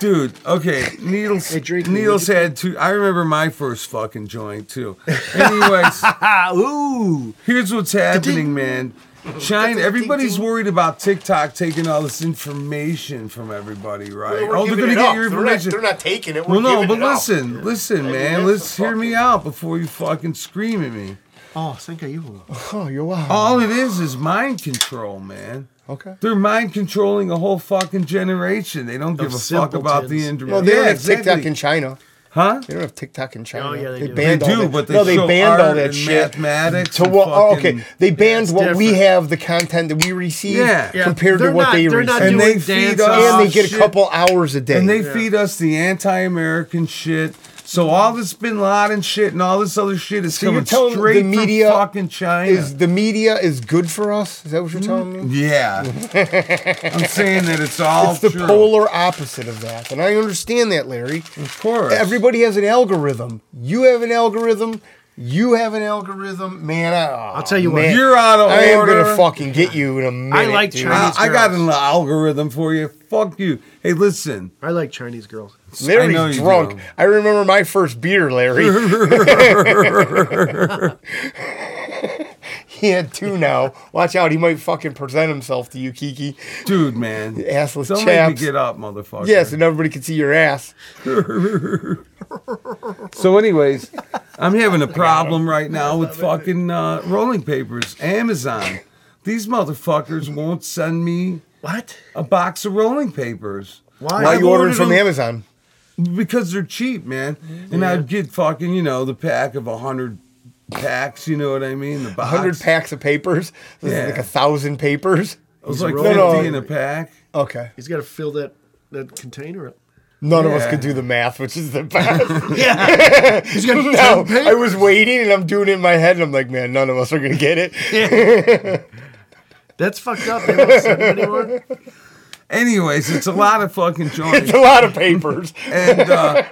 [SPEAKER 2] Dude, okay, Needles.
[SPEAKER 4] Hey, drink,
[SPEAKER 2] Needles had two. I remember my first fucking joint too. Anyways,
[SPEAKER 4] ah ooh.
[SPEAKER 2] here's what's happening, man. China. Everybody's worried about TikTok taking all this information from everybody, right?
[SPEAKER 5] We're
[SPEAKER 2] oh, they're
[SPEAKER 5] giving
[SPEAKER 2] gonna
[SPEAKER 5] it
[SPEAKER 2] get
[SPEAKER 5] up.
[SPEAKER 2] your
[SPEAKER 5] They're not-
[SPEAKER 2] information.
[SPEAKER 5] They're not, taking it.
[SPEAKER 2] well,
[SPEAKER 5] We're
[SPEAKER 2] no,
[SPEAKER 5] giving
[SPEAKER 2] but
[SPEAKER 5] it up.
[SPEAKER 2] listen, listen, man.
[SPEAKER 5] that's
[SPEAKER 2] Let's
[SPEAKER 5] the
[SPEAKER 2] hear me
[SPEAKER 5] fucking-
[SPEAKER 2] out before you fucking scream at me.
[SPEAKER 4] Oh, Cinco you.
[SPEAKER 3] Oh, you're wow.
[SPEAKER 2] All it is is mind control, man.
[SPEAKER 3] Okay.
[SPEAKER 2] They're mind controlling a whole fucking generation. They don't give a fuck about the
[SPEAKER 4] simpletons.
[SPEAKER 2] internet.
[SPEAKER 3] Well, they don't
[SPEAKER 2] Yeah,
[SPEAKER 3] have TikTok
[SPEAKER 2] exactly.
[SPEAKER 3] in China.
[SPEAKER 2] huh?
[SPEAKER 3] They don't have TikTok in China.
[SPEAKER 4] Oh, yeah, they do.
[SPEAKER 3] banned
[SPEAKER 2] They
[SPEAKER 3] all
[SPEAKER 2] do,
[SPEAKER 3] that.
[SPEAKER 2] but they
[SPEAKER 3] no, they
[SPEAKER 2] show
[SPEAKER 3] banned all
[SPEAKER 2] art
[SPEAKER 3] that
[SPEAKER 2] and
[SPEAKER 3] shit.
[SPEAKER 2] mathematics
[SPEAKER 3] To
[SPEAKER 2] and
[SPEAKER 3] what? oh,
[SPEAKER 2] fucking-
[SPEAKER 3] okay, they banned
[SPEAKER 4] it's
[SPEAKER 3] what we
[SPEAKER 4] different.
[SPEAKER 3] have, the content that we receive,
[SPEAKER 2] Yeah. Yeah,
[SPEAKER 3] compared to
[SPEAKER 4] they're
[SPEAKER 3] what
[SPEAKER 4] not-
[SPEAKER 3] they
[SPEAKER 4] they're
[SPEAKER 3] receive,
[SPEAKER 4] not
[SPEAKER 2] And
[SPEAKER 3] and
[SPEAKER 2] they
[SPEAKER 4] doing
[SPEAKER 2] feed
[SPEAKER 4] dance
[SPEAKER 2] us,
[SPEAKER 4] off
[SPEAKER 3] they get a
[SPEAKER 2] shit.
[SPEAKER 3] couple hours a day.
[SPEAKER 2] and they feed us the anti-American shit. So all this Bin Laden shit and all this other shit is
[SPEAKER 3] So you're
[SPEAKER 2] coming
[SPEAKER 3] telling
[SPEAKER 2] straight
[SPEAKER 3] the media
[SPEAKER 2] from fucking China.
[SPEAKER 3] is the media is good for us? Is
[SPEAKER 2] Mm-hmm.
[SPEAKER 3] that what you're telling me?
[SPEAKER 2] yeah, I'm saying that it's all
[SPEAKER 3] It's the
[SPEAKER 2] true.
[SPEAKER 3] polar opposite of that, and I understand that, Larry.
[SPEAKER 2] of course.
[SPEAKER 3] Everybody has an algorithm. You have an algorithm. You have an algorithm, man. I, will
[SPEAKER 4] tell you what.
[SPEAKER 3] man,
[SPEAKER 2] You're out of
[SPEAKER 3] I am
[SPEAKER 2] order.
[SPEAKER 3] gonna fucking get you in a minute.
[SPEAKER 4] like
[SPEAKER 3] dude.
[SPEAKER 4] Chinese-
[SPEAKER 2] I, I got
[SPEAKER 4] girls.
[SPEAKER 2] an algorithm for you. Fuck you. Hey, listen.
[SPEAKER 4] I like Chinese girls.
[SPEAKER 3] Larry's
[SPEAKER 2] know you
[SPEAKER 3] drunk.
[SPEAKER 2] do.
[SPEAKER 3] I remember my first beer, Larry. he had two now. Watch out, he might fucking present himself to you, Kiki.
[SPEAKER 2] Dude, man.
[SPEAKER 3] Assless
[SPEAKER 2] Don't make
[SPEAKER 3] chaps.
[SPEAKER 2] me get up, motherfucker.
[SPEAKER 3] Yes, and everybody can see your ass.
[SPEAKER 2] So, anyways, I'm having a problem right now with fucking uh, rolling papers. Amazon. These motherfuckers won't send me
[SPEAKER 4] What?
[SPEAKER 2] a box of rolling papers.
[SPEAKER 4] Why?
[SPEAKER 3] Why
[SPEAKER 2] I've
[SPEAKER 3] you ordering
[SPEAKER 2] ordered
[SPEAKER 3] from
[SPEAKER 2] them
[SPEAKER 3] Amazon?
[SPEAKER 2] Because they're cheap, man. And I'd get fucking, you know, the pack of a hundred packs. You know what I mean? The
[SPEAKER 3] A
[SPEAKER 2] box.
[SPEAKER 3] hundred packs of papers. This
[SPEAKER 2] Yeah.
[SPEAKER 3] is like a thousand papers.
[SPEAKER 2] It was like
[SPEAKER 4] No,
[SPEAKER 2] fifty
[SPEAKER 3] no.
[SPEAKER 2] in a pack.
[SPEAKER 3] Okay.
[SPEAKER 4] He's got to fill that that container up.
[SPEAKER 3] None of us
[SPEAKER 2] Yeah.
[SPEAKER 3] could do the math, which is the best.
[SPEAKER 4] He's got
[SPEAKER 3] no, I was waiting and I'm doing it in my head and I'm like, man, none of us are gonna get it.
[SPEAKER 4] That's fucked up. They won't send it anymore.
[SPEAKER 2] Anyways, it's a lot of fucking joints.
[SPEAKER 3] It's a lot of papers.
[SPEAKER 2] and uh,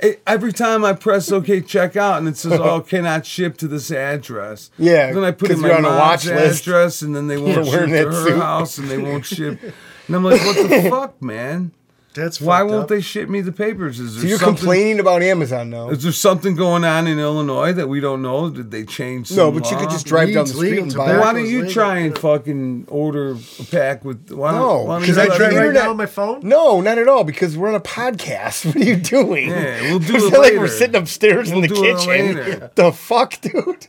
[SPEAKER 2] it- every time I press OK checkout, and it says, "Oh, cannot ship to this address."
[SPEAKER 3] Yeah,
[SPEAKER 2] Then I put in
[SPEAKER 3] 'cause
[SPEAKER 2] my
[SPEAKER 3] you're on a
[SPEAKER 2] mom's
[SPEAKER 3] watch list.
[SPEAKER 2] address, and then they won't
[SPEAKER 3] For
[SPEAKER 2] ship
[SPEAKER 3] wearing
[SPEAKER 2] to
[SPEAKER 3] that
[SPEAKER 2] her
[SPEAKER 3] suit.
[SPEAKER 2] house, and they won't ship. And I'm like, "What the fuck, man?
[SPEAKER 4] That's
[SPEAKER 2] Why
[SPEAKER 4] fucked
[SPEAKER 2] won't
[SPEAKER 4] up.
[SPEAKER 2] they ship me the papers?" Is there
[SPEAKER 3] So you're
[SPEAKER 2] something-
[SPEAKER 3] complaining about Amazon now.
[SPEAKER 2] Is there something going on in Illinois that we don't know? Did they change? Some
[SPEAKER 3] No, but you could
[SPEAKER 2] law?
[SPEAKER 3] just drive down
[SPEAKER 4] Weed's
[SPEAKER 3] the street
[SPEAKER 4] legal,
[SPEAKER 3] and
[SPEAKER 4] tobacco.
[SPEAKER 3] buy
[SPEAKER 2] Why
[SPEAKER 3] it.
[SPEAKER 2] don't you
[SPEAKER 4] Legal.
[SPEAKER 2] try and fucking order a pack with? Why don't,
[SPEAKER 3] No,
[SPEAKER 2] why don't
[SPEAKER 3] 'cause
[SPEAKER 2] you
[SPEAKER 4] Can I
[SPEAKER 2] let
[SPEAKER 4] try
[SPEAKER 2] me-
[SPEAKER 4] right
[SPEAKER 3] internet-
[SPEAKER 4] now on my phone?
[SPEAKER 3] No, not at all, because we're on a podcast. What are you doing?
[SPEAKER 2] Yeah, we'll do
[SPEAKER 3] it's
[SPEAKER 2] it
[SPEAKER 3] not like
[SPEAKER 2] later.
[SPEAKER 3] we're sitting upstairs in the
[SPEAKER 2] do it
[SPEAKER 3] kitchen.
[SPEAKER 2] later.
[SPEAKER 3] The fuck, dude?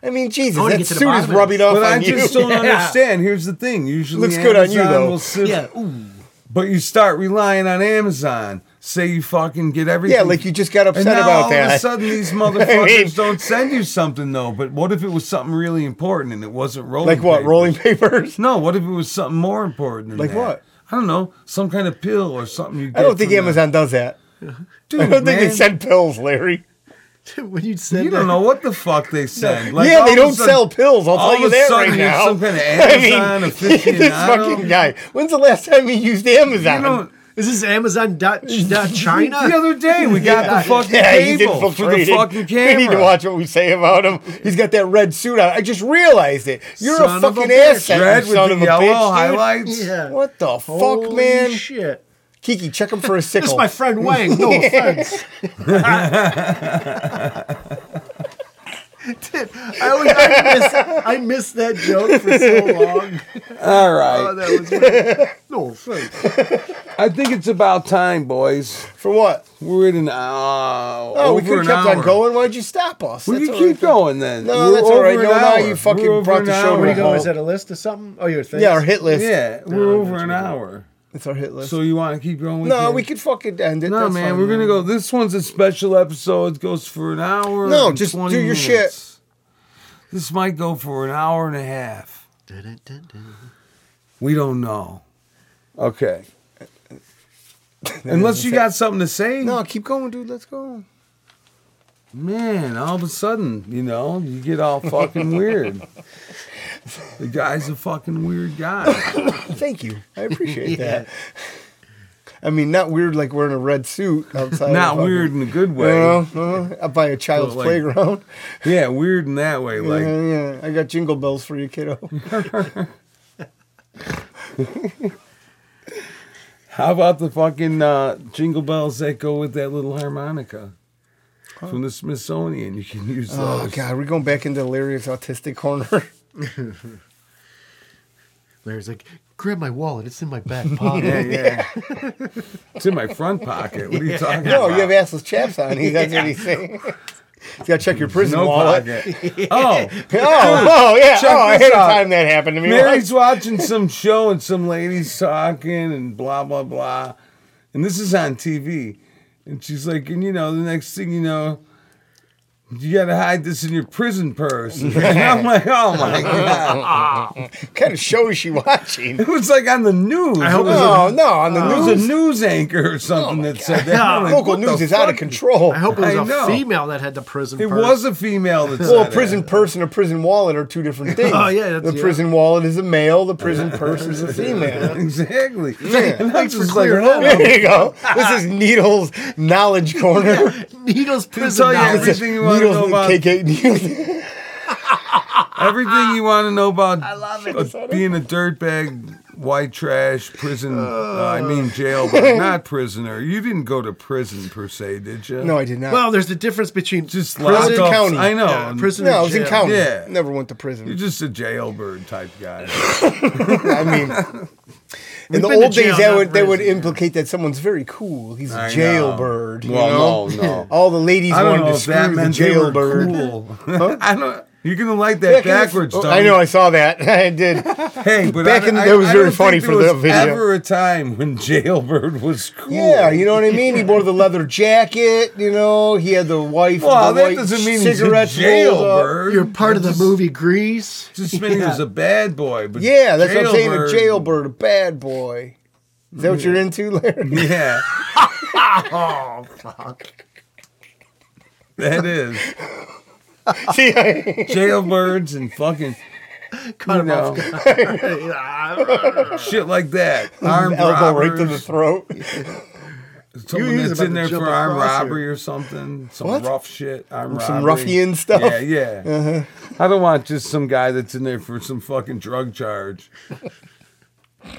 [SPEAKER 3] I mean, Jesus,
[SPEAKER 4] wanna
[SPEAKER 3] that
[SPEAKER 4] get to the
[SPEAKER 3] suit is
[SPEAKER 4] bottom of
[SPEAKER 3] rubbing off
[SPEAKER 2] But
[SPEAKER 3] on
[SPEAKER 2] I
[SPEAKER 3] you.
[SPEAKER 2] just don't understand. Here's the thing. Usually
[SPEAKER 3] Looks good on you,
[SPEAKER 2] Amazon
[SPEAKER 3] though.
[SPEAKER 2] will sift-
[SPEAKER 4] Yeah. Ooh.
[SPEAKER 2] But you start relying on Amazon. Say you fucking get everything.
[SPEAKER 3] Yeah, like you just got upset
[SPEAKER 2] and now
[SPEAKER 3] about
[SPEAKER 2] all of a
[SPEAKER 3] that.
[SPEAKER 2] sudden these motherfuckers
[SPEAKER 3] mean-
[SPEAKER 2] don't send you something though. But what if it was something really important and it wasn't rolling?
[SPEAKER 3] like what?
[SPEAKER 2] papers?
[SPEAKER 3] Rolling papers?
[SPEAKER 2] No. What if it was something more important? Than
[SPEAKER 3] Like
[SPEAKER 2] that?
[SPEAKER 3] what?
[SPEAKER 2] I don't know. Some kind of pill or something. You. Get
[SPEAKER 3] I don't think
[SPEAKER 2] from the-
[SPEAKER 3] Amazon does that.
[SPEAKER 2] Dude,
[SPEAKER 3] I don't think
[SPEAKER 2] man,
[SPEAKER 3] they send pills, Larry.
[SPEAKER 4] when you send
[SPEAKER 2] You don't
[SPEAKER 4] that-
[SPEAKER 2] know what the fuck they send. Like,
[SPEAKER 3] yeah,
[SPEAKER 2] all
[SPEAKER 3] they
[SPEAKER 2] of a
[SPEAKER 3] don't
[SPEAKER 2] sudden-
[SPEAKER 3] sell pills. I'll
[SPEAKER 2] all
[SPEAKER 3] tell
[SPEAKER 2] of
[SPEAKER 3] you
[SPEAKER 2] a
[SPEAKER 3] that
[SPEAKER 2] sudden
[SPEAKER 3] right
[SPEAKER 2] you're
[SPEAKER 3] now.
[SPEAKER 2] some kind of
[SPEAKER 3] I
[SPEAKER 2] Amazon
[SPEAKER 3] mean,
[SPEAKER 2] aficionado.
[SPEAKER 3] this fucking guy. When's the last time you used Amazon?
[SPEAKER 2] You don't.
[SPEAKER 4] Is this Amazon dot, dot China?
[SPEAKER 2] The other day we got
[SPEAKER 4] Yeah.
[SPEAKER 2] the fucking
[SPEAKER 3] Yeah, he's
[SPEAKER 2] cable for the
[SPEAKER 3] infiltrated.
[SPEAKER 2] fucking camera.
[SPEAKER 3] We need to watch what we say about him. He's got that red suit on. I just realized it. You're
[SPEAKER 4] Son
[SPEAKER 3] a
[SPEAKER 4] of a
[SPEAKER 3] fucking
[SPEAKER 4] bitch.
[SPEAKER 3] asset, you
[SPEAKER 2] Red with
[SPEAKER 3] son
[SPEAKER 2] the
[SPEAKER 3] of a
[SPEAKER 2] yellow
[SPEAKER 3] bitch, dude.
[SPEAKER 2] highlights.
[SPEAKER 4] Yeah.
[SPEAKER 3] What the
[SPEAKER 4] Holy
[SPEAKER 3] fuck, man?
[SPEAKER 4] Shit.
[SPEAKER 3] Kiki, check him for a
[SPEAKER 4] This
[SPEAKER 3] sickle.
[SPEAKER 4] is my friend Wang. No offense. Dude, I, always, I, miss, I miss that joke for so long.
[SPEAKER 2] All right.
[SPEAKER 4] Oh, that was weird. no offense.
[SPEAKER 2] I think it's about time, boys.
[SPEAKER 3] for what?
[SPEAKER 2] We're at an hour.
[SPEAKER 3] Oh, we
[SPEAKER 2] over
[SPEAKER 3] could
[SPEAKER 2] an
[SPEAKER 3] have kept on
[SPEAKER 2] hour.
[SPEAKER 3] going. Why'd you stop us?
[SPEAKER 2] We
[SPEAKER 3] That's
[SPEAKER 2] can
[SPEAKER 3] all right.
[SPEAKER 2] keep going then.
[SPEAKER 3] No,
[SPEAKER 2] We're
[SPEAKER 3] that's all
[SPEAKER 2] over
[SPEAKER 3] right.
[SPEAKER 2] an
[SPEAKER 3] No, now
[SPEAKER 2] hour.
[SPEAKER 3] you fucking
[SPEAKER 2] We're over
[SPEAKER 3] brought
[SPEAKER 2] an
[SPEAKER 3] the show
[SPEAKER 2] hour.
[SPEAKER 3] to
[SPEAKER 4] Where
[SPEAKER 3] a
[SPEAKER 4] you going?
[SPEAKER 3] halt.
[SPEAKER 4] Is that a list of something? Oh, your thing?
[SPEAKER 3] Yeah, our hit list.
[SPEAKER 2] Yeah, we're over an hour.
[SPEAKER 3] It's our hit list.
[SPEAKER 2] So you want to keep going?
[SPEAKER 3] no,
[SPEAKER 2] can.
[SPEAKER 3] we could fucking end it.
[SPEAKER 2] No,
[SPEAKER 3] That's
[SPEAKER 2] man,
[SPEAKER 3] fine,
[SPEAKER 2] we're gonna go. This one's a special episode. It goes for an hour.
[SPEAKER 3] No,
[SPEAKER 2] and
[SPEAKER 3] just
[SPEAKER 2] 20
[SPEAKER 3] do your
[SPEAKER 2] minutes.
[SPEAKER 3] shit.
[SPEAKER 2] This might go for an hour and a half. We don't know. Okay. Unless you got something to say.
[SPEAKER 3] No, keep going, dude. Let's go.
[SPEAKER 2] Man, all of a sudden, you know, you get all fucking weird. The guy's a fucking weird guy.
[SPEAKER 3] Thank you. I appreciate that. I mean, not weird like wearing a red suit outside.
[SPEAKER 2] Not
[SPEAKER 3] of a-
[SPEAKER 2] weird in a good way.
[SPEAKER 3] No, no, no, uh, by a child's
[SPEAKER 2] But, like,
[SPEAKER 3] playground.
[SPEAKER 2] Yeah, weird in that way. Like
[SPEAKER 3] yeah, yeah. I got jingle bells for you, kiddo.
[SPEAKER 2] How about the fucking uh, jingle bells that go with that little harmonica from the Smithsonian? You can use those.
[SPEAKER 3] Oh God, we're going back into Larry's autistic corner.
[SPEAKER 4] Larry's like, grab my wallet. It's in my back pocket.
[SPEAKER 2] Yeah, yeah. it's in my front pocket. What are you talking
[SPEAKER 3] no,
[SPEAKER 2] about?
[SPEAKER 3] you have assless chaps on. He, that's what he's saying. you gotta check your prison
[SPEAKER 2] no
[SPEAKER 3] wallet.
[SPEAKER 2] pocket. Oh,
[SPEAKER 3] Oh, oh yeah.
[SPEAKER 2] Check
[SPEAKER 3] oh, I
[SPEAKER 2] this
[SPEAKER 3] had a
[SPEAKER 2] out.
[SPEAKER 3] time that happened to me.
[SPEAKER 2] Mary's watching some show and some ladies talking and blah blah blah, and this is on TV, and she's like, and you know, the next thing you know. You gotta hide this in your prison purse. And I'm like, oh my god!
[SPEAKER 4] Ah.
[SPEAKER 3] what kind of show is she watching? Oh,
[SPEAKER 2] It was like on the news.
[SPEAKER 4] I hope
[SPEAKER 2] It was
[SPEAKER 4] it's-
[SPEAKER 3] No, no, on the
[SPEAKER 2] There was
[SPEAKER 3] news.
[SPEAKER 2] a news anchor or something that said that.
[SPEAKER 4] God.
[SPEAKER 2] I'm like,
[SPEAKER 3] Oh, local
[SPEAKER 2] what the
[SPEAKER 3] news is out of
[SPEAKER 2] fuck?
[SPEAKER 3] control.
[SPEAKER 4] I hope it was
[SPEAKER 2] I
[SPEAKER 4] a
[SPEAKER 2] know.
[SPEAKER 4] female that had the prison.
[SPEAKER 2] It
[SPEAKER 4] purse.
[SPEAKER 2] was a female that said
[SPEAKER 3] Well, a
[SPEAKER 2] it.
[SPEAKER 3] prison purse and a prison wallet are two different things.
[SPEAKER 4] Oh, yeah, that's-
[SPEAKER 3] the
[SPEAKER 4] yeah.
[SPEAKER 3] prison wallet is a male. The prison purse is a female.
[SPEAKER 2] Exactly. And I'm
[SPEAKER 4] Thanks for
[SPEAKER 2] just Oh, like,
[SPEAKER 4] clearing
[SPEAKER 2] hold
[SPEAKER 4] that
[SPEAKER 2] on.
[SPEAKER 3] There you go. This is Needle's knowledge corner.
[SPEAKER 4] Needles
[SPEAKER 2] Just
[SPEAKER 4] prison.
[SPEAKER 2] tell you
[SPEAKER 4] knowledge.
[SPEAKER 2] everything you want to know about.
[SPEAKER 3] KK Needles.
[SPEAKER 2] Everything you want to know about. Uh-uh. I love it. being a dirtbag, white trash, prison. uh, I mean jail, but not prisoner. You didn't go to prison per se, did you?
[SPEAKER 3] No, I did not.
[SPEAKER 4] Well, there's the difference between
[SPEAKER 2] Just
[SPEAKER 4] prison
[SPEAKER 2] locked up-
[SPEAKER 3] county.
[SPEAKER 2] I know.
[SPEAKER 4] Yeah, prison-
[SPEAKER 3] no, I was in
[SPEAKER 4] jail.
[SPEAKER 3] county.
[SPEAKER 2] Yeah.
[SPEAKER 3] Never went to
[SPEAKER 2] You're
[SPEAKER 3] prison.
[SPEAKER 2] just a jailbird type guy.
[SPEAKER 3] I mean, in
[SPEAKER 4] We've
[SPEAKER 3] the
[SPEAKER 4] been to
[SPEAKER 3] old days,
[SPEAKER 4] jail,
[SPEAKER 3] that
[SPEAKER 4] not
[SPEAKER 3] would that would
[SPEAKER 4] prison, yeah.
[SPEAKER 3] implicate that someone's very cool. He's a
[SPEAKER 2] I know.
[SPEAKER 3] jailbird. you know?
[SPEAKER 2] Well, no, no.
[SPEAKER 3] All the ladies
[SPEAKER 2] I don't
[SPEAKER 3] wanted
[SPEAKER 2] know
[SPEAKER 3] to
[SPEAKER 2] if
[SPEAKER 3] screw
[SPEAKER 2] that
[SPEAKER 3] the
[SPEAKER 2] meant they were
[SPEAKER 3] jailbird.
[SPEAKER 2] cool. I don't. You're gonna like that
[SPEAKER 3] Back in the-
[SPEAKER 2] backwards.
[SPEAKER 3] Oh,
[SPEAKER 2] Tony.
[SPEAKER 3] I know. I saw that. I did.
[SPEAKER 2] Hey, but
[SPEAKER 3] Back
[SPEAKER 2] I,
[SPEAKER 3] in the
[SPEAKER 2] I-
[SPEAKER 3] day, it was
[SPEAKER 2] I
[SPEAKER 3] very
[SPEAKER 2] don't think
[SPEAKER 3] funny
[SPEAKER 2] there
[SPEAKER 3] for
[SPEAKER 2] was
[SPEAKER 3] the video.
[SPEAKER 2] Ever a time when Jailbird was cool?
[SPEAKER 3] Yeah, you know what I mean. He wore the leather jacket. You know, he had the wife.
[SPEAKER 2] Well,
[SPEAKER 3] the
[SPEAKER 2] that
[SPEAKER 3] white
[SPEAKER 2] doesn't mean he's a
[SPEAKER 3] cigarette
[SPEAKER 2] jailbird.
[SPEAKER 4] you're part of the movie Grease.
[SPEAKER 2] Just meant he was a bad boy. But
[SPEAKER 3] Yeah, that's what I'm saying. A jailbird, a bad boy. Is that what you're into, Larry?
[SPEAKER 2] Yeah,
[SPEAKER 4] Oh fuck!
[SPEAKER 2] that is
[SPEAKER 3] See, I-
[SPEAKER 2] jailbirds and fucking
[SPEAKER 4] Cut him
[SPEAKER 2] know.
[SPEAKER 4] off. guard.
[SPEAKER 2] shit like that. Armed
[SPEAKER 3] elbow
[SPEAKER 2] robbers.
[SPEAKER 3] right to the throat.
[SPEAKER 2] Someone
[SPEAKER 4] You- he's
[SPEAKER 2] that's
[SPEAKER 4] about
[SPEAKER 2] in
[SPEAKER 4] to
[SPEAKER 2] there
[SPEAKER 4] jump
[SPEAKER 2] for armed
[SPEAKER 4] across here.
[SPEAKER 2] robbery or something. Some
[SPEAKER 3] What?
[SPEAKER 2] rough shit. Armed
[SPEAKER 3] Some
[SPEAKER 2] robbery.
[SPEAKER 3] ruffian stuff? Uh-huh.
[SPEAKER 2] Yeah, yeah. I don't want just some guy that's in there for some fucking drug charge.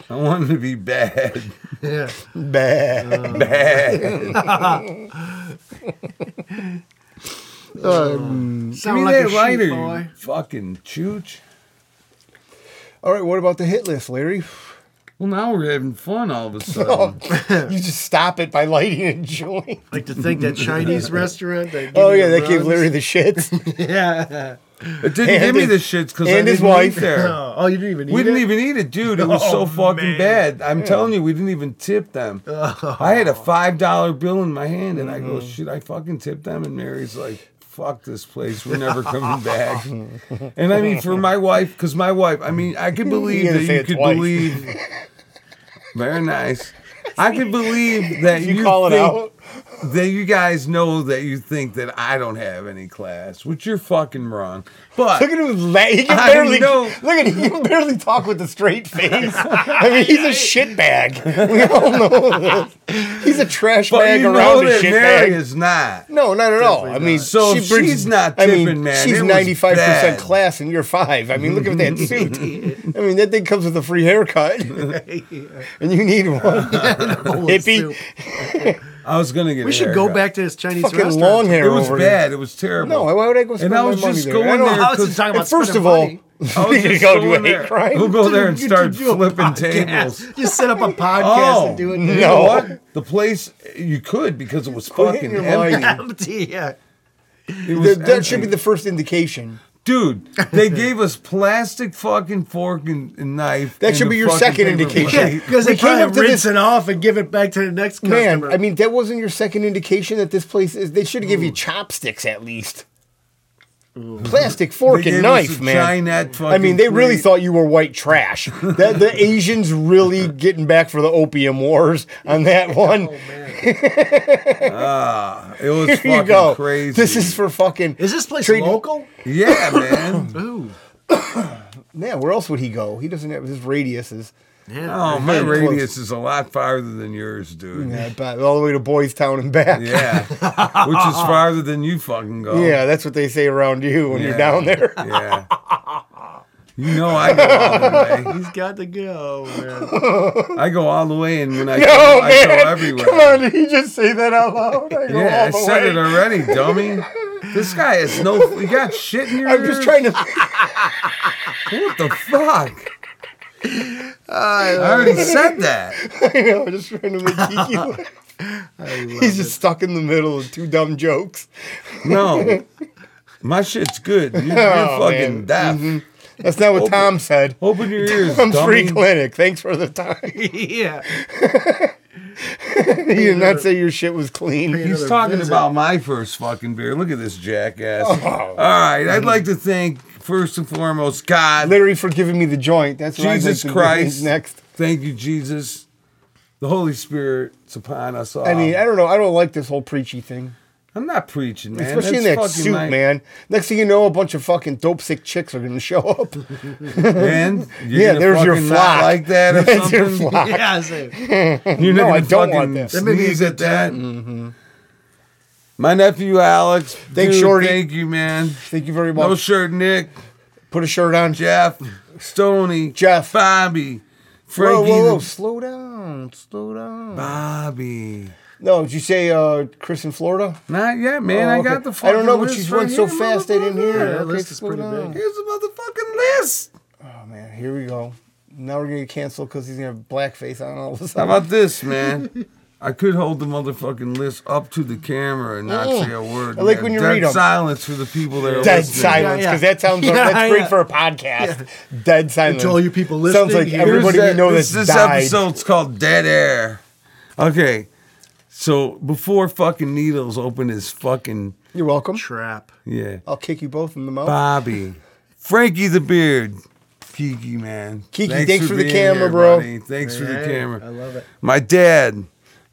[SPEAKER 2] I want him to be bad.
[SPEAKER 4] yeah.
[SPEAKER 3] Bad.
[SPEAKER 2] Bad. Give Uh,
[SPEAKER 4] Sound
[SPEAKER 2] me
[SPEAKER 4] like a
[SPEAKER 2] that lighter,
[SPEAKER 4] sheep
[SPEAKER 2] you
[SPEAKER 4] boy.
[SPEAKER 2] fucking chooch.
[SPEAKER 3] All right, what about the hit list, Larry?
[SPEAKER 2] Well, now we're having fun all of a sudden.
[SPEAKER 3] You just stop it by lighting a joint.
[SPEAKER 4] Like to think that Chinese restaurant. That give
[SPEAKER 3] Oh
[SPEAKER 4] you
[SPEAKER 3] yeah,
[SPEAKER 4] the
[SPEAKER 3] that gave
[SPEAKER 4] runs.
[SPEAKER 3] Larry the shits.
[SPEAKER 4] Yeah.
[SPEAKER 2] It didn't
[SPEAKER 3] And
[SPEAKER 2] give me
[SPEAKER 3] his-
[SPEAKER 2] the shits because I
[SPEAKER 3] and
[SPEAKER 2] didn't
[SPEAKER 3] his
[SPEAKER 2] his
[SPEAKER 3] wife.
[SPEAKER 2] there.
[SPEAKER 4] Oh, oh, you didn't even.
[SPEAKER 2] We
[SPEAKER 4] eat
[SPEAKER 2] didn't
[SPEAKER 4] it?
[SPEAKER 2] even eat it, dude. It was so
[SPEAKER 4] Oh,
[SPEAKER 2] fucking
[SPEAKER 4] man.
[SPEAKER 2] bad. I'm telling you, we didn't even tip them. I had a five dollar bill in my hand, and I go,
[SPEAKER 3] Mm-hmm.
[SPEAKER 2] "Should I fucking tip them?" And Mary's like, "Fuck this place. We're never coming back." and I mean, for my wife, because my wife, I mean, I could believe
[SPEAKER 3] gotta
[SPEAKER 2] that
[SPEAKER 3] say
[SPEAKER 2] you
[SPEAKER 3] it
[SPEAKER 2] could
[SPEAKER 3] twice.
[SPEAKER 2] believe. Very nice. I could believe that
[SPEAKER 3] You
[SPEAKER 2] you,
[SPEAKER 3] call it
[SPEAKER 2] think
[SPEAKER 3] out.
[SPEAKER 2] that you guys know that you think that I don't have any class, which you're fucking wrong. But
[SPEAKER 3] Look at him. La- he can
[SPEAKER 2] I
[SPEAKER 3] barely
[SPEAKER 2] know.
[SPEAKER 3] look at he can barely talk with a straight face. I mean, he's a shitbag. We all know this. He's a trash
[SPEAKER 2] but
[SPEAKER 3] bag
[SPEAKER 2] you know
[SPEAKER 3] around a
[SPEAKER 2] that Mary
[SPEAKER 3] shitbag.
[SPEAKER 2] is not.
[SPEAKER 3] No, not at all. I mean,
[SPEAKER 2] So
[SPEAKER 3] she
[SPEAKER 2] if
[SPEAKER 3] brings,
[SPEAKER 2] she's not tipping, man,
[SPEAKER 3] She's
[SPEAKER 2] it was
[SPEAKER 3] ninety-five
[SPEAKER 2] bad.
[SPEAKER 3] percent class, and you're five. I mean, look at that suit. I mean, that thing comes with a free haircut, and you need one.
[SPEAKER 4] Holy
[SPEAKER 3] Hippie,
[SPEAKER 4] soup.
[SPEAKER 2] I was gonna get.
[SPEAKER 4] Oh, We
[SPEAKER 2] a
[SPEAKER 4] should go
[SPEAKER 2] haircut.
[SPEAKER 4] back to this Chinese
[SPEAKER 3] fucking
[SPEAKER 4] restaurant.
[SPEAKER 3] long
[SPEAKER 2] It
[SPEAKER 3] hair.
[SPEAKER 2] was
[SPEAKER 3] over
[SPEAKER 2] bad. It was terrible.
[SPEAKER 3] No, why would I go spend
[SPEAKER 2] I
[SPEAKER 3] my
[SPEAKER 2] was
[SPEAKER 3] money
[SPEAKER 2] just
[SPEAKER 3] there?
[SPEAKER 2] going
[SPEAKER 3] I don't-
[SPEAKER 2] there
[SPEAKER 4] I was
[SPEAKER 2] 'cause-
[SPEAKER 4] just talking about
[SPEAKER 3] First
[SPEAKER 4] spending
[SPEAKER 3] of all,
[SPEAKER 4] money.
[SPEAKER 2] I was
[SPEAKER 3] You
[SPEAKER 2] just
[SPEAKER 3] go to
[SPEAKER 2] going
[SPEAKER 3] a hate
[SPEAKER 2] there.
[SPEAKER 3] crime?
[SPEAKER 2] We'll go there and
[SPEAKER 4] You
[SPEAKER 2] start
[SPEAKER 4] do a
[SPEAKER 2] flipping
[SPEAKER 4] podcast.
[SPEAKER 2] tables. Oh,
[SPEAKER 4] You set up a podcast and do it.
[SPEAKER 2] you
[SPEAKER 3] No.
[SPEAKER 2] know what? The place you could because it was fucking
[SPEAKER 3] your
[SPEAKER 2] empty.
[SPEAKER 3] lying.
[SPEAKER 4] Empty. Yeah.
[SPEAKER 2] It was
[SPEAKER 3] That, that should be
[SPEAKER 2] empty.
[SPEAKER 3] the first indication.
[SPEAKER 2] dude. They gave us plastic fucking fork and, and knife.
[SPEAKER 3] That
[SPEAKER 2] and
[SPEAKER 3] should
[SPEAKER 2] a
[SPEAKER 3] be your
[SPEAKER 2] fucking
[SPEAKER 3] second
[SPEAKER 2] paper plate.
[SPEAKER 3] indication.
[SPEAKER 4] Yeah, because
[SPEAKER 3] We
[SPEAKER 4] they
[SPEAKER 3] came
[SPEAKER 4] probably
[SPEAKER 3] up to
[SPEAKER 4] rinse
[SPEAKER 3] this-
[SPEAKER 4] it off and give it back to the next
[SPEAKER 3] Man,
[SPEAKER 4] customer.
[SPEAKER 3] I mean, that wasn't your second indication that this place is. They should have given you chopsticks at least. Plastic
[SPEAKER 2] They
[SPEAKER 3] fork
[SPEAKER 2] gave
[SPEAKER 3] and
[SPEAKER 2] us
[SPEAKER 3] knife,
[SPEAKER 2] a
[SPEAKER 3] man.
[SPEAKER 2] Chinette fucking
[SPEAKER 3] I mean, they really
[SPEAKER 2] plate.
[SPEAKER 3] thought you were white trash. that, the Asians really getting back for the opium wars on that one.
[SPEAKER 4] oh man.
[SPEAKER 2] Ah, it was
[SPEAKER 3] Here
[SPEAKER 2] fucking
[SPEAKER 3] you go.
[SPEAKER 2] crazy.
[SPEAKER 3] This is for fucking.
[SPEAKER 4] Is this place
[SPEAKER 3] Trade-
[SPEAKER 4] local?
[SPEAKER 2] yeah, man.
[SPEAKER 4] Ooh.
[SPEAKER 3] Yeah, where else would he go? He doesn't have his radius is
[SPEAKER 4] Yeah.
[SPEAKER 2] Oh, my
[SPEAKER 3] Very close.
[SPEAKER 2] radius is a lot farther than yours, dude.
[SPEAKER 3] yeah, but uh, all the way to Boys Town and back.
[SPEAKER 2] Yeah. Which is farther than you fucking go.
[SPEAKER 3] Yeah, that's what they say around you when
[SPEAKER 2] Yeah.
[SPEAKER 3] you're down there.
[SPEAKER 2] Yeah. You know I go all the way.
[SPEAKER 4] He's got to go, man.
[SPEAKER 2] I go all the way, and when I,
[SPEAKER 3] Oh
[SPEAKER 2] go, I
[SPEAKER 3] man!
[SPEAKER 2] go everywhere.
[SPEAKER 3] Come on, did he just say that out loud? I go
[SPEAKER 2] Yeah, I
[SPEAKER 3] all the
[SPEAKER 2] said
[SPEAKER 3] way.
[SPEAKER 2] it already, dummy. This guy has no. You got shit in your.
[SPEAKER 3] I'm just trying to.
[SPEAKER 2] What the fuck? I already said that.
[SPEAKER 3] I know, I'm just trying to make Kiki laugh. He's just stuck in the middle of two dumb jokes.
[SPEAKER 2] No, my shit's good. You're, you're
[SPEAKER 3] Oh,
[SPEAKER 2] fucking
[SPEAKER 3] man.
[SPEAKER 2] deaf.
[SPEAKER 3] That's not what
[SPEAKER 2] Open-
[SPEAKER 3] Tom said.
[SPEAKER 2] Open your ears,
[SPEAKER 3] Tom's free
[SPEAKER 2] dummy.
[SPEAKER 3] clinic. Thanks for the time.
[SPEAKER 4] yeah.
[SPEAKER 3] he did not say your shit was clean.
[SPEAKER 2] He's
[SPEAKER 4] another
[SPEAKER 2] talking
[SPEAKER 4] visit.
[SPEAKER 2] about my first fucking beer. Look at this jackass.
[SPEAKER 3] Oh.
[SPEAKER 2] All right, I'd like to thank first and foremost God.
[SPEAKER 3] Larry for giving me the joint. That's what I'd
[SPEAKER 2] Jesus
[SPEAKER 3] like to do
[SPEAKER 2] Christ.
[SPEAKER 3] Next.
[SPEAKER 2] Thank you, Jesus. The Holy Spirit's upon us all.
[SPEAKER 3] I mean, I don't know. I don't like this whole preachy thing,
[SPEAKER 2] I'm not preaching, man.
[SPEAKER 3] especially
[SPEAKER 2] That's
[SPEAKER 3] in that
[SPEAKER 2] fucking
[SPEAKER 3] suit,
[SPEAKER 2] my-
[SPEAKER 3] man. Next thing you know, a bunch of fucking dope sick chicks are gonna show up.
[SPEAKER 2] And you're
[SPEAKER 3] Yeah,
[SPEAKER 2] gonna
[SPEAKER 3] there's your
[SPEAKER 2] fucking not
[SPEAKER 3] flock.
[SPEAKER 2] Like that or
[SPEAKER 3] That's your
[SPEAKER 2] something?
[SPEAKER 3] flock.
[SPEAKER 4] Yeah. I say.
[SPEAKER 2] You're
[SPEAKER 3] No,
[SPEAKER 2] not
[SPEAKER 3] I
[SPEAKER 2] gonna
[SPEAKER 3] don't want
[SPEAKER 2] fucking
[SPEAKER 3] that.
[SPEAKER 4] That may be a
[SPEAKER 2] Sneeze
[SPEAKER 4] good
[SPEAKER 2] at that. My nephew Alex. Thank
[SPEAKER 3] Thanks, Shorty.
[SPEAKER 2] Thank you, man.
[SPEAKER 3] Thank you very much.
[SPEAKER 2] No shirt, Nick,
[SPEAKER 3] Put a shirt on.
[SPEAKER 2] Jeff, Stoney,
[SPEAKER 3] Jeff.
[SPEAKER 2] Bobby,
[SPEAKER 3] Whoa,
[SPEAKER 2] Frankie,
[SPEAKER 3] whoa, whoa! Slow down, slow down.
[SPEAKER 2] Bobby.
[SPEAKER 3] No, did you say uh, Chris in Florida?
[SPEAKER 2] Not yet, man.
[SPEAKER 3] Oh,
[SPEAKER 2] I
[SPEAKER 3] okay.
[SPEAKER 2] got the
[SPEAKER 3] I
[SPEAKER 2] fucking
[SPEAKER 3] don't know, but
[SPEAKER 2] list
[SPEAKER 3] she's
[SPEAKER 2] right
[SPEAKER 3] went so
[SPEAKER 2] here,
[SPEAKER 3] fast I didn't hear.
[SPEAKER 2] motherfucker.
[SPEAKER 4] Yeah, that
[SPEAKER 3] Okay,
[SPEAKER 4] list is
[SPEAKER 3] slow
[SPEAKER 4] pretty
[SPEAKER 3] down.
[SPEAKER 4] big.
[SPEAKER 2] Here's the motherfucking list.
[SPEAKER 3] Oh man, here we go. Now we're gonna cancel because he's gonna have blackface on all of a
[SPEAKER 2] How
[SPEAKER 3] sudden.
[SPEAKER 2] about this, man? I could hold the motherfucking list up to the camera and not say a word.
[SPEAKER 3] I like
[SPEAKER 2] man.
[SPEAKER 3] when you
[SPEAKER 2] Dead
[SPEAKER 3] read 'em.
[SPEAKER 2] silence for the people that are
[SPEAKER 3] Dead
[SPEAKER 2] listening.
[SPEAKER 3] silence,
[SPEAKER 4] Yeah,
[SPEAKER 3] because
[SPEAKER 4] yeah.
[SPEAKER 3] that sounds
[SPEAKER 4] Yeah,
[SPEAKER 3] that's great
[SPEAKER 4] yeah.
[SPEAKER 3] for a podcast. Dead silence.
[SPEAKER 4] all you people
[SPEAKER 3] Sounds
[SPEAKER 4] listening
[SPEAKER 3] like
[SPEAKER 4] here.
[SPEAKER 2] Here's
[SPEAKER 3] everybody we
[SPEAKER 2] that-
[SPEAKER 3] know
[SPEAKER 2] this,
[SPEAKER 3] that's
[SPEAKER 2] this
[SPEAKER 3] died.
[SPEAKER 2] episode's called Dead Air. Okay, so before fucking Needles opened his fucking
[SPEAKER 3] You're welcome.
[SPEAKER 4] Trap.
[SPEAKER 2] yeah,
[SPEAKER 3] I'll kick you both in the mouth.
[SPEAKER 2] Bobby, Frankie the Beard, Kiki man,
[SPEAKER 3] Kiki, thanks for the
[SPEAKER 2] being
[SPEAKER 3] camera,
[SPEAKER 2] here,
[SPEAKER 3] bro.
[SPEAKER 2] buddy. Thanks for the
[SPEAKER 4] Yeah, I
[SPEAKER 2] camera.
[SPEAKER 4] love it.
[SPEAKER 2] My dad,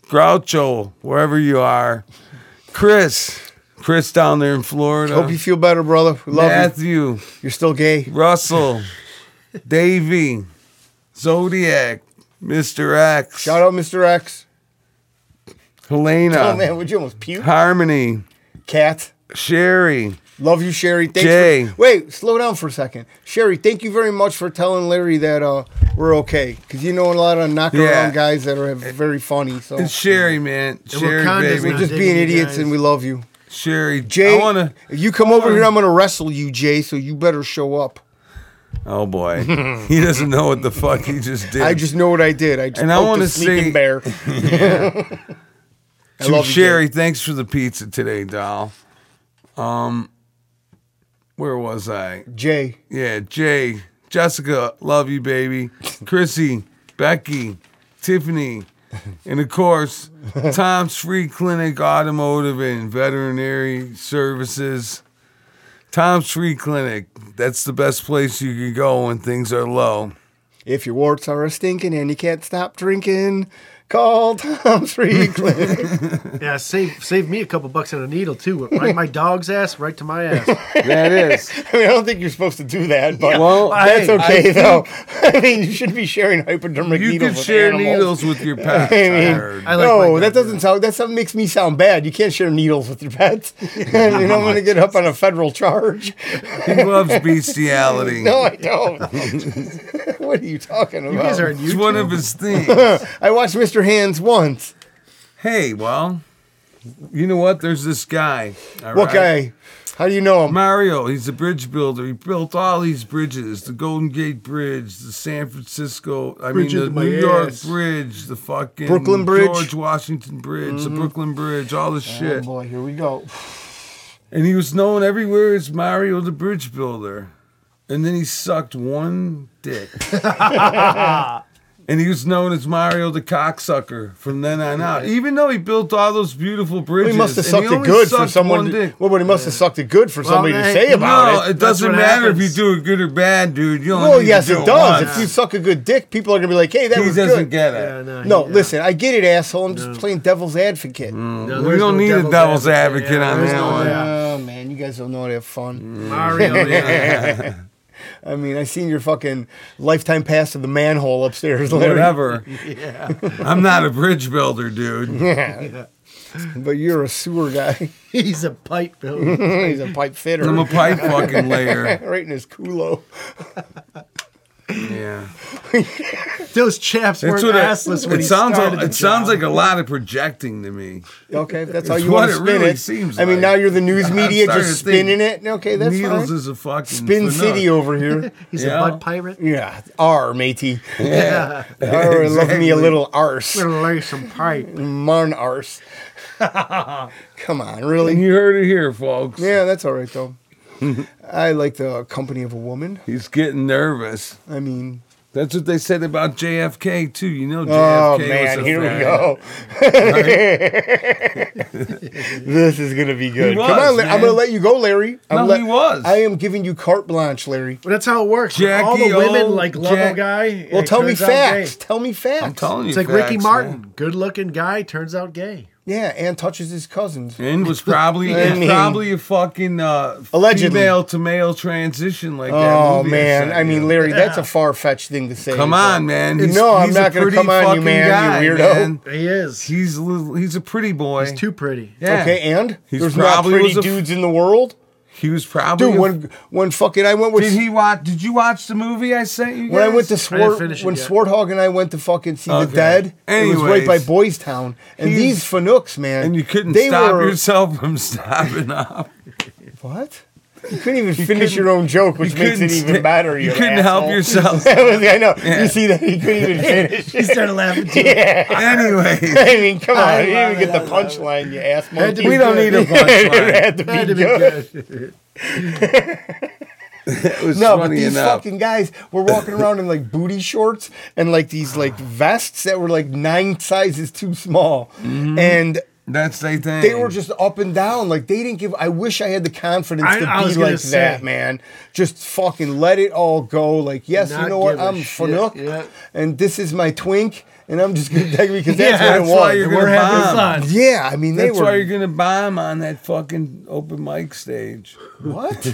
[SPEAKER 2] Groucho, wherever you are, Chris, Chris down there in Florida.
[SPEAKER 3] Hope you feel better, brother. We love
[SPEAKER 2] Matthew,
[SPEAKER 3] you. You're still gay.
[SPEAKER 2] Russell, Davey, Zodiac, Mr. X.
[SPEAKER 3] Shout out, Mr. X.
[SPEAKER 2] Helena,
[SPEAKER 3] Oh man, would you almost puke?
[SPEAKER 2] Harmony,
[SPEAKER 3] Cat.
[SPEAKER 2] Sherry.
[SPEAKER 3] Love you, Sherry. Thanks
[SPEAKER 2] Jay.
[SPEAKER 3] For, wait, slow down for a second. Sherry, thank you very much for telling Larry that uh, we're okay. Because you know a lot of knockaround
[SPEAKER 2] Yeah.
[SPEAKER 3] guys that are very funny. So
[SPEAKER 2] It's Sherry, man. Sherry,
[SPEAKER 4] Wakanda's
[SPEAKER 2] baby.
[SPEAKER 4] not-
[SPEAKER 3] just
[SPEAKER 4] digging
[SPEAKER 3] being
[SPEAKER 4] you
[SPEAKER 3] idiots
[SPEAKER 4] guys.
[SPEAKER 3] and we love you.
[SPEAKER 2] Sherry.
[SPEAKER 3] Jay,
[SPEAKER 2] I wanna.
[SPEAKER 3] if you come over here, I'm going to wrestle you, Jay, so you better show up.
[SPEAKER 2] Oh boy, he doesn't know what the fuck he just did.
[SPEAKER 3] I just know what I did. I just
[SPEAKER 2] And I
[SPEAKER 3] poked a
[SPEAKER 2] wanna
[SPEAKER 3] sleeping
[SPEAKER 2] see-
[SPEAKER 3] bear. I
[SPEAKER 2] To
[SPEAKER 3] love you,
[SPEAKER 2] Sherry, thanks for the pizza today, doll. Um, where was I?
[SPEAKER 3] Jay.
[SPEAKER 2] Yeah, Jay, Jessica, love you, baby. Chrissy, Becky, Tiffany, and of course, Tom's Free Clinic Automotive and Veterinary Services. Tom's Free Clinic, that's the best place you can go when things are low.
[SPEAKER 3] If your warts are a stinking and you can't stop drinking, call Tom's Free Clinic.
[SPEAKER 4] Yeah, save save me a couple bucks on a needle too. Right my dog's ass, right to my ass.
[SPEAKER 2] That is.
[SPEAKER 3] I mean, I don't think you're supposed to do that, but
[SPEAKER 2] Well,
[SPEAKER 3] that's
[SPEAKER 2] I-
[SPEAKER 3] okay though. I mean, you shouldn't be sharing hypodermic
[SPEAKER 2] You
[SPEAKER 3] needles
[SPEAKER 2] can
[SPEAKER 3] with
[SPEAKER 2] share
[SPEAKER 3] animals.
[SPEAKER 2] needles with your pets. I
[SPEAKER 3] mean,
[SPEAKER 2] heard.
[SPEAKER 4] I like my
[SPEAKER 3] no,
[SPEAKER 4] dog,
[SPEAKER 3] that doesn't
[SPEAKER 4] yeah.
[SPEAKER 3] sound. That something makes me sound bad. You can't share needles with your pets. I mean, I'm going to get up on a federal charge.
[SPEAKER 2] He loves bestiality.
[SPEAKER 3] No, I don't. what are you talking about?
[SPEAKER 4] You guys are on
[SPEAKER 2] it's
[SPEAKER 4] YouTube.
[SPEAKER 2] one of his things.
[SPEAKER 3] I watched Mr. Hands once.
[SPEAKER 2] hey, well, you know what? There's this guy. all
[SPEAKER 3] What
[SPEAKER 2] right?
[SPEAKER 3] guy? How do you know him?
[SPEAKER 2] Mario, he's a bridge builder. He built all these bridges: the Golden Gate Bridge, the San Francisco, I
[SPEAKER 4] Bridge
[SPEAKER 2] mean,
[SPEAKER 4] into
[SPEAKER 2] the
[SPEAKER 4] my
[SPEAKER 2] New York
[SPEAKER 4] ass.
[SPEAKER 2] Bridge, the fucking
[SPEAKER 3] Brooklyn Bridge. Mm-hmm.
[SPEAKER 2] George Washington Bridge, the Brooklyn Bridge, all this
[SPEAKER 3] Oh
[SPEAKER 2] shit.
[SPEAKER 3] boy, here we go.
[SPEAKER 2] And he was known everywhere as Mario the Bridge Builder. And then he sucked one dick. and he was known as Mario the Cocksucker from then on out. Even though he built all those beautiful bridges,
[SPEAKER 3] He must have
[SPEAKER 2] and
[SPEAKER 3] sucked it
[SPEAKER 2] only
[SPEAKER 3] good for
[SPEAKER 2] sucked
[SPEAKER 3] someone.
[SPEAKER 2] one
[SPEAKER 3] To,
[SPEAKER 2] dick.
[SPEAKER 3] well, but he must have sucked it good for somebody to
[SPEAKER 4] that-
[SPEAKER 3] say about
[SPEAKER 2] No,
[SPEAKER 3] it.
[SPEAKER 2] it doesn't
[SPEAKER 4] what
[SPEAKER 2] matter if you
[SPEAKER 4] happens.
[SPEAKER 2] do it good or bad, dude. You only
[SPEAKER 3] Well,
[SPEAKER 2] need
[SPEAKER 3] yes,
[SPEAKER 2] to do
[SPEAKER 3] it does.
[SPEAKER 2] once.
[SPEAKER 3] If you suck a good dick, people are gonna be like, "Hey, that
[SPEAKER 2] he
[SPEAKER 3] was
[SPEAKER 2] doesn't
[SPEAKER 3] good."
[SPEAKER 2] get it.
[SPEAKER 4] Yeah, no,
[SPEAKER 3] no,
[SPEAKER 4] yeah.
[SPEAKER 3] listen, I get it, asshole. I'm just playing devil's advocate.
[SPEAKER 4] uh, No,
[SPEAKER 2] We
[SPEAKER 4] there's
[SPEAKER 2] don't
[SPEAKER 4] no
[SPEAKER 2] need a devil's advocate
[SPEAKER 4] Yeah,
[SPEAKER 2] on
[SPEAKER 4] there's
[SPEAKER 2] that
[SPEAKER 4] no-
[SPEAKER 2] one.
[SPEAKER 4] yeah.
[SPEAKER 2] Mm.
[SPEAKER 3] Oh man, you guys don't know how to have fun.
[SPEAKER 4] Mario, yeah.
[SPEAKER 3] I mean, I seen your fucking lifetime pass to the manhole upstairs, Larry.
[SPEAKER 2] Whatever. I'm not a bridge builder, dude.
[SPEAKER 3] But you're a sewer guy.
[SPEAKER 4] He's a pipe builder.
[SPEAKER 3] He's a pipe fitter.
[SPEAKER 2] I'm a pipe fucking layer.
[SPEAKER 3] right in his culo.
[SPEAKER 2] Yeah.
[SPEAKER 4] Those chaps
[SPEAKER 2] That's
[SPEAKER 4] weren't
[SPEAKER 2] what I-
[SPEAKER 4] assless when
[SPEAKER 2] it
[SPEAKER 4] he
[SPEAKER 2] sounds.
[SPEAKER 4] started the
[SPEAKER 2] it sounds
[SPEAKER 4] job.
[SPEAKER 2] like a lot of projecting to me.
[SPEAKER 3] Okay, if that's how
[SPEAKER 2] It's
[SPEAKER 3] you
[SPEAKER 2] what
[SPEAKER 3] want to
[SPEAKER 2] it
[SPEAKER 3] spin
[SPEAKER 2] really
[SPEAKER 3] it.
[SPEAKER 2] seems
[SPEAKER 3] I mean,
[SPEAKER 2] like.
[SPEAKER 3] now you're the news
[SPEAKER 2] I'm
[SPEAKER 3] media
[SPEAKER 2] starting
[SPEAKER 3] just
[SPEAKER 2] to think
[SPEAKER 3] spinning it. Okay, that's
[SPEAKER 2] Needles
[SPEAKER 3] fine.
[SPEAKER 2] is a fucking
[SPEAKER 3] Spin
[SPEAKER 2] finesse.
[SPEAKER 3] City over here.
[SPEAKER 4] He's
[SPEAKER 2] Yeah.
[SPEAKER 4] a mud pirate.
[SPEAKER 3] Yeah, R matey.
[SPEAKER 4] Yeah.
[SPEAKER 3] R, love me a little arse,
[SPEAKER 4] We're gonna lay some pipe.
[SPEAKER 3] marn arse. Come on, really?
[SPEAKER 2] And you heard it here, folks.
[SPEAKER 3] Yeah, that's all right though. I like the company of a woman.
[SPEAKER 2] He's getting nervous.
[SPEAKER 3] I mean,
[SPEAKER 2] That's what they said about JFK too. You know, JFK
[SPEAKER 3] oh
[SPEAKER 2] was a
[SPEAKER 3] man, here we
[SPEAKER 2] fag.
[SPEAKER 3] go. this is gonna be good.
[SPEAKER 2] was,
[SPEAKER 3] Come on, La-
[SPEAKER 2] man.
[SPEAKER 3] I'm gonna let you go, Larry. I'm
[SPEAKER 2] No,
[SPEAKER 3] let-
[SPEAKER 2] he was.
[SPEAKER 3] I am giving you carte blanche, Larry.
[SPEAKER 4] But that's how it works.
[SPEAKER 2] Jackie
[SPEAKER 4] All the women
[SPEAKER 2] O,
[SPEAKER 4] like love
[SPEAKER 2] Jack-
[SPEAKER 4] a guy. and
[SPEAKER 3] Well,
[SPEAKER 4] it
[SPEAKER 3] tell me
[SPEAKER 4] turns out gay.
[SPEAKER 3] facts. Tell me facts.
[SPEAKER 2] I'm telling you,
[SPEAKER 4] It's like
[SPEAKER 2] facts,
[SPEAKER 4] Ricky Martin,
[SPEAKER 2] man.
[SPEAKER 4] good-looking guy, turns out gay.
[SPEAKER 3] Yeah, and touches his cousins.
[SPEAKER 2] And was probably
[SPEAKER 3] I
[SPEAKER 2] it's
[SPEAKER 3] mean-
[SPEAKER 2] probably a fucking uh,
[SPEAKER 3] Allegedly.
[SPEAKER 2] female to male transition like that.
[SPEAKER 3] Oh
[SPEAKER 2] movie I
[SPEAKER 3] man,
[SPEAKER 2] sent
[SPEAKER 3] I mean,
[SPEAKER 2] you.
[SPEAKER 3] Larry, that's a far fetched thing to say.
[SPEAKER 2] come
[SPEAKER 3] but-
[SPEAKER 2] on, man. He's,
[SPEAKER 3] no, I'm
[SPEAKER 2] he's
[SPEAKER 3] not
[SPEAKER 2] a
[SPEAKER 3] gonna
[SPEAKER 2] pretty
[SPEAKER 3] come on you,
[SPEAKER 2] fucking
[SPEAKER 3] man.
[SPEAKER 2] Guy,
[SPEAKER 3] You weirdo.
[SPEAKER 2] man.
[SPEAKER 4] He is.
[SPEAKER 2] He's a little, he's a pretty boy.
[SPEAKER 4] He's too pretty.
[SPEAKER 2] Yeah.
[SPEAKER 3] Okay, and
[SPEAKER 2] He's
[SPEAKER 3] there's not
[SPEAKER 2] probably
[SPEAKER 3] pretty
[SPEAKER 2] was a f-
[SPEAKER 3] dudes in the world,
[SPEAKER 2] He was probably
[SPEAKER 3] dude.
[SPEAKER 2] a-
[SPEAKER 3] When when fucking I went with
[SPEAKER 2] did he watch? Did you watch the movie I sent you?
[SPEAKER 3] when I
[SPEAKER 2] guys?
[SPEAKER 3] went to
[SPEAKER 4] didn't
[SPEAKER 3] Swart when
[SPEAKER 4] finish it yet.
[SPEAKER 3] Swarthog and I went to fucking see the
[SPEAKER 2] Okay.
[SPEAKER 3] dead. it was right by
[SPEAKER 2] Anyways.
[SPEAKER 3] Boys Town, and
[SPEAKER 2] He's-
[SPEAKER 3] these Fanooks, man,
[SPEAKER 2] and you couldn't
[SPEAKER 3] they
[SPEAKER 2] stop
[SPEAKER 3] were,
[SPEAKER 2] yourself from stopping up.
[SPEAKER 3] What? You couldn't even finish your own joke, which makes
[SPEAKER 2] couldn't
[SPEAKER 3] it even
[SPEAKER 2] sta-
[SPEAKER 3] better.
[SPEAKER 2] You
[SPEAKER 3] You,
[SPEAKER 2] couldn't help
[SPEAKER 3] asshole.
[SPEAKER 2] yourself.
[SPEAKER 3] I know. You see that he couldn't even finish.
[SPEAKER 4] He started laughing too.
[SPEAKER 2] anyway,
[SPEAKER 3] I mean, come on,
[SPEAKER 4] I
[SPEAKER 3] you didn't
[SPEAKER 4] love it,
[SPEAKER 3] even get the
[SPEAKER 4] I love it.
[SPEAKER 3] punchline, you ass
[SPEAKER 4] Had to
[SPEAKER 3] monkey.
[SPEAKER 4] be
[SPEAKER 2] we don't
[SPEAKER 4] good.
[SPEAKER 2] need a
[SPEAKER 3] It
[SPEAKER 2] punchline.
[SPEAKER 3] had to be
[SPEAKER 4] Had to be
[SPEAKER 3] good.
[SPEAKER 4] good.
[SPEAKER 2] It was
[SPEAKER 3] No, but
[SPEAKER 2] funny
[SPEAKER 3] these
[SPEAKER 2] enough.
[SPEAKER 3] fucking guys were walking around in like booty shorts and like these like vests that were like nine sizes too small, and
[SPEAKER 2] That's they thing.
[SPEAKER 3] they were just up and down. Like they didn't give. I wish I had the confidence
[SPEAKER 4] I-
[SPEAKER 3] to
[SPEAKER 4] I was
[SPEAKER 3] be
[SPEAKER 4] gonna
[SPEAKER 3] like
[SPEAKER 4] say.
[SPEAKER 3] that, man. Just fucking let it all go. Like yes, you
[SPEAKER 4] Not
[SPEAKER 3] know what?
[SPEAKER 4] give a
[SPEAKER 3] I'm
[SPEAKER 4] shit,
[SPEAKER 3] Fanuc,
[SPEAKER 4] yeah.
[SPEAKER 3] and this is my twink, and I'm just gonna take it because
[SPEAKER 2] Yeah,
[SPEAKER 3] that's
[SPEAKER 2] that's
[SPEAKER 3] what it
[SPEAKER 2] why
[SPEAKER 3] was.
[SPEAKER 2] you're
[SPEAKER 4] We're
[SPEAKER 2] gonna
[SPEAKER 4] having
[SPEAKER 2] bomb.
[SPEAKER 4] fun.
[SPEAKER 3] yeah, I mean they
[SPEAKER 2] That's
[SPEAKER 3] were.
[SPEAKER 2] why you're gonna buy him on that fucking open mic stage.
[SPEAKER 3] What?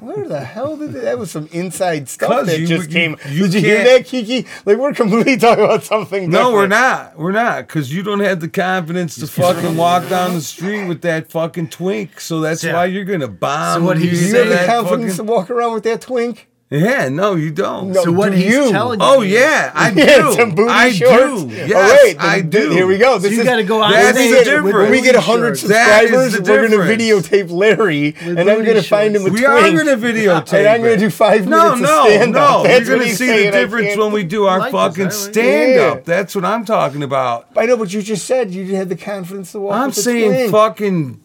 [SPEAKER 3] Where the hell did they, that was some inside stuff
[SPEAKER 2] 'Cause
[SPEAKER 3] that
[SPEAKER 2] you-
[SPEAKER 3] just
[SPEAKER 2] you-
[SPEAKER 3] came?
[SPEAKER 2] you
[SPEAKER 3] did you hear
[SPEAKER 2] can't-
[SPEAKER 3] that, Kiki? Like we're completely talking about something.
[SPEAKER 2] No, we're
[SPEAKER 3] different.
[SPEAKER 2] not. We're not, because you don't have the confidence to fucking walk down the street with that fucking twink. So that's
[SPEAKER 4] Yeah.
[SPEAKER 2] why you're gonna bomb.
[SPEAKER 4] So what he's
[SPEAKER 2] you
[SPEAKER 3] Do you
[SPEAKER 2] for
[SPEAKER 3] have
[SPEAKER 4] saying-
[SPEAKER 3] the
[SPEAKER 2] that
[SPEAKER 3] confidence
[SPEAKER 2] fucking-
[SPEAKER 3] to walk around with that twink?
[SPEAKER 2] Yeah, no, you don't.
[SPEAKER 3] No.
[SPEAKER 4] So what
[SPEAKER 3] Do
[SPEAKER 4] he's
[SPEAKER 3] you?
[SPEAKER 4] telling you?
[SPEAKER 2] Oh
[SPEAKER 4] is-
[SPEAKER 2] yeah, I do.
[SPEAKER 3] Yeah, some booty
[SPEAKER 2] I
[SPEAKER 3] shorts.
[SPEAKER 2] do.
[SPEAKER 3] All
[SPEAKER 2] Yes,
[SPEAKER 3] right, then
[SPEAKER 2] I
[SPEAKER 3] th-
[SPEAKER 2] do.
[SPEAKER 3] Here we go. This
[SPEAKER 4] you
[SPEAKER 3] is
[SPEAKER 4] gotta go out
[SPEAKER 2] That's
[SPEAKER 3] when
[SPEAKER 4] there
[SPEAKER 3] we
[SPEAKER 2] the
[SPEAKER 3] get,
[SPEAKER 2] difference.
[SPEAKER 3] When we get 100
[SPEAKER 4] hundreds.
[SPEAKER 2] That is the
[SPEAKER 3] subscribers, we're going to
[SPEAKER 2] difference.
[SPEAKER 3] videotape Larry, and
[SPEAKER 4] With
[SPEAKER 3] I'm
[SPEAKER 4] booty
[SPEAKER 3] going to find him
[SPEAKER 4] shorts.
[SPEAKER 3] a
[SPEAKER 2] We
[SPEAKER 3] twink.
[SPEAKER 2] are going to videotape.
[SPEAKER 3] and I'm going
[SPEAKER 2] it.
[SPEAKER 3] to do five
[SPEAKER 2] No,
[SPEAKER 3] minutes
[SPEAKER 2] no,
[SPEAKER 3] of stand
[SPEAKER 2] no.
[SPEAKER 3] up. That's
[SPEAKER 2] You're
[SPEAKER 3] what
[SPEAKER 2] going to
[SPEAKER 3] he's
[SPEAKER 2] see
[SPEAKER 3] saying.
[SPEAKER 2] the
[SPEAKER 3] I
[SPEAKER 2] difference
[SPEAKER 3] can't-
[SPEAKER 2] when we do our
[SPEAKER 4] Like this,
[SPEAKER 2] fucking
[SPEAKER 4] I like it.
[SPEAKER 2] stand
[SPEAKER 3] Yeah.
[SPEAKER 2] up. That's what I'm talking about.
[SPEAKER 3] I know, but you just said you didn't have the confidence to walk.
[SPEAKER 2] I'm
[SPEAKER 3] with the
[SPEAKER 2] saying
[SPEAKER 3] twink.
[SPEAKER 2] fucking,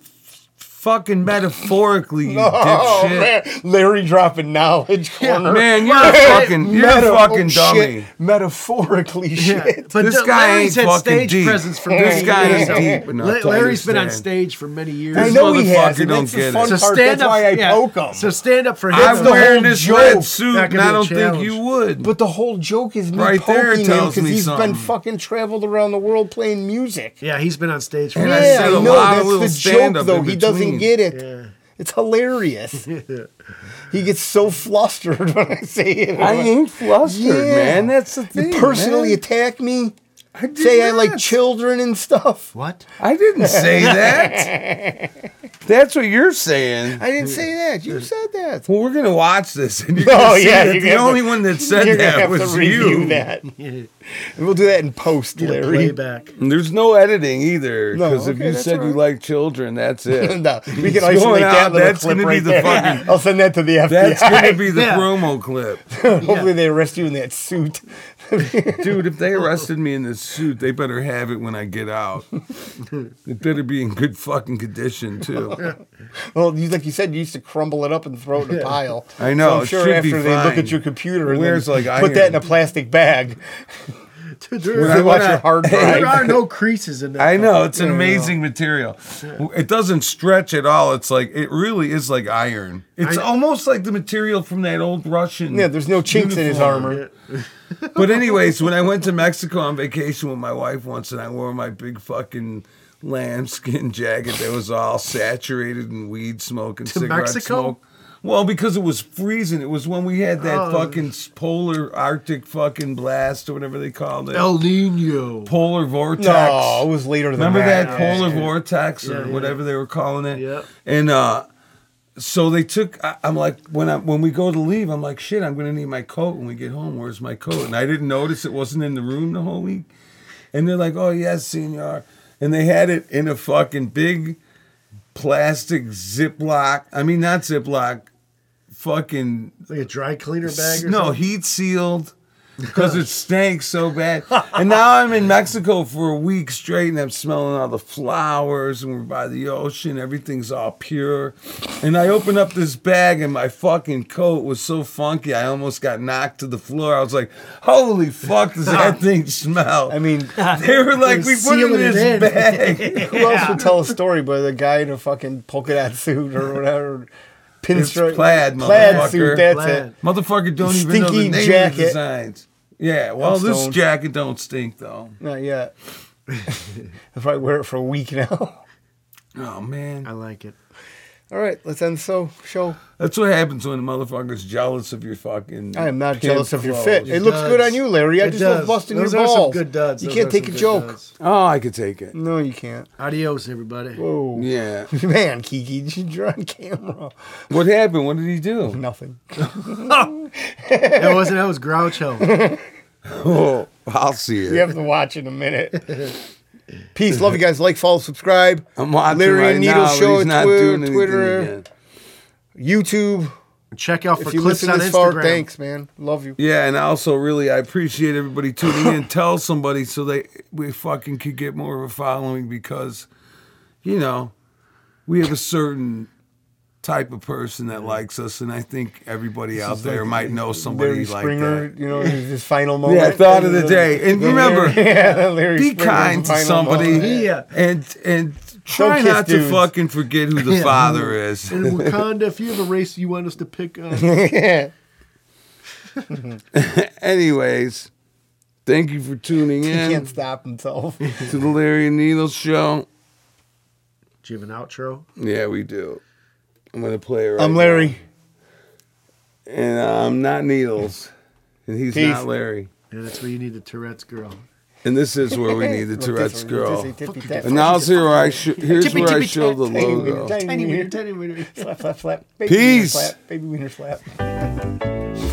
[SPEAKER 2] fucking metaphorically, you
[SPEAKER 3] Oh
[SPEAKER 2] dipshit.
[SPEAKER 3] man, Larry dropping knowledge corner.
[SPEAKER 2] Man, you're
[SPEAKER 4] Well,
[SPEAKER 2] a
[SPEAKER 4] it-
[SPEAKER 2] fucking, you're a
[SPEAKER 3] Meta-
[SPEAKER 2] fucking
[SPEAKER 3] oh,
[SPEAKER 2] dummy.
[SPEAKER 3] Shit. Metaphorically,
[SPEAKER 4] Yeah,
[SPEAKER 3] shit.
[SPEAKER 4] But
[SPEAKER 2] This
[SPEAKER 4] the-
[SPEAKER 2] guy
[SPEAKER 4] Larry's
[SPEAKER 2] ain't
[SPEAKER 4] had
[SPEAKER 2] fucking
[SPEAKER 4] stage
[SPEAKER 2] deep.
[SPEAKER 4] presence for
[SPEAKER 2] This
[SPEAKER 4] many
[SPEAKER 2] guy
[SPEAKER 4] years,
[SPEAKER 2] ain't
[SPEAKER 4] so-
[SPEAKER 2] deep enough
[SPEAKER 4] La-
[SPEAKER 2] to
[SPEAKER 4] Larry's been on
[SPEAKER 2] understand.
[SPEAKER 4] stage for many years.
[SPEAKER 3] I know he
[SPEAKER 2] motherfucker
[SPEAKER 3] has. and
[SPEAKER 2] don't
[SPEAKER 3] That's
[SPEAKER 2] get
[SPEAKER 3] the
[SPEAKER 2] it.
[SPEAKER 3] fun
[SPEAKER 2] So
[SPEAKER 3] part. That's why I
[SPEAKER 4] yeah.
[SPEAKER 3] poke him.
[SPEAKER 4] So stand up for him.
[SPEAKER 2] I'm
[SPEAKER 3] the
[SPEAKER 2] wearing
[SPEAKER 3] whole
[SPEAKER 2] this
[SPEAKER 3] joke.
[SPEAKER 2] red suit,
[SPEAKER 4] That could
[SPEAKER 2] and I
[SPEAKER 4] be a
[SPEAKER 2] don't think
[SPEAKER 4] challenge.
[SPEAKER 2] you would.
[SPEAKER 3] But the whole joke is me
[SPEAKER 2] Right there
[SPEAKER 3] poking him
[SPEAKER 2] tells
[SPEAKER 3] because
[SPEAKER 2] me
[SPEAKER 3] he's
[SPEAKER 2] something.
[SPEAKER 3] been fucking traveled around the world playing music.
[SPEAKER 4] yeah, he's been on stage for
[SPEAKER 2] And I
[SPEAKER 3] Yeah,
[SPEAKER 2] said
[SPEAKER 3] I
[SPEAKER 2] a
[SPEAKER 3] know.
[SPEAKER 2] lot of
[SPEAKER 3] That's
[SPEAKER 2] little
[SPEAKER 3] the
[SPEAKER 2] stand-up
[SPEAKER 3] joke, though.
[SPEAKER 2] in
[SPEAKER 3] He doesn't
[SPEAKER 2] between.
[SPEAKER 3] get it. It's hilarious. he gets so flustered when I say it.
[SPEAKER 2] I ain't flustered,
[SPEAKER 3] Yeah.
[SPEAKER 2] man. That's the thing.
[SPEAKER 3] You personally
[SPEAKER 2] man.
[SPEAKER 3] attack me.
[SPEAKER 2] I did
[SPEAKER 3] Say I like
[SPEAKER 2] not.
[SPEAKER 3] children and stuff.
[SPEAKER 4] What?
[SPEAKER 2] I didn't say that. That's what you're saying.
[SPEAKER 3] I didn't say that. You said that.
[SPEAKER 2] Well, we're gonna watch this, and you're
[SPEAKER 3] Oh,
[SPEAKER 2] gonna see that
[SPEAKER 3] yeah, you're
[SPEAKER 2] the
[SPEAKER 3] gonna have
[SPEAKER 2] only
[SPEAKER 3] to-
[SPEAKER 2] one that said
[SPEAKER 3] You're gonna
[SPEAKER 2] that
[SPEAKER 3] have
[SPEAKER 2] was
[SPEAKER 3] to review
[SPEAKER 2] you.
[SPEAKER 3] that.
[SPEAKER 4] Yeah.
[SPEAKER 3] And we'll do that in post,
[SPEAKER 4] Did a
[SPEAKER 3] Larry.
[SPEAKER 4] playback.
[SPEAKER 2] And There's no editing either,
[SPEAKER 3] No,
[SPEAKER 2] because
[SPEAKER 3] okay,
[SPEAKER 2] if you
[SPEAKER 3] that's
[SPEAKER 2] said
[SPEAKER 3] all
[SPEAKER 2] you
[SPEAKER 3] right.
[SPEAKER 2] like children, that's it.
[SPEAKER 3] no, we can
[SPEAKER 2] It's
[SPEAKER 3] isolate
[SPEAKER 2] going
[SPEAKER 3] that
[SPEAKER 2] out.
[SPEAKER 3] little
[SPEAKER 2] That's
[SPEAKER 3] clip
[SPEAKER 2] gonna be
[SPEAKER 3] right
[SPEAKER 2] the
[SPEAKER 3] there.
[SPEAKER 2] fucking-
[SPEAKER 3] I'll send that to the FBI.
[SPEAKER 2] That's gonna be the
[SPEAKER 4] Yeah.
[SPEAKER 2] promo clip,
[SPEAKER 3] Hopefully they arrest you in that suit.
[SPEAKER 2] dude. If they arrested me in this suit, they better have it when I get out. it better be in good fucking condition too.
[SPEAKER 3] Well, you, like you said, you used to crumble it up and throw it in a pile.
[SPEAKER 2] I know,
[SPEAKER 3] So I'm
[SPEAKER 2] it
[SPEAKER 3] sure
[SPEAKER 2] should
[SPEAKER 3] after
[SPEAKER 2] be
[SPEAKER 3] they look
[SPEAKER 2] fine.
[SPEAKER 3] at your computer and
[SPEAKER 2] Where's,
[SPEAKER 3] then
[SPEAKER 2] like,
[SPEAKER 3] put that in
[SPEAKER 2] iron?
[SPEAKER 3] a plastic bag,
[SPEAKER 2] When I-
[SPEAKER 3] they
[SPEAKER 4] There
[SPEAKER 2] when
[SPEAKER 3] watch your hard
[SPEAKER 4] there
[SPEAKER 3] drive.
[SPEAKER 4] are no creases in that.
[SPEAKER 2] I know
[SPEAKER 4] fucking-
[SPEAKER 2] it's an amazing material. It doesn't stretch at all. It's like it really is like iron. It's
[SPEAKER 4] I-
[SPEAKER 2] almost like the material from that old Russian.
[SPEAKER 3] Yeah, there's no chinks in his
[SPEAKER 2] uniform.
[SPEAKER 3] armor.
[SPEAKER 2] But anyways, when I went to Mexico on vacation with my wife once, and I wore my big fucking lambskin jacket that was all saturated in weed smoke and cigarette
[SPEAKER 4] Mexico?
[SPEAKER 2] smoke. Well, because it was freezing. It was when we had that
[SPEAKER 4] Oh.
[SPEAKER 2] fucking s- polar Arctic fucking blast or whatever they called it.
[SPEAKER 4] El Nino.
[SPEAKER 2] polar vortex.
[SPEAKER 3] No, it was later than
[SPEAKER 2] Remember that
[SPEAKER 3] that.
[SPEAKER 2] polar vortex or
[SPEAKER 4] Yeah, yeah.
[SPEAKER 2] whatever they were calling it?
[SPEAKER 4] Yep.
[SPEAKER 2] And uh, so they took. I, I'm like, when I when we go to leave, I'm like, shit, I'm gonna need my coat when we get home. Where's my coat? And I didn't notice it wasn't in the room the whole week. And they're like, oh yes, senor. And they had it in a fucking big plastic Ziploc. I mean, not Ziploc. Fucking
[SPEAKER 4] Like a dry cleaner bag or
[SPEAKER 2] no,
[SPEAKER 4] something?
[SPEAKER 2] heat sealed because it stank so bad. And now I'm in Mexico for a week straight, and I'm smelling all the flowers, and we're by the ocean. Everything's all pure. And I open up this bag, and my fucking coat was so funky, I almost got knocked to the floor. I was like, "Holy fuck, does that thing smell?"
[SPEAKER 3] I mean,
[SPEAKER 2] they were like, "We put it in
[SPEAKER 4] sealing it
[SPEAKER 2] this
[SPEAKER 4] in."
[SPEAKER 2] bag."
[SPEAKER 3] who else would tell a story but the guy in a fucking polka dot suit or whatever? Pinstripe.
[SPEAKER 2] plaid,
[SPEAKER 3] plaid
[SPEAKER 2] motherfucker.
[SPEAKER 3] suit, that's
[SPEAKER 4] Plaid.
[SPEAKER 3] it.
[SPEAKER 2] Motherfucker, don't even know the
[SPEAKER 3] Stinky
[SPEAKER 2] name of the
[SPEAKER 3] jacket.
[SPEAKER 2] designs. Yeah, well,
[SPEAKER 3] I'm
[SPEAKER 2] this
[SPEAKER 3] stoned.
[SPEAKER 2] jacket don't stink though.
[SPEAKER 3] Not yet. I'll probably wear it for a week now.
[SPEAKER 2] Oh man,
[SPEAKER 4] I like it.
[SPEAKER 3] All right, let's end the show. show.
[SPEAKER 2] That's what happens when a motherfucker's jealous of your fucking.
[SPEAKER 3] I am not
[SPEAKER 2] pimp
[SPEAKER 3] jealous of your
[SPEAKER 2] clothes.
[SPEAKER 3] fit. It,
[SPEAKER 4] It
[SPEAKER 3] looks good
[SPEAKER 4] does.
[SPEAKER 3] on you, Larry. I
[SPEAKER 4] It
[SPEAKER 3] just
[SPEAKER 4] does.
[SPEAKER 3] love busting
[SPEAKER 4] Those
[SPEAKER 3] your
[SPEAKER 4] are some
[SPEAKER 3] balls.
[SPEAKER 4] good duds.
[SPEAKER 3] You
[SPEAKER 4] Those
[SPEAKER 3] can't
[SPEAKER 4] are
[SPEAKER 3] take a
[SPEAKER 4] some good
[SPEAKER 3] joke.
[SPEAKER 4] duds.
[SPEAKER 2] Oh, I could take it.
[SPEAKER 3] No, you can't.
[SPEAKER 4] Adios, everybody.
[SPEAKER 3] Whoa.
[SPEAKER 2] Yeah.
[SPEAKER 3] Man, Kiki, you're on camera.
[SPEAKER 2] what happened? What did he do?
[SPEAKER 3] Nothing.
[SPEAKER 4] That wasn't that was Groucho.
[SPEAKER 2] Oh, I'll see it.
[SPEAKER 3] You have to watch in a minute. Peace. Love you guys. Like, follow, subscribe.
[SPEAKER 2] I'm watching
[SPEAKER 3] Larry
[SPEAKER 2] right
[SPEAKER 3] and Needle
[SPEAKER 2] now, but
[SPEAKER 3] Show
[SPEAKER 2] he's
[SPEAKER 3] at
[SPEAKER 2] not doing
[SPEAKER 3] Twitter,
[SPEAKER 2] anything again.
[SPEAKER 3] Twitter YouTube.
[SPEAKER 4] Check out for
[SPEAKER 3] If you
[SPEAKER 4] clips
[SPEAKER 3] listen
[SPEAKER 4] on
[SPEAKER 3] this
[SPEAKER 4] Instagram.
[SPEAKER 3] far, thanks, man. Love you.
[SPEAKER 2] Yeah, and also really, I appreciate everybody tuning in. Tell somebody so they we fucking could get more of a following because, you know, we have a certain type of person that likes us, and I think everybody out there might know somebody
[SPEAKER 3] Larry
[SPEAKER 2] like
[SPEAKER 3] Springer,
[SPEAKER 2] that.
[SPEAKER 3] you know, his final moment.
[SPEAKER 2] Yeah, thought of the day, and remember.
[SPEAKER 3] yeah, Larry
[SPEAKER 2] be
[SPEAKER 3] Springer's
[SPEAKER 2] kind to
[SPEAKER 3] final
[SPEAKER 2] somebody
[SPEAKER 3] moment.
[SPEAKER 4] Yeah.
[SPEAKER 2] and and try
[SPEAKER 3] kiss
[SPEAKER 2] not to
[SPEAKER 3] dudes.
[SPEAKER 2] fucking forget who the
[SPEAKER 4] Yeah.
[SPEAKER 2] father is
[SPEAKER 4] And Wakanda, if you have a race you want us to pick uh, up,
[SPEAKER 3] Yeah.
[SPEAKER 2] anyways thank you for tuning
[SPEAKER 3] He
[SPEAKER 2] in
[SPEAKER 3] can't stop himself.
[SPEAKER 2] to the larry and needles show
[SPEAKER 4] do you have an outro?
[SPEAKER 2] yeah we do i'm gonna play it right
[SPEAKER 3] I'm Larry.
[SPEAKER 2] now. and uh, i'm not needles and he's
[SPEAKER 3] Peace.
[SPEAKER 2] not larry
[SPEAKER 4] And that's where you need the Tourette's girl.
[SPEAKER 2] and this is where we need the
[SPEAKER 3] Look,
[SPEAKER 2] tourette's
[SPEAKER 3] this one,
[SPEAKER 2] girl
[SPEAKER 3] this is a tippy tap.
[SPEAKER 2] and now here i sh- here's where i show the
[SPEAKER 3] Tiny wiener,
[SPEAKER 2] logo
[SPEAKER 3] tiny wiener,
[SPEAKER 4] tiny, tiny.
[SPEAKER 3] Slap, slap, slap. Baby
[SPEAKER 2] Peace.
[SPEAKER 3] Wiener slap. Baby wiener slap.